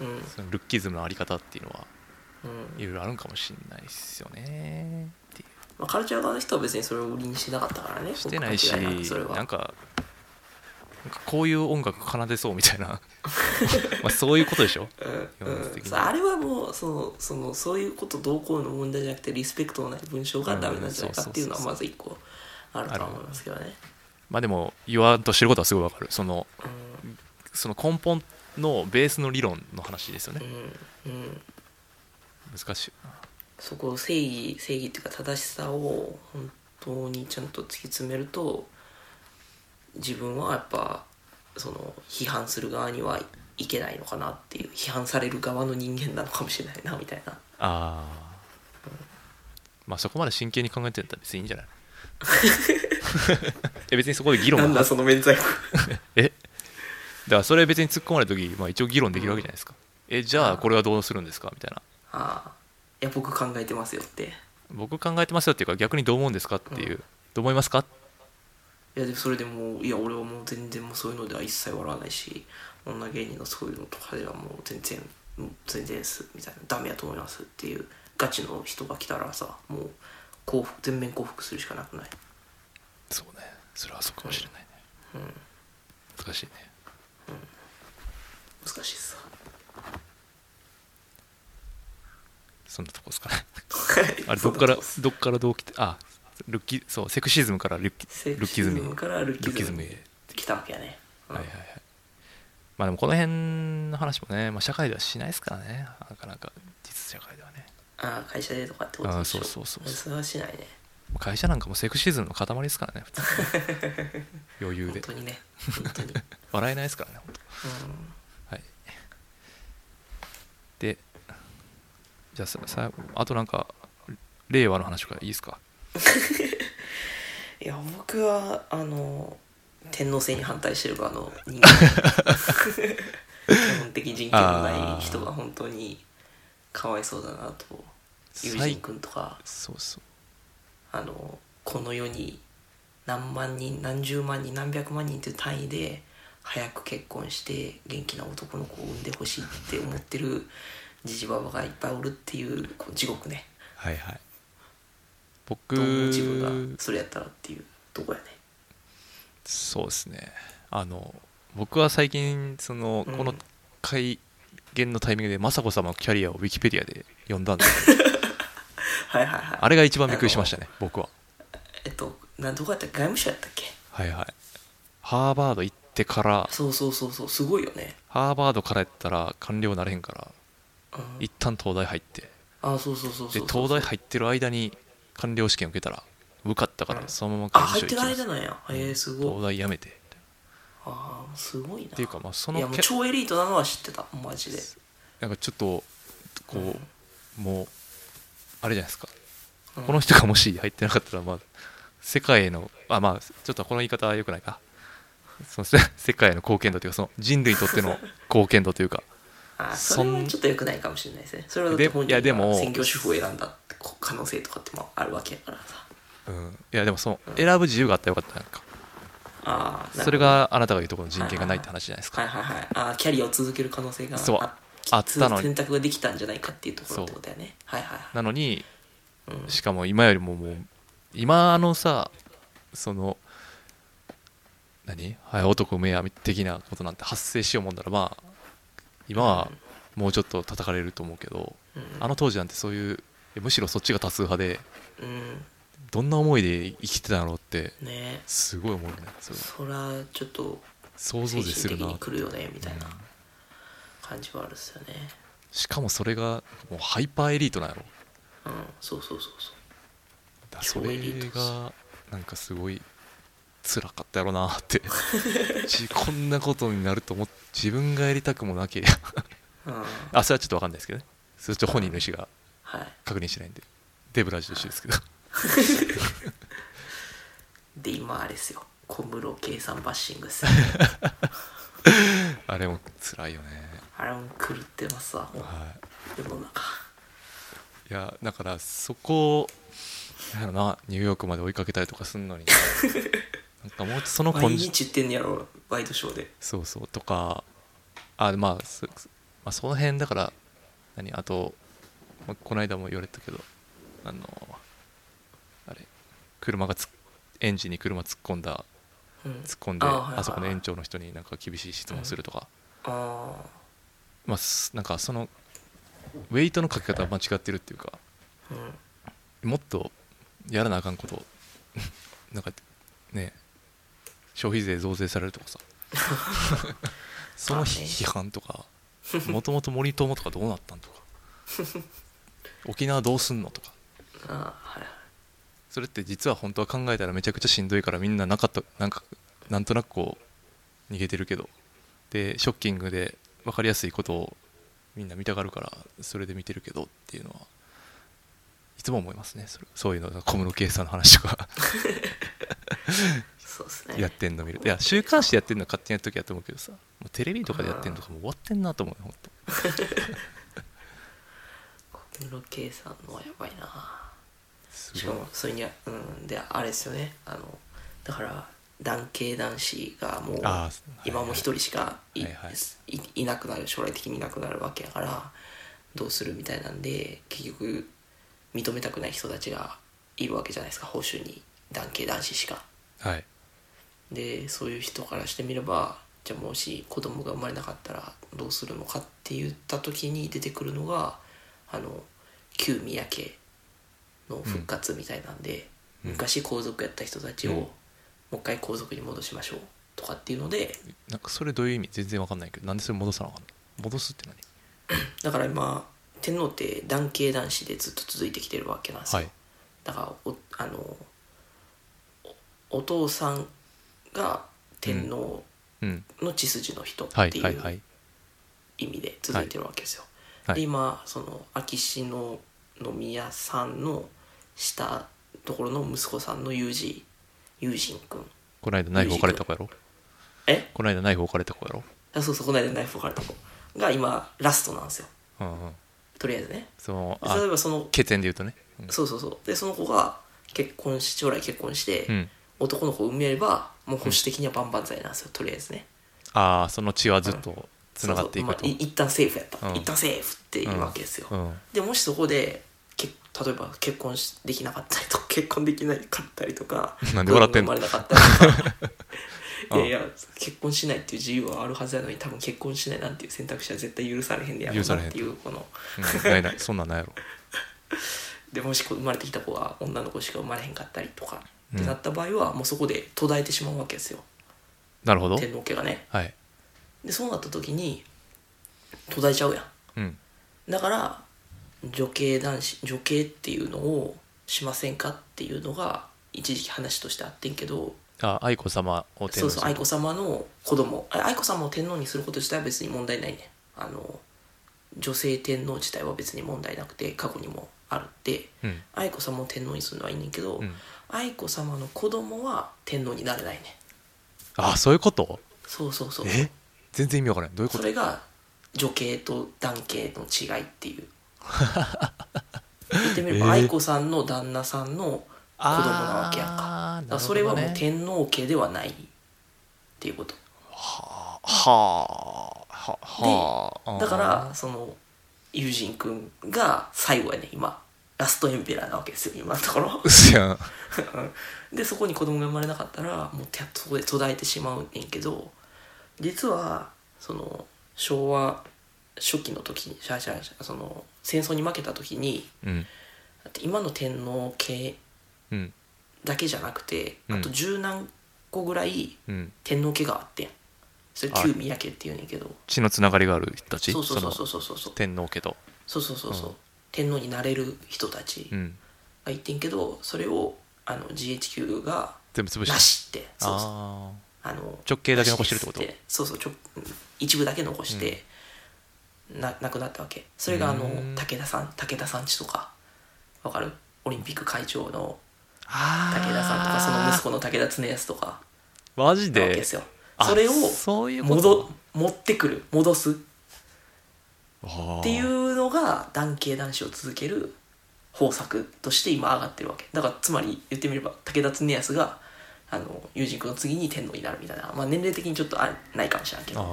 S2: うんうん
S1: そのルッキズムのあり方っていうのはいろいろあるんかもしんないですよねってい
S2: まあ、カルチャー側の人は別にそれを売りにしてなかったからね
S1: うしてないし
S2: 僕たちはそれは
S1: なんかなんかこういう音楽奏でそうみたいな まあそういうことでしょ
S2: うん
S1: 世の中的に
S2: うん、さああれはもうそのそのそういうことどうこうの問題じゃなくてリスペクトのない文章がダメなんじゃないかっていうのは
S1: うんそ
S2: ま
S1: う
S2: ず一個あるとは思いますけどね。
S1: まあでも言わんとしてることはすごいわかるその
S2: うん
S1: その根本のベースの理論の話ですよね
S2: うんうん、
S1: 難しいよな
S2: そこを正義正義っていうか正しさを本当にちゃんと突き詰めると自分はやっぱその批判する側にはいけないのかなっていう批判される側の人間なのかもしれないなみたいな。
S1: ああまあそこまで真剣に考えてたら別にいいんじゃ ないえ別にそこで議論
S2: なんだ
S1: が
S2: その免罪符
S1: えだからそれ別に突っ込まれた時、まあ、一応議論できるわけじゃないですか、えじゃあこれはどうするんですかみたいな
S2: ああいや僕考えてますよって
S1: 僕考えてますよっていうか逆にどう思うんですかっていう、どう思いますか
S2: いやでもそれでもういや俺はもう全然もうそういうのでは一切笑わないし女芸人のそういうのとかではもう全然もう全然ですみたいなダメやと思いますっていうガチの人が来たらさもう降伏全面降伏するしかなくない
S1: そうねそれはそうかもしれないね、難しいね
S2: 難しいっす
S1: そんなとこです かねあれどっからどっからどう来てあルッキそうセクシズムからルッキ
S2: セ
S1: ル
S2: ク
S1: ッキ
S2: シ
S1: ズ
S2: ズ
S1: ムへ
S2: ムからルッ
S1: ルッ
S2: キ
S1: キ
S2: ズ
S1: ズ
S2: ム
S1: ム
S2: へ
S1: へ
S2: 来たわけやね、うん
S1: はいはいはい。まあでもこの辺の話もね、まあ、社会ではしないですからね、なかなか実社会ではね。
S2: ああ会社でとかってことでしょ
S1: ああそうそうそう
S2: それはしないね
S1: 会社なんかもうセクシズムの塊ですからね、 普通に余裕
S2: 本
S1: で
S2: 当。にね 本当にうん
S1: 笑えないですからね、本当はい。で、じゃあささあとなんか、令和の話とかいいですか
S2: いや僕はあの天皇制に反対してる側の人間基本的人権のない人が本当にかわいそうだなと友
S1: 最
S2: 人君とか
S1: そうそう。
S2: あのこの世に何万人何十万人何百万人という単位で早く結婚して元気な男の子を産んでほしいって思ってるじじばばがいっぱいおるっていうこう地獄ね
S1: はいはい。僕
S2: どう思う自分がそれやったらっていうとこやね
S1: そうですねあの僕は最近その、
S2: うん
S1: この会見のタイミングで雅子様のキャリアをウィキペディアで読んだんで
S2: はいはいはい
S1: あれが一番びっくりしましたね僕は
S2: えっと、なんどこやったっけ外務省やったっけ
S1: はいはいハーバード行ってから
S2: そうそうそうそうすごいよね、
S1: ハーバードからやったら官僚なれへんから
S2: うん、
S1: 一旦東大入って
S2: あそうそうそう
S1: で
S2: そうそう
S1: 東大入ってる間に官僚試験受けたら受かったからそのまま
S2: あ
S1: 官
S2: 入っ
S1: 僚
S2: て
S1: 試
S2: る
S1: 験行き
S2: 間
S1: ま
S2: なんやへえす
S1: す東
S2: ごい
S1: 大辞めてみたいな
S2: ああすごいなっ
S1: っていうかまあそ
S2: いや
S1: の
S2: もう
S1: け
S2: 超エリートなのは知ってたマジで
S1: なんかちょっとこう、もうあれじゃないですか
S2: うん
S1: この人がもし入ってなかったら、まあ、世界への、あ、まあ、ちょっとこの言い方は良く ないか。そのせ世界への貢献度というか、その人類にとっての貢献度というか、
S2: あーそれ
S1: そ
S2: は
S1: ん
S2: ちょっと良くないかもしれないですねそれはだっ
S1: で
S2: て本
S1: いやで
S2: 人
S1: も
S2: が専業主婦を選んだ可能性とかってもあるわけやからさ
S1: うん、いやでもその選ぶ自由があったらよかったなんか
S2: ああ
S1: それがあなたが言うところの人権がないって話じゃないですか
S2: はいはいはいあーキャリアを続ける可能性が
S1: そう
S2: あ
S1: あったのに
S2: 選択ができたんじゃないかっていうところってことだよねはいはいはい
S1: なのに
S2: うん
S1: しかも今よりももう今のさその何はい男梅や的なことなんて発生しようもんならまあ今はもうちょっと叩かれると思うけど
S2: うん
S1: あの当時なんてそういうえむしろそっちが多数派で
S2: うん
S1: どんな思いで生きてたんだろうって
S2: ね
S1: すごい思うねそれは
S2: そらちょっと
S1: 想像
S2: 精
S1: です
S2: 神
S1: る
S2: 的
S1: な
S2: に来るよねみたいな
S1: うん
S2: 感じはあるっすよね
S1: しかもそれがもうハイパーエリートなんやろ
S2: うんそうそうそうそう
S1: だそ
S2: 超エ
S1: れ
S2: リートです
S1: がなんかすごい辛かったやろなってじこんなことになると思って自分がやりたくもなけりゃ
S2: うん
S1: あそれはちょっと分かんないですけどねそれちょっと本人の意思が
S2: はい
S1: 確認してないんでデブラジと一緒ですけど
S2: で今あれですよ小室圭さんバッシングっ すよ
S1: あれも辛いよね、
S2: あれも狂ってますわもう
S1: は
S2: 世の中
S1: い、いやだからそこをなんやろなニューヨークまで追いかけたりとかすん のにななんかもうちょっとその
S2: 毎
S1: 根性
S2: 日言ってんねやろワイドショーで
S1: そうそうとかあまあそ,、まあ、その辺だから何あと、まあ、この間も言われたけどあのあれ車がつエンジンに車突っ込んだ
S2: うん
S1: 突っ込んで
S2: あ
S1: あ,、
S2: はいはいはい
S1: そこの園長の人になんか厳しい質問するとか、
S2: あ
S1: まあすなんかそのウェイトのかけ方は間違ってるっていうか
S2: あうん
S1: もっとやらなあかんこと なんかね消費税増税されるとかさその批判とかもともと森友とかどうなったんとか沖縄どうすんのとか
S2: ああはいはい
S1: それって実は本当は考えたらめちゃくちゃしんどいからみんななかったなんかなんとなくこう逃げてるけどでショッキングで分かりやすいことをみんな見たがるからそれで見てるけどっていうのはいつも思いますねそれそういうの小室圭さんの話とか
S2: そうですね
S1: やってんの見るいや週刊誌でやってんの勝手にやるときやと思うけどさもうテレビとかでやってんのとかもう終わってんなと思うよ本当
S2: 小室圭さんのはやばいなし
S1: すご
S2: か
S1: い
S2: もそれにはうんであれですよねあのだから男系男子がもう
S1: あー
S2: 今も一人しかい,、
S1: はいはい
S2: い、いなくなる将来的にいなくなるわけやからどうするみたいなんで結局認めたくない人たちがいるわけじゃないですか報酬に男系男子しか
S1: はい
S2: でそういう人からしてみればじゃあもし子供が生まれなかったらどうするのかって言った時に出てくるのがあの旧宮家の復活みたいなん
S1: う
S2: で、
S1: ん
S2: 昔皇族やった人たちを
S1: うん
S2: もう一回皇族に戻しましょうとかっていうので
S1: なんかそれどういう意味全然わかんないけどなんでそれ戻さなあかんの戻すって何
S2: だから今天皇って男系男子でずっと続いてきてるわけなんですよ、
S1: はい
S2: だからおあのおお父さんが天皇
S1: うん
S2: の血筋の人っ
S1: はい
S2: てい
S1: はいうはい
S2: 意味で続いてるわけですよ、
S1: はい
S2: で今その秋篠宮さんのしたところの息子さんの友人友人くん
S1: この間ナイフ置かれた子やろ
S2: え
S1: この間ナイフ置かれた子やろ
S2: あそうそうこの間ナイフ置かれた子が今ラストなんですよ
S1: うんうん
S2: とりあえずね
S1: その
S2: で例え
S1: あ
S2: ばその
S1: 血縁で言うとねうん
S2: そうそうそうでその子が結婚し将来結婚して、
S1: うん
S2: 男の子を産めればもう保守的には万々歳なんですよ、とりあえずね
S1: ああその血はずっとつながっていく
S2: そう
S1: と
S2: そうまあ、一旦セーフやった、
S1: うん
S2: 一旦セーフっていうわけですよ、
S1: うん
S2: でもしそこでけ例えば結婚しできなかったりとか 結婚できなかったりとか
S1: なんで笑ってん
S2: 子
S1: の
S2: 供が生まれなかったり とか
S1: うん
S2: いやいや結婚しないっていう自由はあるはずやのに多分結婚しないなんていう選択肢は絶対許されへんでやろう
S1: 許され
S2: な
S1: へん
S2: っていうこの
S1: うんないないそんなんないやろ
S2: でもしこう生まれてきた子が女の子しか生まれへんかったりとか
S1: う
S2: っ
S1: ん
S2: てなった場合はもうそこで途絶えてしまうわけですよ
S1: なるほど
S2: 天皇家がね
S1: はい
S2: でそうなった時に途絶えちゃうや
S1: う
S2: ん
S1: ん
S2: だから女系男子女系っていうのをしませんかっていうのが一時期話としてあってんけど
S1: あ愛子様を天皇
S2: そう
S1: に
S2: そう愛子さまの子供あ愛子さまを天皇にすること自体は別に問題ないねあの女性天皇自体は別に問題なくて過去にもあるって、
S1: うん
S2: 愛子さまを天皇にするのはいいねんけど、
S1: うん
S2: 愛子さまの子供は天皇になれないね
S1: あそういうこと
S2: そうそうそう
S1: え全然意味わからないどういうこ
S2: そ
S1: と
S2: れが女系と男系の違いって いう言ってみれば、愛子さんの旦那さんの子供なわけやんか
S1: あーな
S2: だから
S1: る
S2: そ
S1: ほ
S2: れは
S1: ど
S2: もう
S1: ね
S2: 天皇家ではないっていうこと
S1: はあはあはあ
S2: だからその友人くんが最後やね今ラストエンペラーなわけですよ今のと ころ
S1: うそやん
S2: でそこに子供が生まれなかったらもうてそこで途絶えてしまうねんけど実はその昭和初期の時にシャシャシャその戦争に負けた時に
S1: うん
S2: だって今の天皇系
S1: うん
S2: だけじゃなくて
S1: うん
S2: あと十何個ぐらい
S1: うん
S2: 天皇家があってんそれ
S1: あ
S2: 旧宮家っていうねんけど
S1: 血のつながりがある人たち
S2: そうそうそうそ
S1: の
S2: うそうそうそう
S1: 天皇家と
S2: そうそうそうそう
S1: うん
S2: 天皇になれる人たち
S1: うん
S2: がいってんけどそれをあの GHQ が
S1: 全部潰
S2: な
S1: して
S2: しってそうそう
S1: ああ
S2: あの
S1: 直径だけ残してるってこと
S2: そうそうちょ一部だけ残して、ななくなったわけそれがあの
S1: うん
S2: 武田さん武田さんちとかわかるオリンピック会長の
S1: あ
S2: 武
S1: ー
S2: 田さんとかその息子の武田恒康とか
S1: マジ
S2: なわけ
S1: で
S2: ですよ
S1: あ
S2: それを
S1: そういうこと
S2: 戻持ってくる戻すっ
S1: って
S2: いうのが男系男子を続ける方策として今上がってるわけだからつまり言ってみれば武田恒康があの友人君の次に天皇になるみたいな、まあ、年齢的にちょっとあれないかもしれないけど
S1: あ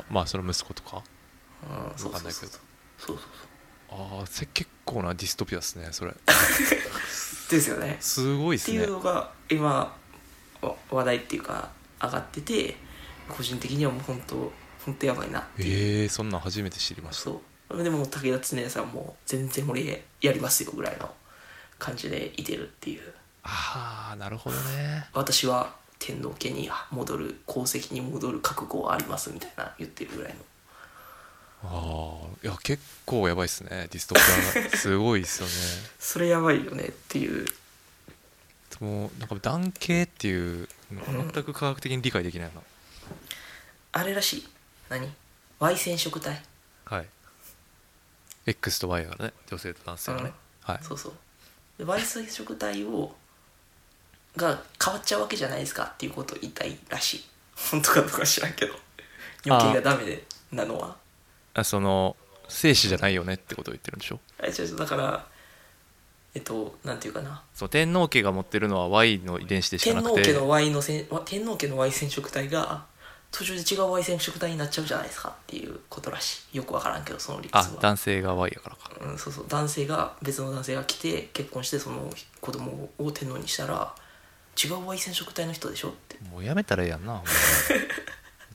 S1: あまあその息子とか
S2: うんそう
S1: わかん
S2: そ
S1: な
S2: う
S1: いけ
S2: そ
S1: ど
S2: うそうそうそ
S1: ああせ結構なディストピアですねそれ
S2: うですよね
S1: すごいで
S2: っ
S1: す
S2: てい
S1: ね
S2: うのが今わ話題っていうか上がってて個人的にはもう本当本当やばいなっていう、
S1: ええそんなん初めて知りました
S2: そうでも武田恒さんも全然俺やりますよぐらいの感じでいてるっていう
S1: ああなるほどね
S2: 私は天皇家に戻る功績に戻る覚悟はありますみたいな言ってるぐらいの
S1: ああいや結構やばいっすねディストピアがすごいっすよね
S2: それやばいよねっていう
S1: もうなんか男系っていうのが全く科学的に理解できないな、
S2: あれらしい何 Y 染色体
S1: はい X と Y がね女性と男性がね、はい
S2: そうそうで媒染色体をが変わっちゃうわけじゃないですかっていうことを言いたいらしい本当かどうか知らんけど余計がダメでなのは
S1: あその精子じゃないよねってことを言ってるんでしょ
S2: あれ違う違うだからえっとなんていうかな
S1: そう天皇家が持ってるのは Y の遺伝子でしか
S2: 天
S1: な
S2: 皇
S1: くて
S2: 家の Y のせん天皇家の Y 染色体が途中で違う Y 染色体になっちゃうじゃないですかっていうことらしいよくわからんけどその理
S1: あ
S2: 屈は
S1: 男性が Y やからか
S2: うん、そうそう男性が別の男性が来て結婚してその子供を天皇にしたら違う Y 染色体の人でしょって
S1: もうやめたらええやんな ほんまに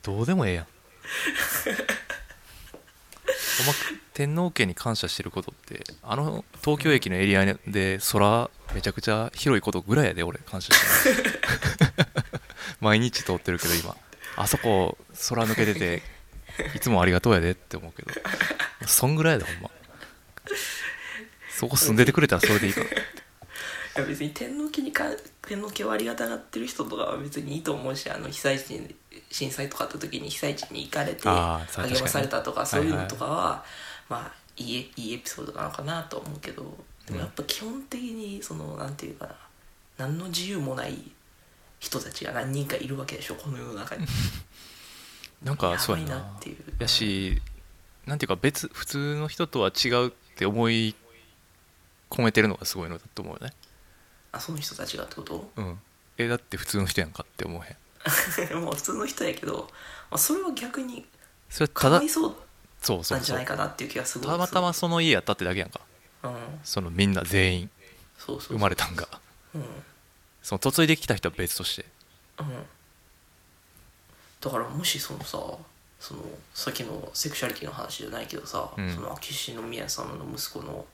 S1: どうでもええや んおま天皇家に感謝してることってあの東京駅のエリアで空めちゃくちゃ広いことぐらいやで俺感謝して る毎日通ってるけど今あそこ空抜けてていつもありがとうやでって思うけどそんぐらいやでほんまそこ住んでてくれたらそれでいいから
S2: いや別に天皇家にか天皇家をありがたがってる人とかは別にいいと思うしあの被災地に震災とかあった時に被災地に行かれて
S1: あーそう
S2: 励まされたとか
S1: 確か
S2: そう
S1: に
S2: い
S1: ね
S2: うのとかは、まあいいいいエピソードなのかなと思うけどでもやっぱ基本的にそのなんていうかな何の自由もない人たちが何人かいるわけでしょこの世の中に
S1: なんかそうやな
S2: やばいなっていう
S1: やしなんていうか別普通の人とは違うって思い込めてるのがすごいのだと思うよね
S2: あその人たちがってこと
S1: うんえだって普通の人やんかって思えへん
S2: もう普通の人やけど、まあ、それは逆に
S1: それ
S2: か
S1: ただ
S2: わいそう
S1: そうそ
S2: な
S1: うん
S2: じ
S1: そ
S2: ゃな
S1: う
S2: いかなっていう気がすごい
S1: たまたまその家やったってだけやんか
S2: うん
S1: そのみんな全員
S2: そうそう
S1: 生まれたんが
S2: うん
S1: その嫁いできた人は別として
S2: うん、だからもしそのさそのさっきのセクシャリティの話じゃないけどさ、
S1: うん
S2: その秋篠宮さまの息子の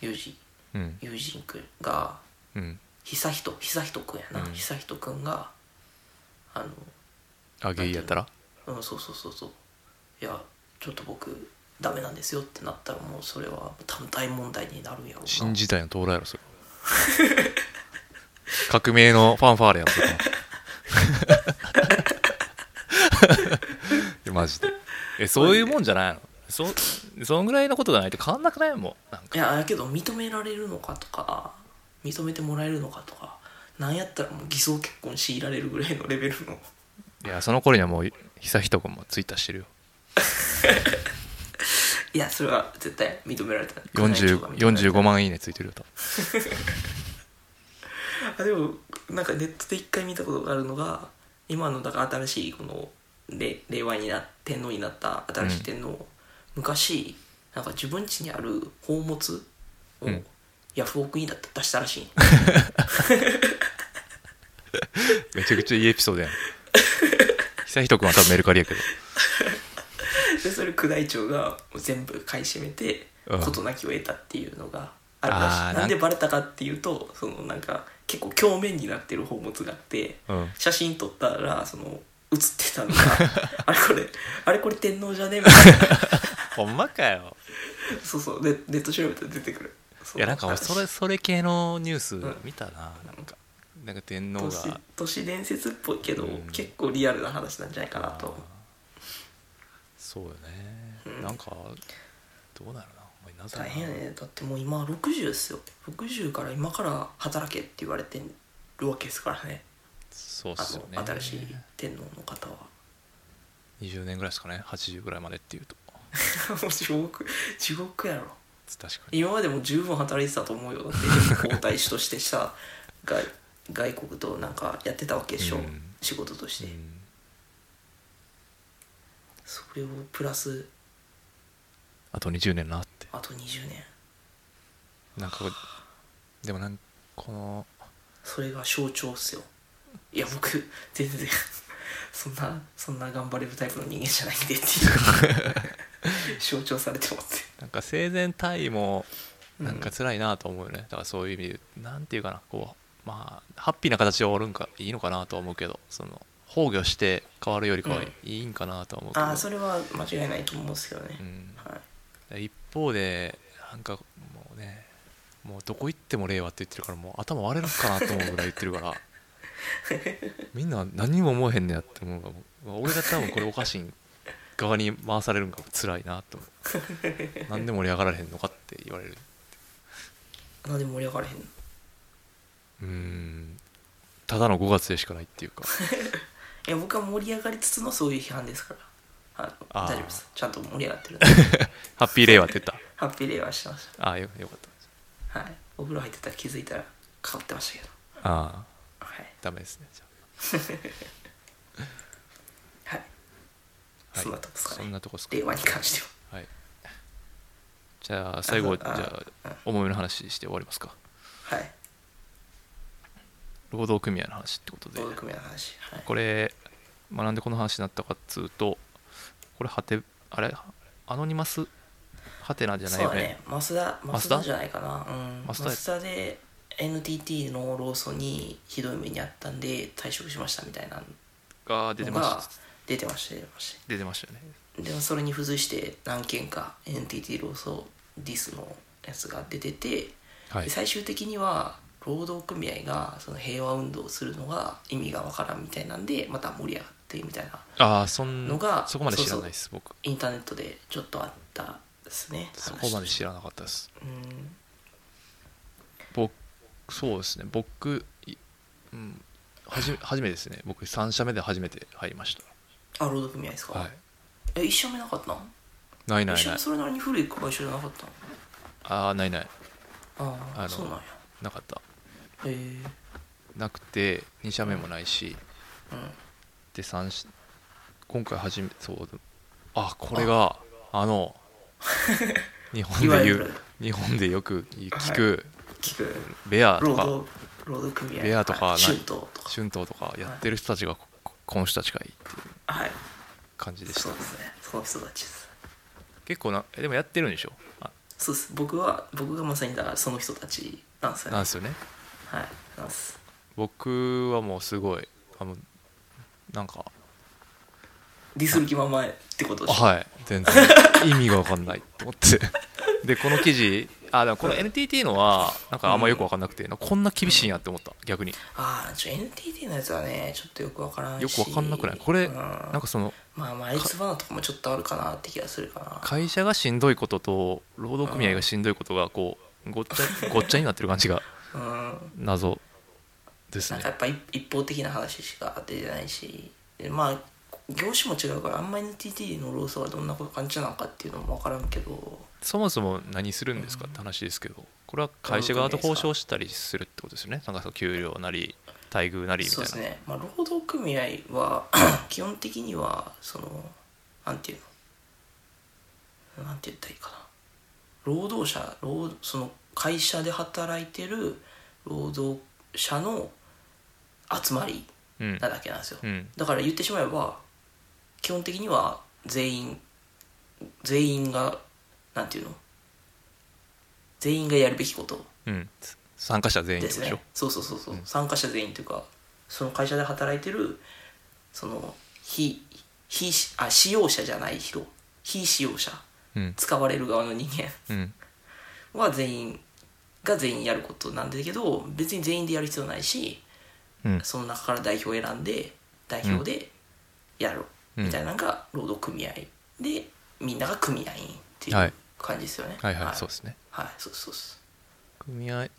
S2: 友人
S1: うん
S2: 友人くんが
S1: うん
S2: 悠仁悠仁くんやな、
S1: うん
S2: 悠仁くんがあ
S1: あゲイやったら
S2: のうんそうそうそうそういやちょっと僕ダメなんですよってなったらもうそれは多分大問題になるんやろうな
S1: 新時代の到来やろそれ 革命のファンファーレやろそれい やマジでえそういうもんじゃないのそそんぐらいのことがないと変わんなくないもうなんか
S2: いやだけど認められるのかとか認めてもらえるのかとかなんやったらもう偽装結婚強いられるぐらいのレベルの
S1: いやその頃にはもう悠仁君もツイッターしてるよ
S2: いやそれは絶対認められた
S1: 40 45万いいねついてるよ多分
S2: あでもなんかネットで一回見たことがあるのが今のだから新しいこのれ令和にな天皇になった新しい天皇、昔なんか自分家にある宝物を
S1: うん
S2: ヤフオクにだった出したらしい、
S1: めちゃくちゃいいエピソード やん久仁君は多分メルカリやけど
S2: でそれ宮内庁がもう全部買い占めて
S1: うん
S2: 事なきを得たっていうのがあるらしい
S1: あー、
S2: な
S1: なん
S2: んでバレたかっていうとそのなんか結構鏡面になってる宝物があって、
S1: うん
S2: 写真撮ったらその写ってたのが あれこれあれこれ天皇じゃねみたいな
S1: ほんまかよ
S2: そうそうでネット調べたら出てくる
S1: いやなんか俺それそれ系のニュース
S2: ん
S1: 見たな、なんかなんか天皇
S2: 都市
S1: が
S2: 都市伝説っぽいけど、
S1: うん
S2: 結構リアルな話なんじゃないかなと
S1: そうよね、
S2: うん
S1: なんかどうなるなお前なぜな
S2: 大変やねだってもう今60ですよ60から今から働けって言われてるわけですからね
S1: そうっ
S2: あ
S1: すよね
S2: の新しい天皇の方は
S1: 20年ぐらいですかね80ぐらいまでっていうと
S2: もう地獄地獄やろ
S1: 確かに
S2: 今までも十分働いてたと思うよだって皇太子としてさ外外国となんかやってたわけでしょ、
S1: うん
S2: 仕事として、
S1: うん
S2: それをプラス
S1: あと20年なって
S2: あと20年
S1: なんかこうでもなんこの
S2: それが象徴っすよいや僕全然そんなそんな頑張れるタイプの人間じゃないんで っていう象徴されてます
S1: なんか生前退位も
S2: うん
S1: なんか辛いなと思うよね、だからそういう意味でなんていうかなこうまあハッピーな形で終わるんかいいのかなとは思うけどその崩御して変わるよりかは
S2: うん
S1: いいんかなとは思うけど、
S2: ああそれは間違いないと思うんですけどね、
S1: うん
S2: はい、
S1: 一方でなんかもうねもうどこ行っても令和って言ってるからもう頭割れるかなと思うぐらい言ってるから みんな何にも思えへんねやって思うからもう俺が多分これおかしい側に回されるんが辛いなと思う何で盛り上がられへんのかって言われる
S2: なんで盛り上がれへんの
S1: うーんただの5月でしかないっていうか
S2: いや僕は盛り上がりつつのそういう批判ですからあ
S1: あ
S2: の
S1: ー
S2: 大丈夫ですちゃんと盛り上がって るんで
S1: ハッピー令和って言った
S2: ハッピーレイはしてまし
S1: ああよよかった
S2: たはいお風呂入ってたら気づいたらかかってましたけど
S1: ああ
S2: はい
S1: ダメですねじゃ
S2: はい、
S1: あ、はい
S2: そんなとこですか
S1: そん
S2: ね
S1: なとこですか
S2: 令和に関しては
S1: はいじゃあ最後
S2: あ
S1: じ
S2: あ
S1: ゃ
S2: あ
S1: あ思いの話して終わりますか
S2: はい
S1: 労働組合の話ってことで
S2: 労働組合の話はい
S1: これ、まあ、なんでこの話になったかっつうとこれはてあれアノニマスハテナじゃないよね
S2: そうだね増田
S1: 増
S2: 増
S1: 田
S2: 田じゃないかなうん
S1: 増田
S2: 増田で NTT の労組にひどい目にあったんで退職しましたみたいな
S1: が出て
S2: の
S1: ま
S2: が
S1: し
S2: 出てました出てまし
S1: 出てましたよね
S2: たでもそれに付随して何件か NTT 労組ディスのやつが出てて、
S1: はい
S2: で最終的には労働組合がその平和運動をするのが意味がわからんみたいなんでまた盛り上がってみたいな
S1: ああそん
S2: のが
S1: そこまで知らないです僕
S2: インターネットでちょっとあったですね
S1: そこまで
S2: 話
S1: 知らなかったです
S2: うん
S1: 僕そうですね僕、いうん、はじめ初めてですね僕3社目で初めて入りまし
S2: あ労働組合ですか、
S1: たはい
S2: え一社目なかったの
S1: ないない
S2: 一
S1: な
S2: 緒
S1: い
S2: それなりに古い会社じゃなかったの
S1: ああないない
S2: ああ
S1: あの
S2: そうなんや
S1: なかった
S2: へえ
S1: なくて2社目もないし
S2: うん
S1: で三し今回初めそうあこれがあの日本で
S2: い
S1: 言
S2: わゆ
S1: う
S2: る
S1: 日本でよく聞く
S2: 聞く
S1: ベアと
S2: 労
S1: か
S2: 働労働組合
S1: ベアとか
S2: は
S1: な
S2: い
S1: い
S2: 春闘とか
S1: 春闘とかやってる人たちがここの人たちがいいっていう
S2: はい
S1: 感じでし
S2: そ
S1: た
S2: うですねその人たちです
S1: 結構なえでもやってるんでしょあ
S2: そうです僕は僕がまさにだからその人たちなんですよ
S1: なん
S2: ね
S1: ですよね
S2: はいなんです
S1: 僕はもうすごいあのなんか
S2: ディスる気満々ってこと
S1: あ
S2: でしょ
S1: はい全然意味が分かんないと思 ってでこの記事あでもこの NTT のはなんかあんまよく分かんなくて、なんかこんな厳しいんやって思った逆に
S2: ああちょ NTT のやつはねちょっとよくわからんし
S1: よく分かんなくないこれ
S2: うん
S1: なんかその
S2: まあまあいつばなとかもちょっとあるかなって気がするかな
S1: 会社がしんどいことと労働組合がしんどいことがこうごっちゃごっちゃになってる感じが
S2: うん
S1: 謎です
S2: なん
S1: ね
S2: かやっぱ一一方的な話しか出てないしでまあこ業種も違うからあんまり NTT の労組はどんなこと感じなのかっていうのも分からんけど
S1: そもそも何するんですかって話ですけどこれは会社側と交渉したりするってことですよねなんかその給料なり待遇なりみた
S2: そう
S1: い
S2: です
S1: な、
S2: ね、まあ、労働組合は 基本的にはそのなんていうのなんて言ったらいいかな労働者労その会社で働いてる労働者の集まり
S1: うん
S2: なだけなんですよ、
S1: うん
S2: だから言ってしまえば基本的には全員全員がなんていうの全員がやるべきこと
S1: うん参加者全員
S2: で
S1: でし
S2: す
S1: ょ、
S2: ねそうそうそうそう、参加者全員というかその会社で働いてるその非非あ使用者じゃない人非使用者
S1: うん
S2: 使われる側の人間
S1: うん
S2: は全員が全員やることなんだけど別に全員でやる必要ないし
S1: うん
S2: その中から代表を選んで代表でやろうみたいなのが労働組合でみんなが組合員ってい
S1: は
S2: う
S1: い
S2: 感じですよね
S1: はいはいそう
S2: う
S1: ですね
S2: はいそうですそうです
S1: 組合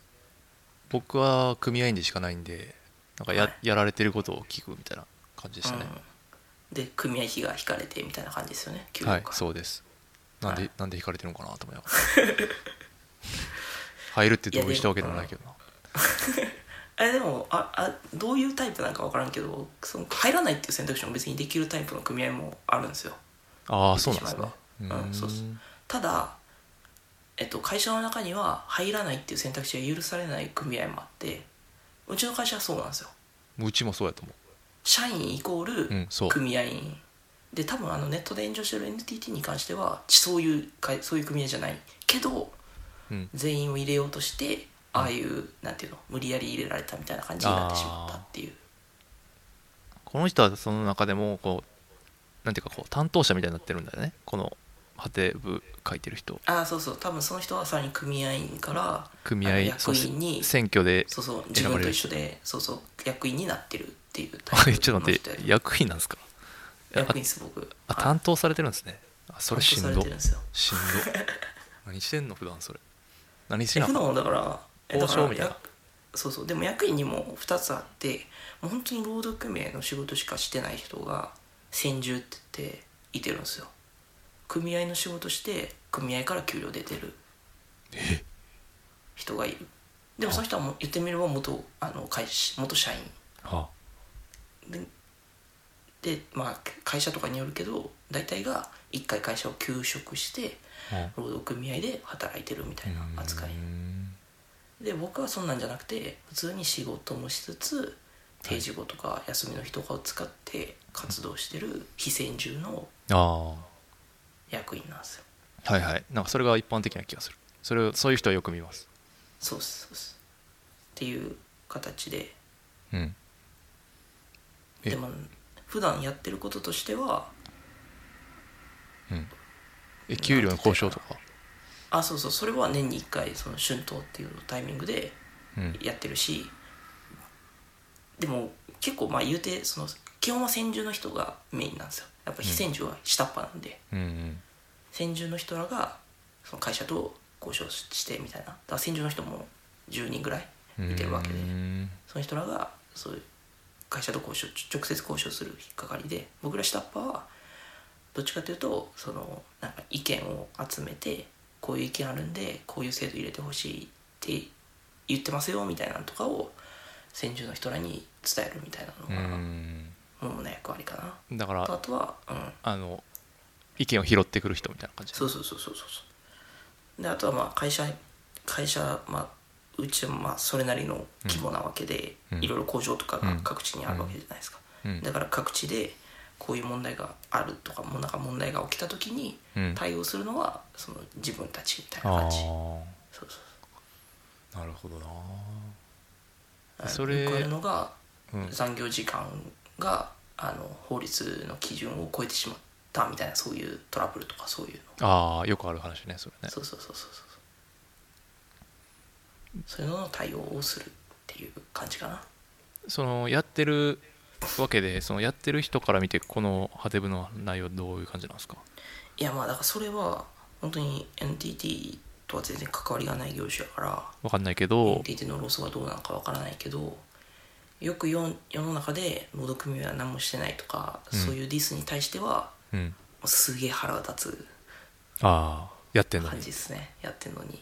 S1: 僕は組合員でしかないんでなんかや,、
S2: はい
S1: やられてることを聞くみたいな感じでしたね、
S2: うん、で組合費が引かれてみたいな感じですよね給料
S1: はい
S2: が
S1: そうですなんで、
S2: はい
S1: なんで引かれてるのかなと思いながら 入るって同意したわけでもないけどな
S2: えでもああどういうタイプなんか分からんけどその入らないっていう選択肢も別にできるタイプの組合もあるんですよ
S1: ああそうなんですね
S2: 言ってしまえばうんそうです
S1: ーん
S2: ただ、えっと、会社の中には入らないっていう選択肢が許されない組合もあってうちの会社はそうなんですよ
S1: うちもそうやと思
S2: 社員イコ
S1: う、うん、
S2: ー
S1: そう
S2: ル組合員、で多分あのネットで炎上してる NTT に関してはそういう会そういう組合じゃないけど
S1: うん
S2: 全員を入れようとしてああいう、なんていうの無理やり入れられたみたいな感じになってしまったっていう
S1: この人はその中でもこうなんていうかこう担当者みたいになってるんだよねこの果て部書いてる人
S2: ああそうそう多分その人はさらに組合員から
S1: 組
S2: あの
S1: 合そ
S2: 役
S1: う
S2: 員に
S1: 選挙で
S2: そうそう自
S1: 選ば
S2: 分
S1: れ
S2: と
S1: る
S2: 一緒でそうそう役員になってるっていうタ
S1: あ
S2: イ
S1: れ
S2: プ
S1: ちょっと待って
S2: の人や
S1: 役員なんですかあ
S2: 役員です僕
S1: あ
S2: はい
S1: 担当されてるんですねあそれしん
S2: 担
S1: ど
S2: 当されてるんですよ
S1: しん ど何してんの普段それ何し
S2: え
S1: な
S2: 普段はだからえだから
S1: 交渉みたいな
S2: やそうそうでも役員にも2つあってもう本当に労働組合の仕事しかしてない人が専従って言っていてるんですよ組合の仕事して組合から給料出てる人がいるでもその人はもう言ってみれば元あの会社元社員
S1: は
S2: ででまあ会社とかによるけど大体が1回会社を休職して
S1: あは
S2: 労働組合で働いてるみたいな
S1: あ
S2: 扱いう
S1: ーん
S2: で僕はそんなんじゃなくて普通に仕事もしつつ定時後とか休みの日とかを使って活動してる非専従の
S1: あ
S2: 役員なんですよ
S1: あはいはいなんかそれが一般的な気がするそれをそういう人はよく見ます
S2: そうっすそうっすっていう形で
S1: うんえ
S2: でも普段やってることとしては
S1: うんえ給料の交渉とか
S2: あそうそうそれは年に1回その春闘っていうタイミングで
S1: うん
S2: やってるしでも結構まあ言うてその基本は専従の人がメインなんですよやっぱ非専従は下っ端なんで、
S1: うんうん
S2: 先住の人らがその会社と交渉してみたいなだから先住の人も10人ぐらいいてるわけで
S1: うーん
S2: その人らがそういう会社と交渉ちょ直接交渉する引っかかりで僕ら下っ端はどっちかというとそのなんか意見を集めてこういう意見あるんでこういう制度入れてほしいって言ってますよみたいなのとかを先住の人らに伝えるみたいなのが主な役割かな
S1: うんだか
S2: とあ
S1: ら
S2: とはうん
S1: あの意見を拾ってくる人みたいな感じ
S2: そうそうそうそうそうそうであとはまあ会社会社まあうちはまあそれなりの規模なわけで、
S1: うん
S2: いろいろ工場とか
S1: う
S2: が
S1: ん
S2: 各地にあるわけじゃないですか、
S1: うん
S2: だから各地でこういう問題があるとかもうなんか問題が起きた時に
S1: うん
S2: 対応するのはその自分たちみたいな
S1: あ
S2: 感じ、
S1: あ
S2: そうそう
S1: なるほどな
S2: あの
S1: それ
S2: よくあるのが
S1: うん
S2: 残業時間があの法律の基準を超えてしまったみたいなそういうトラブルとかそういうの
S1: ああよくある話ねそれね
S2: そうそうそうそうそうそういうのの対応をするっていう感じかな
S1: そのやってるわけでそのやってる人から見てこのハテブの内容どういう感じなんですか
S2: いやまあだからそれは本当に NTT とは全然関わりがない業種やから
S1: わかんないけど
S2: NTT のロスがどうなのかわからないけどよく世世の中で労働組合は何もしてないとか、
S1: うん
S2: そういうディスに対しては
S1: うん、
S2: すげえ腹が立
S1: ああやって
S2: つ
S1: んの
S2: 感
S1: に
S2: じですねやってんのに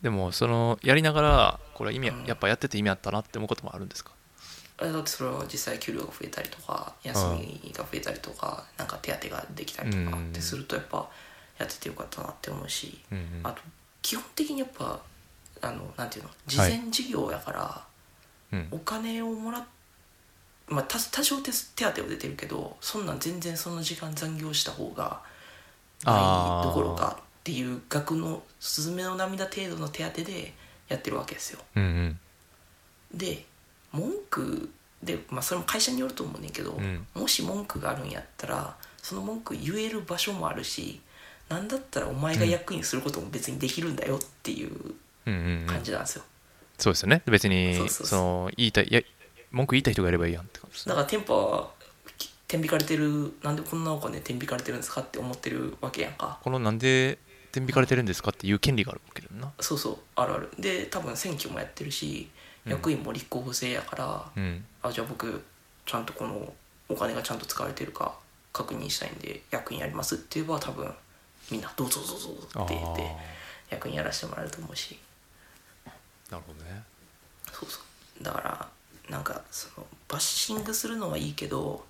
S1: でもそのやりながらこれ意味
S2: うん
S1: やっぱやってて意味あったなって思うこともあるんですか
S2: あだってそれは実際給料が増えたりとか休みが増えたりとかなんか手当ができたりとか
S1: うん
S2: ってするとやっぱやっててよかったなって思うし、
S1: うんうん
S2: あと基本的にやっぱあのなんていうの事
S1: はい
S2: 前事業やから、
S1: うん
S2: お金をもらっまあ多多少手手当は出てるけどそんなん全然その時間残業した方が
S1: あ
S2: ない
S1: ー
S2: どころかっていう額のスズメの涙程度の手当でやってるわけですよ。
S1: うんうん
S2: で文句で、まあ、それも会社によると思うねんけど、
S1: うん
S2: もし文句があるんやったらその文句言える場所もあるしなんだったらお前が役員することも別にできるんだよっていう
S1: うんうんうん
S2: 感じなんですよ、
S1: そうですよね別に
S2: そうそうそう
S1: その言いたいいや文句言いたい人がいればいいやんって感じですね
S2: だから店舗はき天引かれてるなんでこんなお金天引かれてるんですかって思ってるわけやんか
S1: このなんで天引かれてるんですかっていう権利があるわけだよな
S2: そうそうあるあるで多分選挙もやってるし
S1: うん
S2: 役員も立候補制やから、
S1: うん
S2: あじゃあ僕ちゃんとこのお金がちゃんと使われてるか確認したいんで役員やりますって言えば多分みんなどうぞどうぞど
S1: ああ
S2: うぞって言っ
S1: な
S2: て役員やらせてもらえると思うし
S1: るほどね
S2: そうそうだからなんかそのバッシングするのはいいけど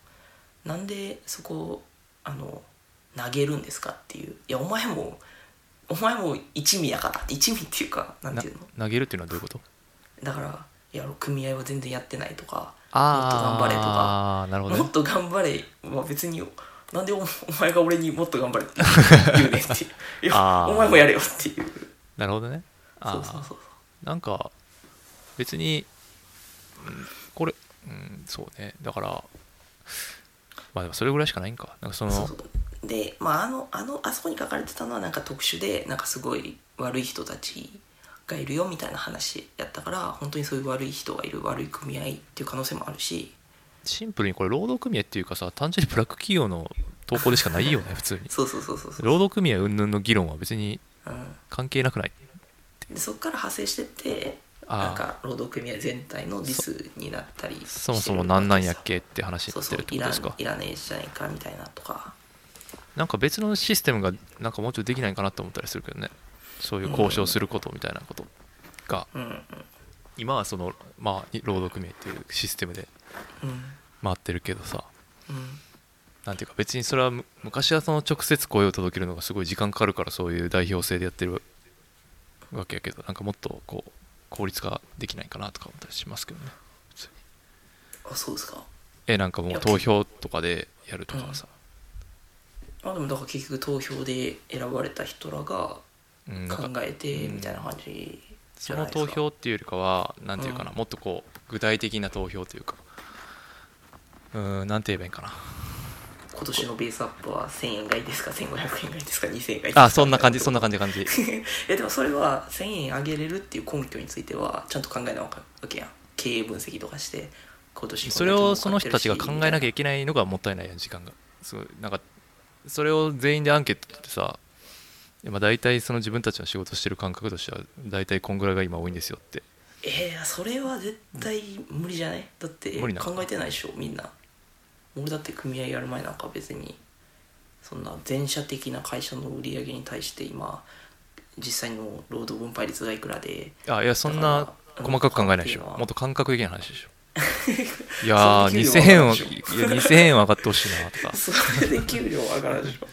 S2: なんでそこをあの投げるんですかっていういやお前もお前も一味やから一味っていうかなん
S1: な
S2: ていうの
S1: 投げるっていうのはどういうこと
S2: だからいや組合は全然やってないとか
S1: ああ
S2: もっと頑張れとか
S1: なるほど
S2: も
S1: ね
S2: っと頑張れは別になんでおお前が俺にもっと頑張れって言うねんっていういや
S1: あー
S2: お前もやれよっていう
S1: なるほどねあ
S2: そ
S1: ー
S2: うそうそう
S1: なんか別に、うんこれ、うん、そうねだからまあでもそれぐらいしかないんかなんかその
S2: そうそうでまああのあのあそこに書かれてたのはなんか特殊でなんかすごい悪い人たちがいるよみたいな話やったから本当にそういう悪い人がいる悪い組合っていう可能性もあるし
S1: シンプルにこれ労働組合っていうかさ単純にブラック企業の投稿でしかないよ ね普通に
S2: そうそうそうそうそう、
S1: 労働組合云々の議論は別に
S2: う
S1: 関係なくない
S2: ん、でそこから派生してって
S1: あー
S2: なんか労働組合全体のディスになったりしてる
S1: そもそも何なんやっ
S2: わ
S1: けって話にな
S2: そ
S1: っ
S2: うそ
S1: て
S2: う
S1: るってこ
S2: い
S1: と
S2: らん
S1: ですか
S2: いらねえじゃないかみたいなとか
S1: なんか別のシステムがなんかもうちょっとできないかなと思ったりするけどねそういう交渉することみたいなことが
S2: うんうん
S1: 今はそのまあ労働組合っていうシステムで
S2: うん
S1: 回ってるけどさ
S2: うん
S1: なんていうか別にそれはむ昔はその直接声を届けるのがすごい時間かかるからそういう代表制でやってるわけやけどなんかもっとこう効率化できないかなとか思ったりしますけどね普通に
S2: あそうですか
S1: えなんかもう投票とかでやるとかさ、
S2: あでもだから結局投票で選ばれた人らが
S1: うんなん
S2: 考
S1: か
S2: えてみたいな感じじ
S1: そ
S2: ゃない
S1: の
S2: ですか
S1: 投票っていうよりかはなんていうかな、
S2: うん
S1: もっとこう具体的な投票というかうーんなんて言えばいいんか な
S2: 今年のベースアップは1000円がいいですか1500円がいいですか2000円がいいですか
S1: あそんな感じそんな感じ感じ
S2: えでもそれは1000円上げれるっていう根拠についてはちゃんと考えなわけやん経営分析とかして今年
S1: それをその人たちが考えなきゃ
S2: ゃ
S1: いけないのがもったいないやん時間がそうなんかそれを全員でアンケート取ってさまあ大体その自分たちの仕事してる感覚としては大体こんぐらいが今多いんですよって
S2: えー、それは絶対無理じゃないだって
S1: 無理なの
S2: 考えてないでしょみんな俺だって組合やる前なんか別にそんな全社的な会社の売り上げに対して今実際の労働分配率がいくらで
S1: あいやそんな細かく考えないでしょ
S2: うん
S1: もっと感覚的な話で しょい
S2: そ
S1: や
S2: んな
S1: ー
S2: 給料
S1: 2000円を
S2: 上がるでしょ
S1: いや2000円は上がってほしいなとか
S2: それで給料上がらん でしょ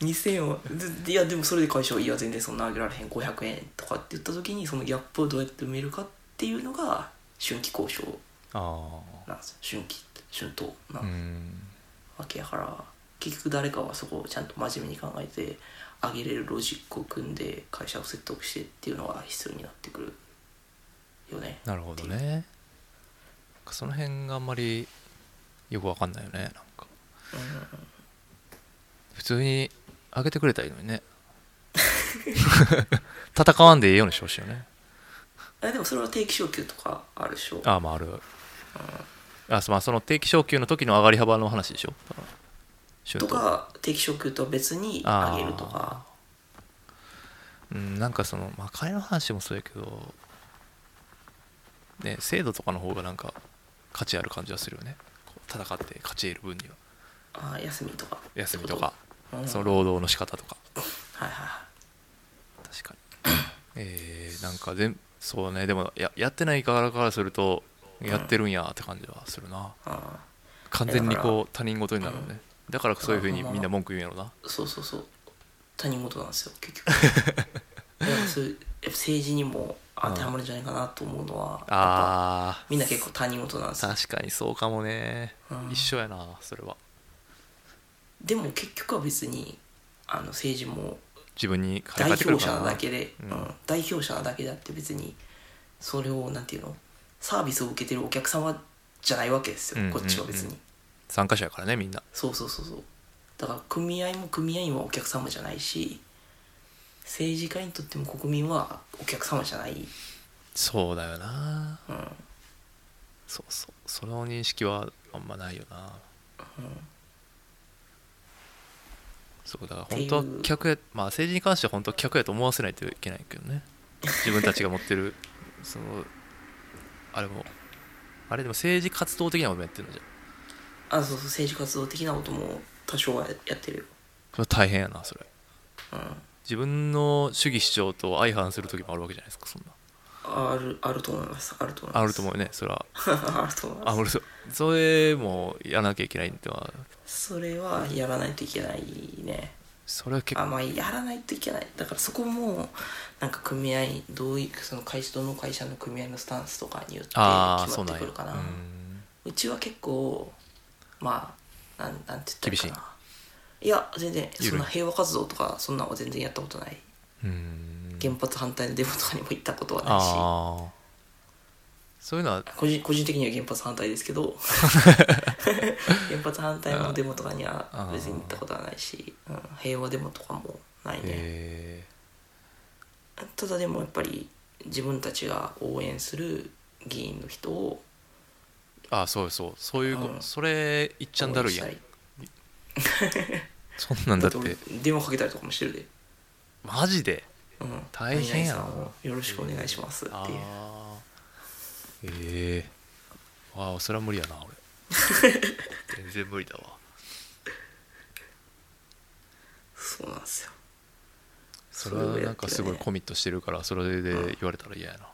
S2: 2000円はでいやでもそれで会社はいや全然そんな上げられへん500円とかって言った時にそのギャップをどうやって埋めるかっていうのが春季交渉
S1: あ
S2: なんですよ春季春闘な
S1: あうん
S2: わけやから結局誰かはそこをちゃんと真面目に考えて上げれるロジックを組んで会社を説得してっていうのが必要になってくるよね
S1: なるほどねその辺があんまりよくわかんないよねなんか普通に上げてくれたらいいのにね 戦わんでええようにしてほしいよね
S2: あでもそれは定期昇給とかあるでしょ
S1: ああまああるあそまあその定期昇給の時の上がり幅の話でしょだからシュ
S2: と
S1: ート
S2: か定期昇給とは別に上げるとか
S1: うんなんかそのまあ金の話もそうやけどね、制度とかの方がなんか価値ある感じはするよねこう戦って勝ち得る分には
S2: ああ休みとか
S1: 休みとか
S2: うん
S1: その労働の仕方とか
S2: はいはいは
S1: 確かにえー、なんか全そうねでもややってない側からするとやってるんやって感じはするな、
S2: いあ
S1: 完全にこう他人事になるよねだからそういうふうにみんな文句言うんやろな
S2: あそうそうそう他人事なんですよ結 局だからそういうやっぱ政治にも当てはまるんじゃないかなと思うのはやっぱ
S1: あ
S2: みんな結構他人事なんですよ
S1: ー確かにそうかもね、
S2: うん
S1: 一緒やなそれは
S2: でも結局は別にあの政治も
S1: 自分に返
S2: 代
S1: ってくる
S2: 表
S1: から
S2: 者な
S1: な
S2: だけで、
S1: う
S2: うんん代表者なだけであって別にそれをなんていうのサービスを受けてるお客様じゃないわけですよ、
S1: うんうん
S2: こっちは別に、
S1: うん参加者やからねみんな
S2: そうそうそうそうだから組合も組合員はお客様じゃないし政治家にとっても国民はお客様じゃない、
S1: そうだよな
S2: うん
S1: そうそうその認識はあんまないよなそうだから本当は
S2: っていう
S1: 客やまあ政治に関しては本当は客やと思わせないといけないけどね自分たちが持って るそのあれもあれでも政治活動的なこともやってるのじゃん
S2: あそうそう政治活動的なことも多少はやってるよ、
S1: それ大変やなそれ
S2: うん、
S1: 自分の主義主張と相反する時もあるわけじゃないですかそんな
S2: あるあると思いますあると思います
S1: あると思うよねそれは
S2: あると思いま
S1: あ
S2: す
S1: 俺そそれもやらなきゃいけないんでは
S2: それはやらないといけないね
S1: それは結
S2: あ
S1: 構
S2: まあやらないといけないだからそこもなんか組合どういうその会社どの会社の組合のスタンスとかによって決
S1: ああそうな
S2: まっ
S1: ん
S2: て
S1: や
S2: くるかなう
S1: うん
S2: ちは結構まあなんなんて言ったらいいか
S1: 厳し
S2: ないや全然
S1: 緩い
S2: そんな平和活動とかそんなのは全然やったことないう
S1: ーん
S2: 原発反対のデモとかにも行ったことはないし
S1: ああそういうのは
S2: 個人個人的には原発反対ですけ ど原発反対のデモとかには別に行ったことはないし、うん、平和デモとかもないね、
S1: え
S2: ただでもやっぱり自分たちが応援する議員の人を
S1: ー、あそうそうそういうこ、
S2: うん
S1: それいっちゃんだ
S2: 応援
S1: るい
S2: し
S1: や
S2: た
S1: ん
S2: り
S1: そんなんだ
S2: だ
S1: っ
S2: って俺
S1: て
S2: 電話かけたりとかもしてるで、
S1: マジで
S2: うん、
S1: 大変やな
S2: 何々さんをよろしくお願いしますって
S1: あ
S2: いう
S1: あーええああそれは無理やな俺 全然無理だわ
S2: そうなんですよ
S1: それはなんかすごい
S2: それをやってるよね
S1: コミットしてるからそれで言われたら嫌やな、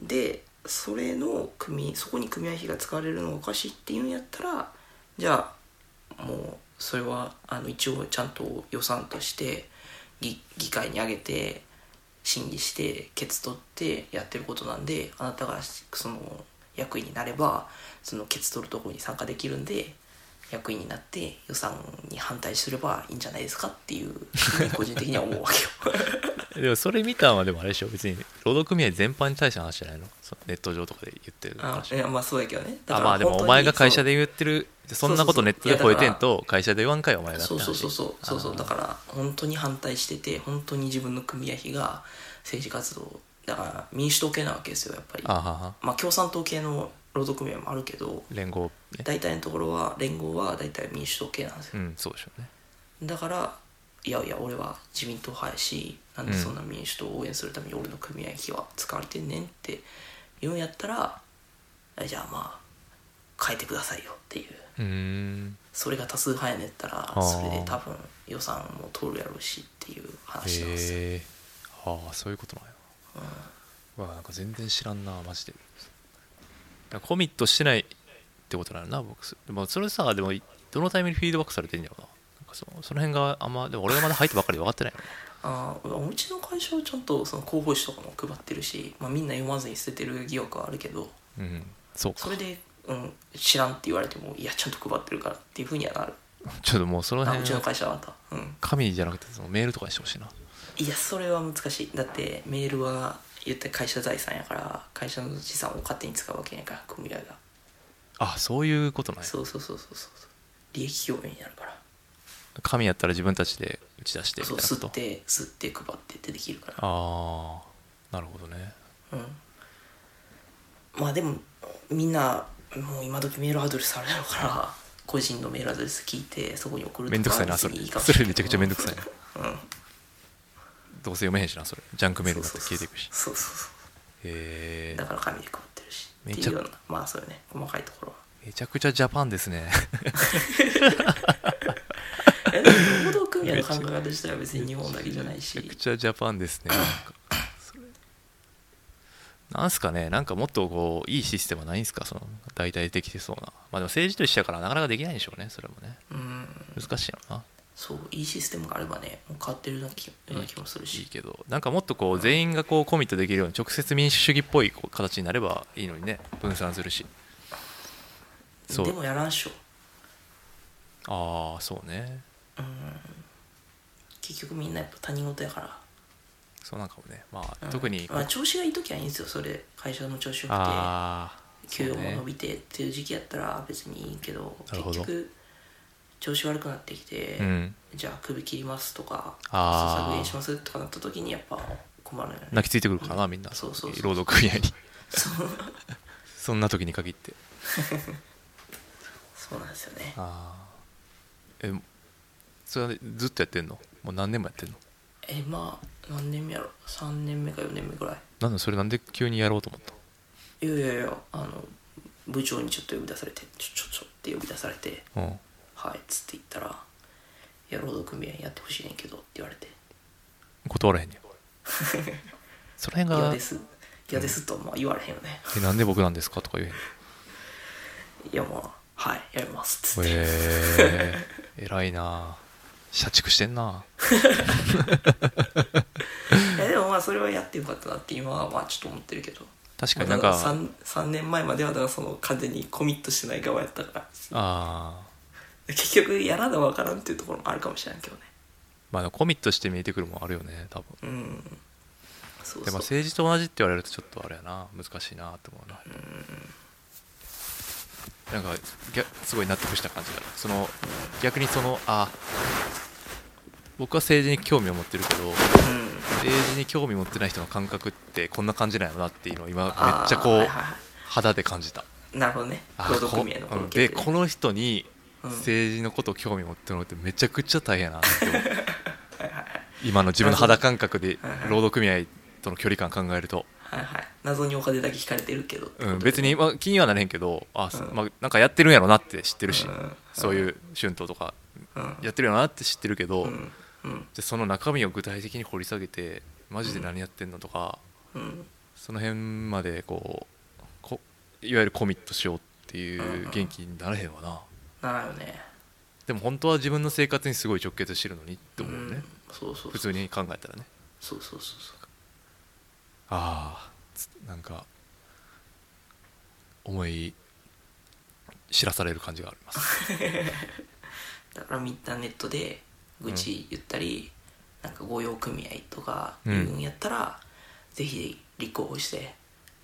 S2: でそれの組そこに組合費が使われるのがおかしいっていうんやったらじゃあもうそれはあの一応ちゃんと予算として議議会に上げて審議してケツ取ってやってることなんであなたがその役員になればそのケツ取るところに参加できるんで役員になって予算に反対すればいいんじゃないですかっていうふうに個人的には思うわけ よ
S1: でもそれ見たんはでもあれでしょ別に労働組合全般に対しての話じゃないのそのネット上とかで言ってる
S2: あ
S1: 話
S2: いやまあそうやけどねだ
S1: あ
S2: から
S1: まあでも
S2: 本当
S1: お
S2: に
S1: 前が会
S2: そ
S1: 社
S2: う
S1: で言ってるそ
S2: そうん
S1: なこと
S2: そうそう
S1: ネットで超えてんと会社で言わんかいお前らって
S2: そう
S1: 話
S2: そうそうそうそうそうだから本当に反対してて本当に自分の組合費が政治活動だから民主党系なわけですよやっぱり
S1: あはは
S2: まあ共産党系の労働組合もあるけど
S1: 連合ね
S2: 大体のところは連合は大体民主党系なんです
S1: う
S2: よ、
S1: んそうでしょうね
S2: だからいやいや俺は自民党派やしなんでそんな民主党を応援するために俺の組合費は使われてんねんって言うんやったらじゃあまあ変えてくださいよっていう
S1: うーん
S2: それが多数派やねったら
S1: あー
S2: それで多分予算も通るやろうしっていう話なんですよ、
S1: へえああそういうことなんやうわなんか全然知らんなマジでだからコミットしてないってことなのな僕でもそれさでもどのタイミングでフィードバックされてんだろうななんかそのその辺があんまでも俺がまだ入ってばっかりで分かってないの
S2: ああうちの会社はちゃんとその広報誌とかも配ってるし、まあ、みんな読まずに捨ててる疑惑はあるけど
S1: うんそうか
S2: それで、うん、知らんって言われてもいやちゃんと配ってるからっていうふうにはなる
S1: ちょっともうその
S2: あう
S1: 辺
S2: ちの
S1: は
S2: 会社はあんた、うん、
S1: 紙じゃなくてそのメールとかにしてほしいない
S2: やそれは難しいだってメールは言って会社財産やから会社の資産を勝手に使うわけやから組合が、
S1: あそういうことない
S2: そうそうそうそうそうそう利益表明になるから
S1: 紙やったら自分たちで打ち出してみた
S2: そ
S1: いうなこと
S2: 吸って吸って配ってってできるから
S1: ああなるほどね
S2: うん、まあでもみんなもう今時メールアドレスあるやろから個人のメールアドレス聞いてそこに送る
S1: めんどくさいなそ
S2: 別
S1: れ
S2: にかもし
S1: そ
S2: な
S1: れめちゃくちゃめんどくさいな
S2: うん
S1: どうせ読めへんしなそれジャンクメールだって消えていくし
S2: そうそうそうそうそうそう
S1: へえ
S2: だから紙で配ってるるし
S1: め
S2: って
S1: ち
S2: い
S1: ゃ
S2: うようなまあそうよね細かいと ころは
S1: めちゃくちゃジャパンですね
S2: えでも労働組合の考え方自体は別に日本だけじゃないし
S1: めちゃくちゃジャパンですねなんかそれなんすかねなんかもっとこういいシステムはないんすかその大体できてそうなまあでも政治と一緒やからなかなかできないんでしょうねそれもね
S2: うん
S1: 難しいよな
S2: そういいシステムがあればねもう変わってるような気ような気もする
S1: いい
S2: し
S1: けどなんかもっとこう全員がこうコミットできるように直接民主主義っぽいこう形になればいいのにね分散するしそ
S2: で
S1: う
S2: もやらんっしょ
S1: ああそうね
S2: 結局みんなやっぱ他人事やから
S1: そうなんかもねま
S2: う
S1: あ
S2: ん
S1: 特に
S2: まあ、調子がいい時はいいんですよそれ会社の調子よく
S1: ああ
S2: て給与も伸
S1: び
S2: びてっていう時期やったら別にいいけど
S1: なるほど
S2: 結局調子悪くなってきて、
S1: うん
S2: じゃあ首切りますとか
S1: あー
S2: 削減しますとかなった時にやっぱ困るよね
S1: 泣きついてくるからなみんな
S2: そうそうそう
S1: 労働組合に
S2: そう
S1: そんな時に限って
S2: そうなんですよね
S1: ああえそれはずっとやってんのもう何年もやってんの
S2: えまあ何年目やろ3年目か4年目ぐらい
S1: なんでそれなんで急にやろうと思ったの
S2: いやいやいやあの部長にちょっと呼び出されて「ちょちょちょ」って呼び出されて
S1: うん
S2: 「はい」っつって言ったら「いや労働組合やってほしいねんけど」って言われて
S1: 断らへん ねんその
S2: 「
S1: 辺
S2: 嫌
S1: が
S2: です嫌です」とはまあ言われへんよね
S1: えなんで僕なんですかとか言えへんの
S2: 「いやまあはいやります」っつ って、
S1: ええ偉いな社畜してんない
S2: やでもまあそれはやってよかったなって今はまあちょっと思ってるけど
S1: 確か
S2: ま
S1: にな
S2: だ
S1: ん
S2: か
S1: からあ
S2: 3, 3年前まではだからその完全にコミットしてない側やったから
S1: あ
S2: 結局やらな分からんっていうところもあるかもしれんけどね
S1: まあでもコミットして見えてくるもんあるよね多分
S2: うんそう
S1: でも
S2: そう
S1: 政治と同じって言われるとちょっとあれやな難しいなと思うななんかぎゃすごい納得した感じだなその逆にそのあ僕は政治に興味を持ってるけど
S2: うん
S1: 政治に興味持ってない人の感覚ってこんな感じなんやろなっていうのを今めっ
S2: あー
S1: ちゃこう
S2: はいはいは
S1: 肌で感じた
S2: いなるほどね
S1: あ
S2: 労働組合の
S1: こ
S2: この
S1: うん
S2: 決定
S1: でこの人に
S2: うん
S1: 政治のことを興味持ってるのってめちゃくちゃ大変やなって思う今の自分の肌感覚で
S2: はいはい
S1: 労働組合との距離感考えると、
S2: はいはい謎にお金だけ引かれてるけどってこ
S1: う
S2: と
S1: ん、別に、まあ、気にはなれへんけどあ、そ
S2: うん
S1: まあ、なんかやってるんやろなって知ってるし、
S2: うん
S1: そういう春闘とか
S2: うん
S1: やってるんやろなって知ってるけど、
S2: うんうん
S1: でその中身を具体的に掘り下げてマジで何やってんのとか、
S2: うん
S1: その辺までこうこいわゆるコミットしようって
S2: うん
S1: いううん元気にならへんわな。
S2: ならんよね
S1: でも本当は自分の生活にすごい直結してるのにって思うね、
S2: んそうそう
S1: 普
S2: そう
S1: 通に考えたらね
S2: そうそうそう
S1: ああつなんか思い知らされる感じがあります
S2: だからみんなネットで愚痴言ったり、なんか御用組合とか
S1: う
S2: い
S1: ん
S2: うんやったら、ぜひ立候補して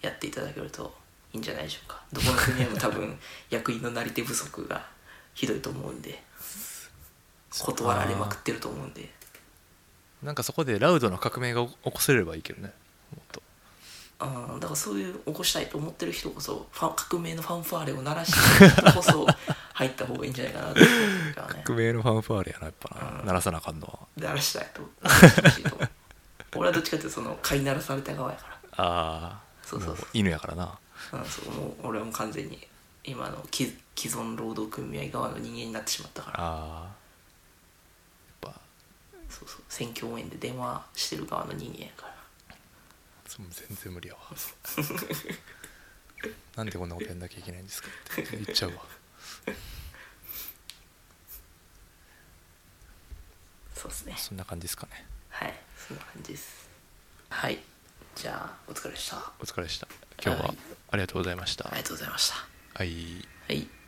S2: やっていただけるといいんじゃないでしょうかどこの組合も多分役員のなり手不足がひどいと思うんで断られまくってると思うんで
S1: なんかそこでラウドな革命が起こせればいいけどねもっと
S2: うん、だからそういう起こしたいと思ってる人こそファン革命のファンファーレを鳴らしてる人こそ入った方がいいんじゃないかなって思うからね
S1: 革命のファンファーレやなやっぱな鳴らさなあかんのは
S2: 鳴らしたいと鳴らしてほしいと思う俺はどっちかっていうとその飼い鳴らされた側やか
S1: ああ
S2: そう
S1: も
S2: そううそう
S1: 犬やからな
S2: ら、うん、そうもう俺はもう完全に今の既既存労働組合側の人間になってしまったから
S1: ああやっぱ
S2: そうそう選挙応援で電話してる側の人間やから
S1: そう全然無 理やわなんでこんなことやんなきゃいけないんですかって言っちゃうわ
S2: そうですね
S1: そんな感じですかね
S2: はいそんな感じですはいじゃあお疲れでしたあ
S1: お疲れでした今日はありがとうございました、
S2: りがとうございました
S1: はい
S2: はい